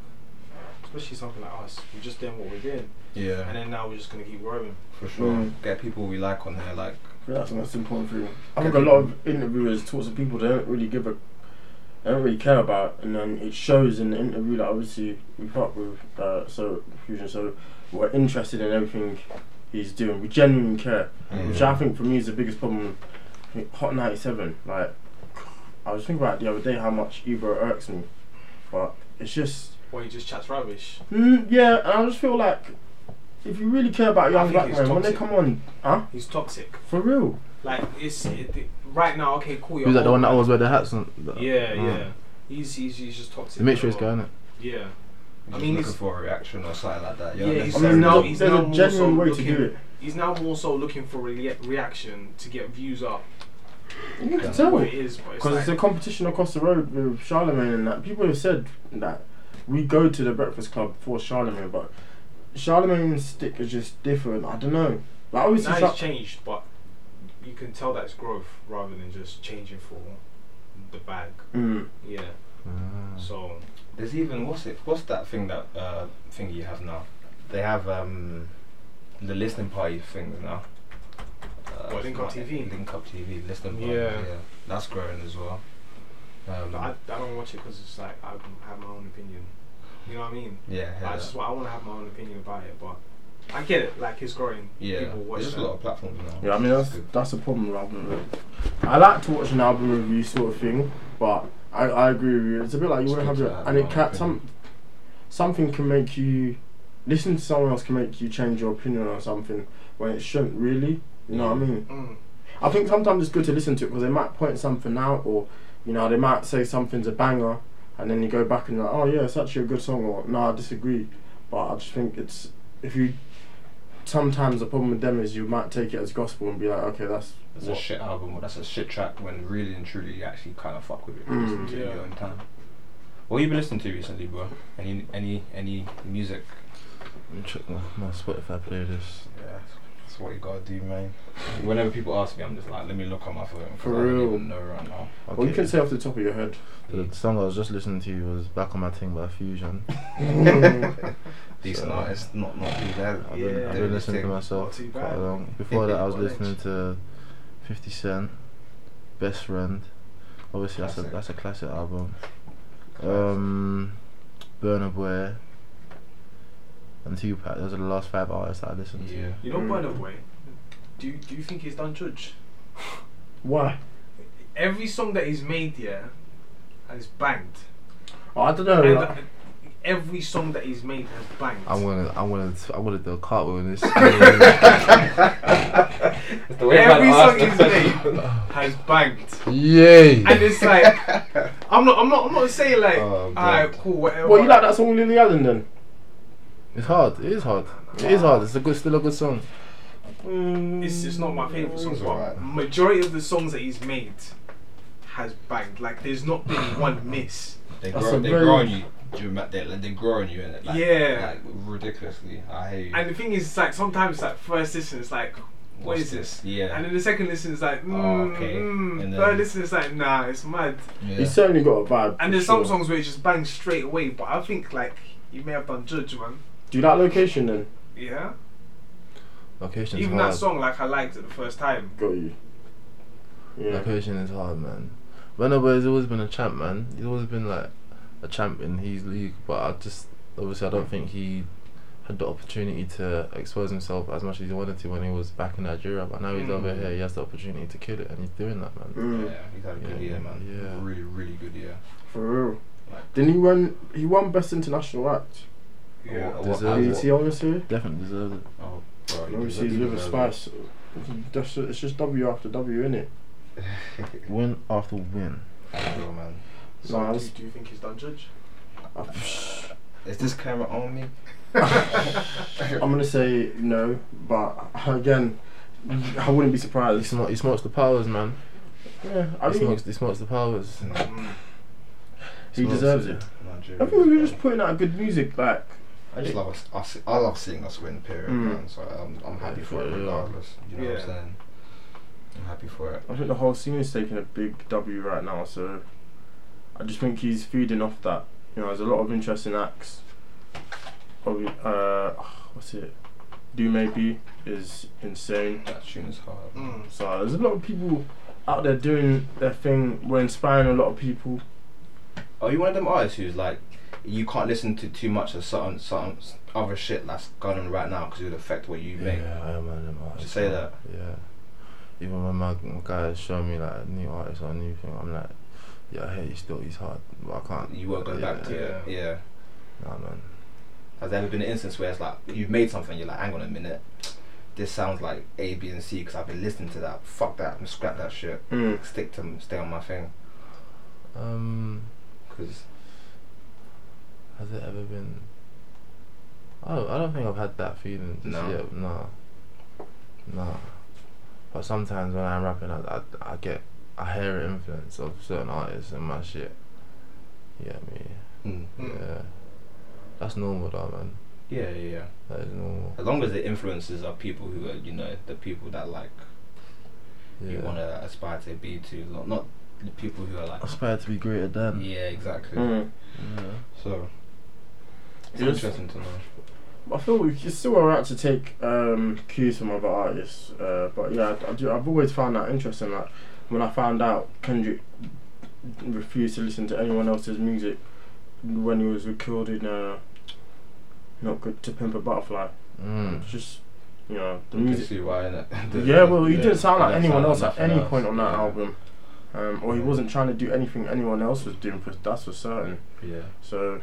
[SPEAKER 4] especially something like us, we're just doing what we're doing,
[SPEAKER 3] yeah,
[SPEAKER 4] and then now we're just gonna keep growing.
[SPEAKER 3] for sure.
[SPEAKER 2] Mm.
[SPEAKER 3] Get people we like on there, like.
[SPEAKER 2] Yeah, That's the most important thing. I think a lot of interviewers talk to people they don't really give a, they don't really care about, and then it shows in the interview that obviously we fuck with uh, so fusion, so we're interested in everything he's doing. We genuinely care, which I think for me is the biggest problem. I think Hot ninety seven, like I was thinking about it the other day how much Ebro irks me, but it's just
[SPEAKER 4] Or he just chats rubbish.
[SPEAKER 2] mm, yeah, and I just feel like if you really care about young
[SPEAKER 4] think
[SPEAKER 2] black
[SPEAKER 4] he's
[SPEAKER 2] men when they
[SPEAKER 4] toxic.
[SPEAKER 2] come on, huh?
[SPEAKER 4] He's toxic.
[SPEAKER 2] For real.
[SPEAKER 4] Like it's it, it- right now. Okay, cool. you're
[SPEAKER 5] Who's that? The
[SPEAKER 4] old,
[SPEAKER 5] one that
[SPEAKER 4] man.
[SPEAKER 5] always wear the hats on.
[SPEAKER 4] Yeah, yeah. He's, he's he's just toxic.
[SPEAKER 5] The Matrix
[SPEAKER 4] overall.
[SPEAKER 5] guy, innit?
[SPEAKER 4] Yeah.
[SPEAKER 3] You're
[SPEAKER 4] I
[SPEAKER 3] just
[SPEAKER 4] mean,
[SPEAKER 3] looking
[SPEAKER 4] it's-
[SPEAKER 3] for a reaction or something like that.
[SPEAKER 4] Yeah,
[SPEAKER 3] You're not
[SPEAKER 4] he's
[SPEAKER 2] I
[SPEAKER 3] necessarily-
[SPEAKER 2] mean,
[SPEAKER 4] now
[SPEAKER 2] there's a-
[SPEAKER 4] he's
[SPEAKER 2] there's a
[SPEAKER 4] now more so
[SPEAKER 2] genuine way to
[SPEAKER 4] looking,
[SPEAKER 2] do it.
[SPEAKER 4] He's now more so looking for re- reaction to get views up.
[SPEAKER 2] You can
[SPEAKER 3] Yeah.
[SPEAKER 2] tell.
[SPEAKER 4] What it is, but it's
[SPEAKER 2] Oh, Because
[SPEAKER 4] like,
[SPEAKER 2] it's a competition across the road with Charlemagne and that. People have said that we go to the Breakfast Club for Charlemagne, but Charlemagne's stick is just different. I don't know. Like obviously,
[SPEAKER 4] now
[SPEAKER 2] Char-
[SPEAKER 4] it's changed, but you can tell that it's growth rather than just changing for the bag.
[SPEAKER 2] Mm.
[SPEAKER 4] Yeah. So
[SPEAKER 3] There's even what's it? What's that thing that uh, thing you have now? They have um, the listening party things now. Uh,
[SPEAKER 4] What, Link Up
[SPEAKER 3] smart-
[SPEAKER 4] TV?
[SPEAKER 3] Link up TV, listening party. Yeah,
[SPEAKER 4] Yeah.
[SPEAKER 3] that's growing as well. Um,
[SPEAKER 4] I, I don't watch it because it's like I have my own opinion. You know what I mean?
[SPEAKER 3] yeah, yeah.
[SPEAKER 4] I just wa- I want to have my own opinion about it, but I get it. Like it's growing.
[SPEAKER 3] yeah.
[SPEAKER 4] People watch
[SPEAKER 3] There's just a
[SPEAKER 4] that.
[SPEAKER 3] lot of platforms now.
[SPEAKER 2] yeah, I mean that's that's a problem with album review. I like to watch an album review sort of thing, but I, I agree with you. It's a bit like you
[SPEAKER 3] It's
[SPEAKER 2] want to
[SPEAKER 3] good
[SPEAKER 2] have
[SPEAKER 3] to
[SPEAKER 2] your
[SPEAKER 3] have
[SPEAKER 2] and it
[SPEAKER 3] one
[SPEAKER 2] can
[SPEAKER 3] opinion.
[SPEAKER 2] some something can make you listen to someone else can make you change your opinion on something when it shouldn't really. You know what I mean?
[SPEAKER 4] Mm.
[SPEAKER 2] I think sometimes it's good to listen to it because they might point something out, or you know, they might say something's a banger, and then you go back and you're like, oh yeah, it's actually a good song, or no, I disagree. But I just think it's if you sometimes the problem with them is you might take it as gospel and be like, okay, that's
[SPEAKER 3] That's
[SPEAKER 2] what.
[SPEAKER 3] a shit album or that's a shit track when really and truly you actually kind of fuck with it.
[SPEAKER 2] Mm.
[SPEAKER 3] listen to it
[SPEAKER 4] Yeah.
[SPEAKER 3] your own time. What have you been listening to recently, bro? Any any any music?
[SPEAKER 5] Let me check my, my Spotify playlist.
[SPEAKER 3] Yeah, that's what you gotta do, man. Whenever people ask me, I'm just like, let me look on my phone. 'cause
[SPEAKER 2] For
[SPEAKER 3] I
[SPEAKER 2] real.
[SPEAKER 3] don't even know right now.
[SPEAKER 5] Okay.
[SPEAKER 2] Well, you can say off the top of your head.
[SPEAKER 5] the song I was just listening to was "Back on My Thing" by Fusion.
[SPEAKER 3] Decent
[SPEAKER 5] So-
[SPEAKER 3] artist, not not too bad.
[SPEAKER 5] I've
[SPEAKER 4] Yeah.
[SPEAKER 5] been, I've
[SPEAKER 3] Doing
[SPEAKER 5] been
[SPEAKER 3] his
[SPEAKER 5] listening to
[SPEAKER 3] thing.
[SPEAKER 4] Not
[SPEAKER 5] myself
[SPEAKER 4] too
[SPEAKER 5] quite
[SPEAKER 4] bad.
[SPEAKER 5] long. Before that, I was
[SPEAKER 3] Well,
[SPEAKER 5] listening to 50 Cent, Best Friend. Obviously, that's a
[SPEAKER 3] Classic.
[SPEAKER 5] that's a classic album. Um, Burna Boy and Tupac. Those are the last five artists that I listened to.
[SPEAKER 3] Yeah.
[SPEAKER 4] You know,
[SPEAKER 2] Mm.
[SPEAKER 4] by the way, do you- do you think he's done judge?
[SPEAKER 2] Why?
[SPEAKER 4] Every song that he's made, yeah, has banged.
[SPEAKER 2] Oh, I don't know.
[SPEAKER 4] And,
[SPEAKER 2] like-
[SPEAKER 4] uh, every song that he's made has banged.
[SPEAKER 5] I'm gonna, I'm gonna, I'm gonna do a cartwheel in this. yeah,
[SPEAKER 3] The way
[SPEAKER 4] Every
[SPEAKER 3] man asked
[SPEAKER 4] song he's
[SPEAKER 3] the
[SPEAKER 4] made
[SPEAKER 3] question.
[SPEAKER 4] has banged.
[SPEAKER 5] Yay!
[SPEAKER 4] And it's like, I'm not, I'm not, I'm not saying like,
[SPEAKER 3] Oh,
[SPEAKER 4] alright,
[SPEAKER 3] God.
[SPEAKER 4] cool, whatever.
[SPEAKER 2] well, you like that song Lily Allen then?
[SPEAKER 5] It's hard. It is hard. It is hard. It's a good, still a good song.
[SPEAKER 4] It's, it's not my favorite song,
[SPEAKER 3] It's
[SPEAKER 4] but
[SPEAKER 3] alright.
[SPEAKER 4] majority of the songs that he's made has banged. Like, there's not been one miss.
[SPEAKER 3] They
[SPEAKER 2] That's
[SPEAKER 3] grow,
[SPEAKER 2] a
[SPEAKER 3] they
[SPEAKER 2] very-
[SPEAKER 3] grow on you. during that day, like they grow on you in it. Like,
[SPEAKER 4] Yeah.
[SPEAKER 3] Like ridiculously. I hate you.
[SPEAKER 4] And the thing is, it's like sometimes like first listen, it's like, what
[SPEAKER 3] What's
[SPEAKER 4] is this?
[SPEAKER 3] Yeah.
[SPEAKER 4] And then the second listen is like, mm,
[SPEAKER 3] Oh, okay.
[SPEAKER 4] mm.
[SPEAKER 3] And then-
[SPEAKER 4] third listen is like, nah, it's mad.
[SPEAKER 3] yeah.
[SPEAKER 2] He's certainly got a vibe.
[SPEAKER 4] And
[SPEAKER 2] for
[SPEAKER 4] there's
[SPEAKER 2] sure.
[SPEAKER 4] some songs where it just bangs straight away, but I think like you may have done Judge, man.
[SPEAKER 2] Do you like location then?
[SPEAKER 4] Yeah.
[SPEAKER 5] Location's
[SPEAKER 4] Even
[SPEAKER 5] hard.
[SPEAKER 4] that song, like I liked it the first time.
[SPEAKER 2] Got you. Yeah.
[SPEAKER 5] Location is hard, man. Renaway has always been a champ, man. He's always been like a champ in his league, but I just obviously I don't think he had the opportunity to expose himself as much as he wanted to when he was back in Nigeria. But now he's
[SPEAKER 4] Mm.
[SPEAKER 5] over here, he has the opportunity to kill it, and he's doing that, man.
[SPEAKER 2] Mm,
[SPEAKER 3] Yeah, he's had a good
[SPEAKER 5] Yeah,
[SPEAKER 3] year, man.
[SPEAKER 5] yeah.
[SPEAKER 3] Really, really good year.
[SPEAKER 2] for real. Didn't he win? He won best international act.
[SPEAKER 4] Yeah.
[SPEAKER 3] What- what-
[SPEAKER 5] Deserved
[SPEAKER 2] AET
[SPEAKER 3] what-
[SPEAKER 2] honestly.
[SPEAKER 5] Definitely deserves it.
[SPEAKER 3] Oh, bro,
[SPEAKER 2] And
[SPEAKER 3] you
[SPEAKER 2] Obviously,
[SPEAKER 3] deserve-
[SPEAKER 2] he's
[SPEAKER 3] you
[SPEAKER 2] with a
[SPEAKER 3] deserve it.
[SPEAKER 2] spice. That's it's just W after W, innit?
[SPEAKER 5] Win after win.
[SPEAKER 3] I know, man.
[SPEAKER 4] So
[SPEAKER 2] Nah,
[SPEAKER 4] do,
[SPEAKER 2] that's-
[SPEAKER 4] do you think he's done Judge?
[SPEAKER 3] Is this camera on me?
[SPEAKER 2] I'm gonna say no, but again, I wouldn't be
[SPEAKER 5] He,
[SPEAKER 2] surprised.
[SPEAKER 5] sm- he smokes the powers, man.
[SPEAKER 2] Yeah, I
[SPEAKER 5] He
[SPEAKER 2] mean,
[SPEAKER 5] smokes, he smokes the powers.
[SPEAKER 2] he
[SPEAKER 5] smokes
[SPEAKER 2] deserves it.
[SPEAKER 3] Nigeria.
[SPEAKER 2] I think we were just putting out good music, like
[SPEAKER 3] I just love us. us I love seeing us win. Period.
[SPEAKER 2] Mm.
[SPEAKER 3] Man. So I'm, I'm happy
[SPEAKER 5] Yeah,
[SPEAKER 3] for it
[SPEAKER 5] yeah.
[SPEAKER 3] regardless. You know what
[SPEAKER 4] Yeah.
[SPEAKER 3] I'm saying? I'm happy for it.
[SPEAKER 2] I think the whole scene is taking a big W right now, so I just think he's feeding off that. You know, there's a lot of interesting acts. Probably, uh, what's it? Do maybe is insane.
[SPEAKER 3] That tune is hard.
[SPEAKER 4] Mm.
[SPEAKER 2] So there's a lot of people out there doing their thing. We're inspiring a lot of people.
[SPEAKER 3] Are you one of them artists who's like, you can't listen to too much of certain certain s- other shit that's going on right now because it would affect what you make.
[SPEAKER 5] Yeah, I am an animal.
[SPEAKER 3] Just say that.
[SPEAKER 5] Yeah. Even when my, my guys show me like new artists or new thing, I'm like, yeah, I hear you still, he's hard, but I can't.
[SPEAKER 3] You won't go back to it.
[SPEAKER 4] Yeah.
[SPEAKER 3] Yeah.
[SPEAKER 5] Nah, man.
[SPEAKER 3] Has there ever been an instance where it's like you've made something, you're like, hang on a minute, this sounds like A, B, and C because I've been listening to that. Fuck that. I'm scrap that shit.
[SPEAKER 2] Mm.
[SPEAKER 3] Stick to stay on my thing.
[SPEAKER 5] Um,
[SPEAKER 3] Because
[SPEAKER 5] has it ever been? I don't, I don't think I've had that feeling. just
[SPEAKER 3] No.
[SPEAKER 5] Yet. Nah. Nah. But sometimes when I'm rapping, I, I, I get, I hear an influence of certain artists and my shit. You get me?
[SPEAKER 2] Mm.
[SPEAKER 5] Yeah. That's normal, though, man.
[SPEAKER 3] yeah, yeah, yeah.
[SPEAKER 5] That is normal.
[SPEAKER 3] As long as the influences are people who are, you know, the people that like
[SPEAKER 5] Yeah.
[SPEAKER 3] you want to aspire to be to, not, not the people who are like.
[SPEAKER 5] aspire to be greater than.
[SPEAKER 3] Yeah, exactly.
[SPEAKER 2] Mm.
[SPEAKER 5] Yeah.
[SPEAKER 3] So it's
[SPEAKER 2] Yes.
[SPEAKER 3] interesting to know.
[SPEAKER 2] I feel we it's still alright to take um, cues from other artists, uh, but yeah, I, I do, I've always found that interesting. Like when I found out Kendrick refused to listen to anyone else's music when he was recorded in uh, "Not Good to Pimp a Butterfly,"
[SPEAKER 5] Mm.
[SPEAKER 2] it's just you know the
[SPEAKER 3] You can
[SPEAKER 2] music.
[SPEAKER 3] see why, innit? The-
[SPEAKER 2] yeah, well, he didn't sound
[SPEAKER 3] it
[SPEAKER 2] like
[SPEAKER 3] don't
[SPEAKER 2] anyone
[SPEAKER 3] sound
[SPEAKER 2] else at
[SPEAKER 3] nothing
[SPEAKER 2] any
[SPEAKER 3] else,
[SPEAKER 2] point on that
[SPEAKER 3] yeah.
[SPEAKER 2] album, um, or he
[SPEAKER 3] Yeah.
[SPEAKER 2] wasn't trying to do anything anyone else was doing. For, that's for certain.
[SPEAKER 3] Yeah.
[SPEAKER 2] So,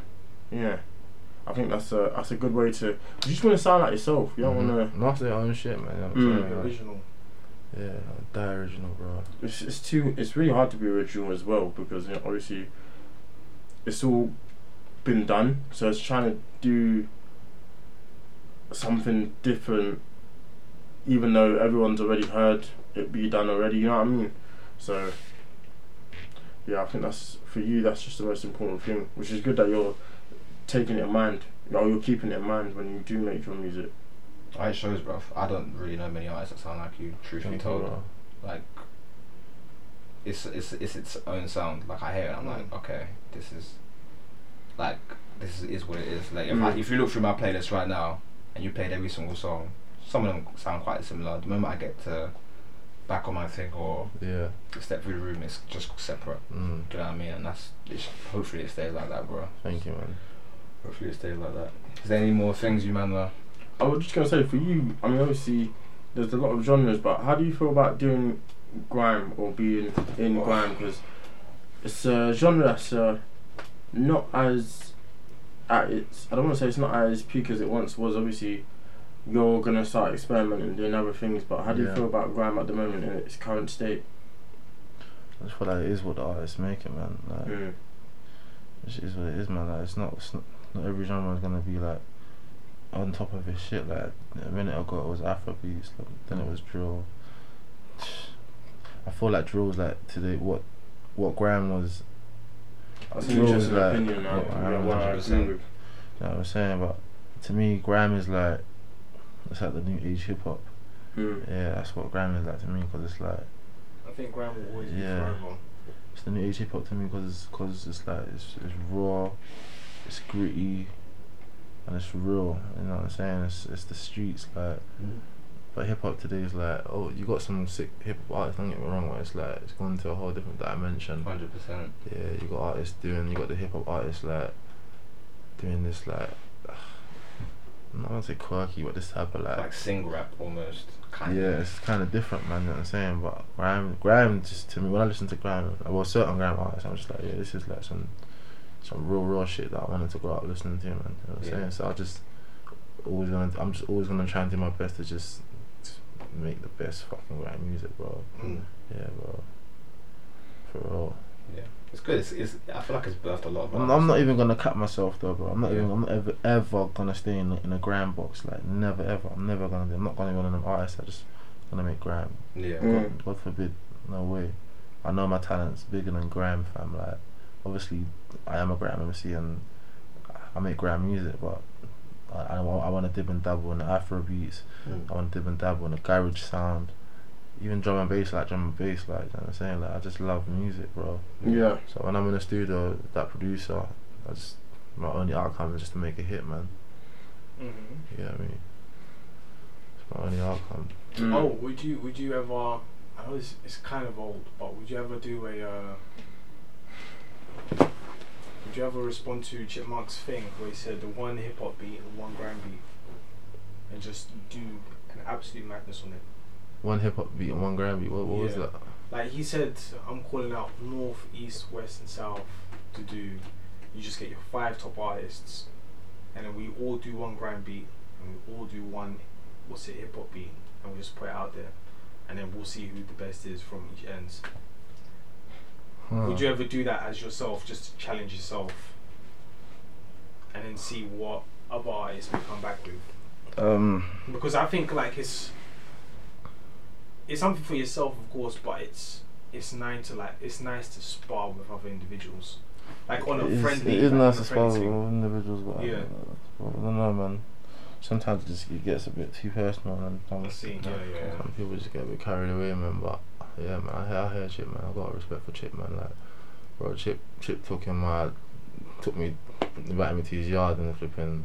[SPEAKER 2] yeah, I think that's a that's a good way to. You just want to sound like yourself. You don't want
[SPEAKER 5] to. Master your Mm-hmm. own shit, man. You know what
[SPEAKER 2] Mm.
[SPEAKER 5] I'm saying? Like,
[SPEAKER 4] Original.
[SPEAKER 5] yeah, like, die original, bro.
[SPEAKER 2] to. It's, it's too. It's really hard to be original as well because you know, obviously, it's all been done. So it's trying to do something different, even though everyone's already heard it be done already. You know what I mean? So. Yeah, I think that's for you. That's just the most important thing, which is good that you're taking it in mind. Or you're keeping it in mind when you do make your music.
[SPEAKER 3] I shows, bruv. I don't really know many artists that sound like you. Truthfully told,
[SPEAKER 5] Bro.
[SPEAKER 3] like it's it's it's its own sound. Like I hear it, I'm like, okay, this is like this is, is what it is. Like if I,
[SPEAKER 2] Mm.
[SPEAKER 3] if you look through my playlist right now and you played every single song, some of them sound quite similar. The moment I get to back on my thing or
[SPEAKER 5] Yeah.
[SPEAKER 3] step through the room, it's just separate.
[SPEAKER 5] Mm.
[SPEAKER 3] Do you know what I mean? And that's it's, hopefully it stays like that, bro.
[SPEAKER 5] Thank you, man.
[SPEAKER 3] Hopefully it stays like that. Is there any more things you man are?
[SPEAKER 2] I was just gonna say for you. I mean, obviously, there's a lot of genres, but how do you feel about doing grime or being in grime? Because it's a genre that's uh, not as at its. I don't want to say it's not at its peak as it once was. Obviously, you're gonna start experimenting, doing other things. But how do you
[SPEAKER 5] Yeah.
[SPEAKER 2] feel about grime at the moment in its current state?
[SPEAKER 5] I just feel like it is what the artist's making, man. Like,
[SPEAKER 2] Mm.
[SPEAKER 5] it is what it is, man. Like, it's not, it's not, not every genre is gonna be like on top of his shit. Like a minute ago, it was Afrobeats, like, then
[SPEAKER 2] Mm.
[SPEAKER 5] it was drill. I feel like drill's like today what what Graham was
[SPEAKER 2] That's an
[SPEAKER 5] It's always
[SPEAKER 2] interesting
[SPEAKER 5] like-
[SPEAKER 2] opinion, man.
[SPEAKER 5] Well, I
[SPEAKER 2] Yeah,
[SPEAKER 5] am
[SPEAKER 2] one I
[SPEAKER 3] 100%.
[SPEAKER 2] agree with.
[SPEAKER 5] You know what I'm saying? But to me, grime is like it's like the new age hip hop.
[SPEAKER 2] Mm.
[SPEAKER 5] Yeah, that's what grime is like to me because it's like
[SPEAKER 4] I think grime will always be
[SPEAKER 5] Yeah.
[SPEAKER 4] forever.
[SPEAKER 5] it's the new age hip hop to me because it's, cause it's like it's, it's raw, it's gritty, and it's real. You know what I'm saying? It's it's the streets like.
[SPEAKER 3] Mm.
[SPEAKER 5] But hip hop today is like, oh, you got some sick hip hop artists. Don't get me wrong, but it's like it's gone to a whole different dimension.
[SPEAKER 3] Hundred percent.
[SPEAKER 5] Yeah, you got artists doing, you got the hip hop artists like doing this like, I'm not gonna say quirky, but this type of like,
[SPEAKER 3] Like sing rap almost. Kind
[SPEAKER 5] yeah,
[SPEAKER 3] Of.
[SPEAKER 5] it's kind of different, man. You know what I'm saying? But grime, grime, just to me, when I listen to grime, well, certain grime artists, I'm just like, yeah, this is like some, some real, real shit that I wanted to grow up listening to, man. You know what I'm
[SPEAKER 3] Yeah.
[SPEAKER 5] saying? So I just always gonna, I'm just always gonna try and do my best to just make the best fucking grime music, bro.
[SPEAKER 3] Mm.
[SPEAKER 5] Yeah, bro. For real.
[SPEAKER 3] Yeah. It's good. It's, it's. I feel like it's birthed a lot of.
[SPEAKER 5] I'm,
[SPEAKER 3] artists.
[SPEAKER 5] I'm not even gonna cut myself though, bro. I'm not
[SPEAKER 3] Yeah.
[SPEAKER 5] even. I'm not ever ever gonna stay in in a gram box. Like never ever. I'm never gonna. do I'm not gonna be one of them artists. I just gonna make gram.
[SPEAKER 3] Yeah.
[SPEAKER 2] Mm.
[SPEAKER 5] God, God forbid. No way. I know my talent's bigger than gram, fam. Like obviously, I am a gram MC and I make gram music, but I I, wa- I want to dip and dabble in the Afro beats. I
[SPEAKER 3] Mm.
[SPEAKER 5] want to dip and dabble in the garage sound. Even drum and bass, like drum and bass, like you know what I'm saying. Like I just love music, bro.
[SPEAKER 2] Yeah.
[SPEAKER 5] So when I'm in the studio, that producer, that's my only outcome is just to make a hit, man.
[SPEAKER 4] Mm-hmm.
[SPEAKER 5] You know what I mean? It's my only outcome.
[SPEAKER 2] Mm.
[SPEAKER 4] Oh, would you would you ever? I know it's it's kind of old, but would you ever do a? Uh, would you ever respond to Chipmunk's thing where he said the one hip hop beat and one grime beat, and just do an absolute madness on it?
[SPEAKER 5] One hip hop beat and one gram beat. What, what was
[SPEAKER 4] Yeah.
[SPEAKER 5] that?
[SPEAKER 4] Like he said, I'm calling out north, east, west, and south to do. You just get your five top artists, and then we all do one grime beat, and we all do one, what's it, hip hop beat, and we just put it out there, and then we'll see who the best is from each end.
[SPEAKER 5] Huh.
[SPEAKER 4] Would you ever do that as yourself, just to challenge yourself, and then see what other artists will come back with?
[SPEAKER 5] Um,
[SPEAKER 4] because I think like it's it's something for yourself, of course, but it's it's nice to like it's nice to spar with other individuals, like on a
[SPEAKER 5] it is,
[SPEAKER 4] friendly.
[SPEAKER 5] It is
[SPEAKER 4] like,
[SPEAKER 5] nice
[SPEAKER 4] on
[SPEAKER 5] to
[SPEAKER 4] a
[SPEAKER 5] spar
[SPEAKER 4] friendly
[SPEAKER 5] with
[SPEAKER 4] thing.
[SPEAKER 5] individuals, but
[SPEAKER 4] Yeah.
[SPEAKER 5] I, don't know, I don't know, man. Sometimes it just it gets a bit too personal, and
[SPEAKER 4] I
[SPEAKER 5] some,
[SPEAKER 4] see. Yeah, yeah. yeah.
[SPEAKER 5] some people just get a bit carried away, man. But yeah, man, I, hear- I hear Chip, man. I got respect for Chip, man. Like, bro, Chip, Chip took in my, took me, invited me to his yard and flipping,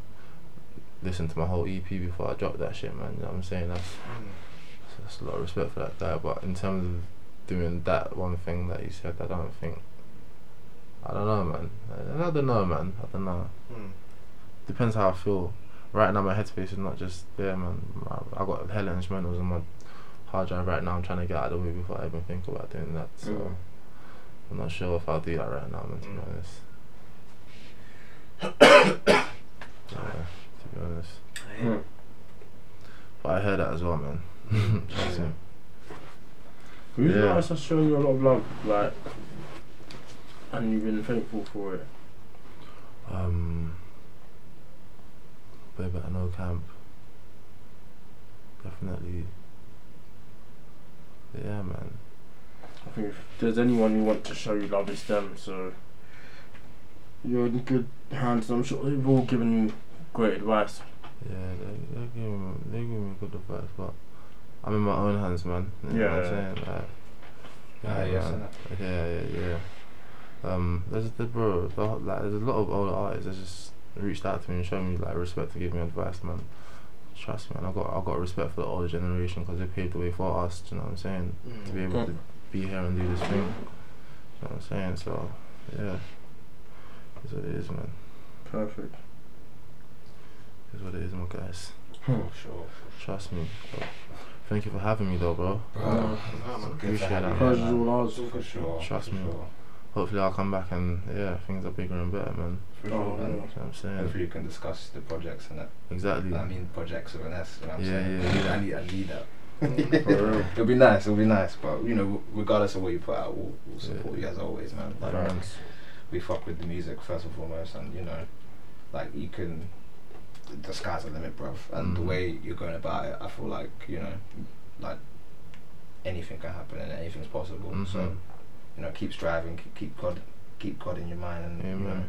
[SPEAKER 5] listened to my whole EP before I dropped that shit, man. You know what I'm saying? That's
[SPEAKER 4] Mm.
[SPEAKER 5] that's a lot of respect for that guy. But in terms of doing that one thing that he said, I don't think. I don't know, man. I, I don't know, man. I don't know.
[SPEAKER 4] Mm.
[SPEAKER 5] Depends how I feel. Right now, my headspace is not just there, man. I, I got hella instrumentals on my hard drive right now. I'm trying to get out of the way before I even think about doing that. So
[SPEAKER 2] Mm.
[SPEAKER 5] I'm not sure if I'll do that right now, man. To be
[SPEAKER 4] Mm.
[SPEAKER 5] honest. yeah, to be honest.
[SPEAKER 4] Hmm.
[SPEAKER 2] Mm.
[SPEAKER 5] But I heard that as well, man. Trust me.
[SPEAKER 2] Who's
[SPEAKER 5] Yeah.
[SPEAKER 2] yeah. artist has shown you a lot of love, like, and you've been thankful for it?
[SPEAKER 5] Um, Babe at an old camp. Definitely. Yeah, man.
[SPEAKER 2] I think if there's anyone you want to show you love, it's them. So you're in good hands. I'm sure they've all given you great advice.
[SPEAKER 5] Yeah, they, they give me they give me good advice, but I'm in my own hands, man. You know what
[SPEAKER 2] Yeah.
[SPEAKER 5] I'm saying? Like,
[SPEAKER 3] Ah, yeah,
[SPEAKER 5] man. yeah, yeah, yeah. Um, there's the bro, the, whole- like, there's a lot of older artists that just reached out to me and showed me like respect to give me advice, man. Trust me, man. I got I got respect for the older generation because they paved the way for us. You know what I'm saying? to be able to be here and do this thing. You know what I'm saying? So, yeah. It's what it is, man.
[SPEAKER 2] Perfect.
[SPEAKER 5] It's what it is, my guys.
[SPEAKER 3] For sure.
[SPEAKER 5] Trust me. Bro. Thank you for having me, though, bro.
[SPEAKER 3] Bro,
[SPEAKER 4] Nah, man.
[SPEAKER 3] good to
[SPEAKER 5] Appreciate that,
[SPEAKER 3] have you
[SPEAKER 5] man.
[SPEAKER 3] here,
[SPEAKER 2] Pleasure's
[SPEAKER 3] man.
[SPEAKER 2] all ours.
[SPEAKER 3] For sure.
[SPEAKER 5] Trust
[SPEAKER 3] for
[SPEAKER 5] me.
[SPEAKER 3] Sure.
[SPEAKER 5] Hopefully, I'll come back and, yeah, things are bigger and better, man.
[SPEAKER 3] For sure, man.
[SPEAKER 2] Oh, yeah.
[SPEAKER 5] You know what I'm saying?
[SPEAKER 3] Hopefully you can discuss the projects and that.
[SPEAKER 5] Exactly.
[SPEAKER 3] I mean projects with an S. You know what I'm
[SPEAKER 5] Mm. Yeah,
[SPEAKER 3] saying?
[SPEAKER 5] yeah, yeah.
[SPEAKER 3] I need, I need that.
[SPEAKER 5] For real.
[SPEAKER 3] It'll be nice. It'll be nice. But you know, regardless of what you put out, we'll, we'll support
[SPEAKER 5] Yeah.
[SPEAKER 3] you as always, man. Like,
[SPEAKER 5] Thanks.
[SPEAKER 3] we fuck with the music first and foremost, and you know, like you can, the sky's the limit, bruv. And the
[SPEAKER 5] Mhm.
[SPEAKER 3] way you're going about it, I feel like you know, like anything can happen and anything's possible. So
[SPEAKER 5] Mhm.
[SPEAKER 3] you know, keep striving, keep, keep God, keep God in your mind and you
[SPEAKER 5] Amen.
[SPEAKER 3] know,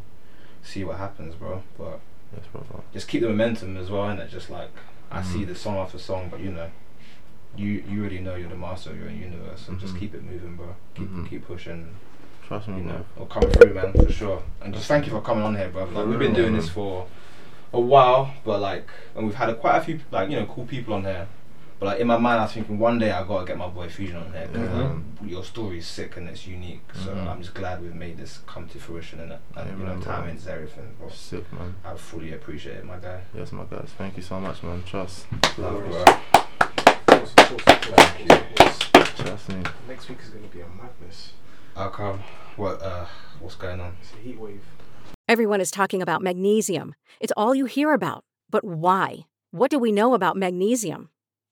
[SPEAKER 3] see what happens, bro. But
[SPEAKER 5] Yes, brother.
[SPEAKER 3] just keep the momentum as well, and it just like I see
[SPEAKER 5] Mhm.
[SPEAKER 3] the song after song, but you know, you you already know you're the master of your own universe, so just
[SPEAKER 5] Mhm.
[SPEAKER 3] keep it moving, bro. Keep
[SPEAKER 5] Mhm.
[SPEAKER 3] keep pushing,
[SPEAKER 5] Trust me,
[SPEAKER 3] you know.
[SPEAKER 5] bro.
[SPEAKER 3] It'll come through, man, for sure. And just thank you for coming on here, bro. Like we've been
[SPEAKER 5] real,
[SPEAKER 3] doing this
[SPEAKER 5] man.
[SPEAKER 3] for a while, but like, and we've had a, quite a few like you know cool people on here. But like in my mind, I was thinking one day I gotta get my boy Fusion on here because
[SPEAKER 5] Yeah.
[SPEAKER 3] like, your story's sick and it's unique. So
[SPEAKER 5] Mhm.
[SPEAKER 3] I'm just glad we've made this come to fruition and, uh, and you know
[SPEAKER 5] Amen, bro.
[SPEAKER 3] timing's everything. bro.
[SPEAKER 5] Sick, man.
[SPEAKER 3] I fully appreciate it, my guy.
[SPEAKER 5] Yes, my guys. Thank you so much, man. Trust.
[SPEAKER 3] Love,
[SPEAKER 4] Alright.
[SPEAKER 3] bro.
[SPEAKER 4] Pause, pause, pause, pause, pause.
[SPEAKER 5] Trust me.
[SPEAKER 4] Next week is going to be a madness.
[SPEAKER 3] How come? What? Uh, what's going on?
[SPEAKER 4] It's a heat wave.
[SPEAKER 6] Everyone is talking about magnesium. It's all you hear about. But why? What do we know about magnesium?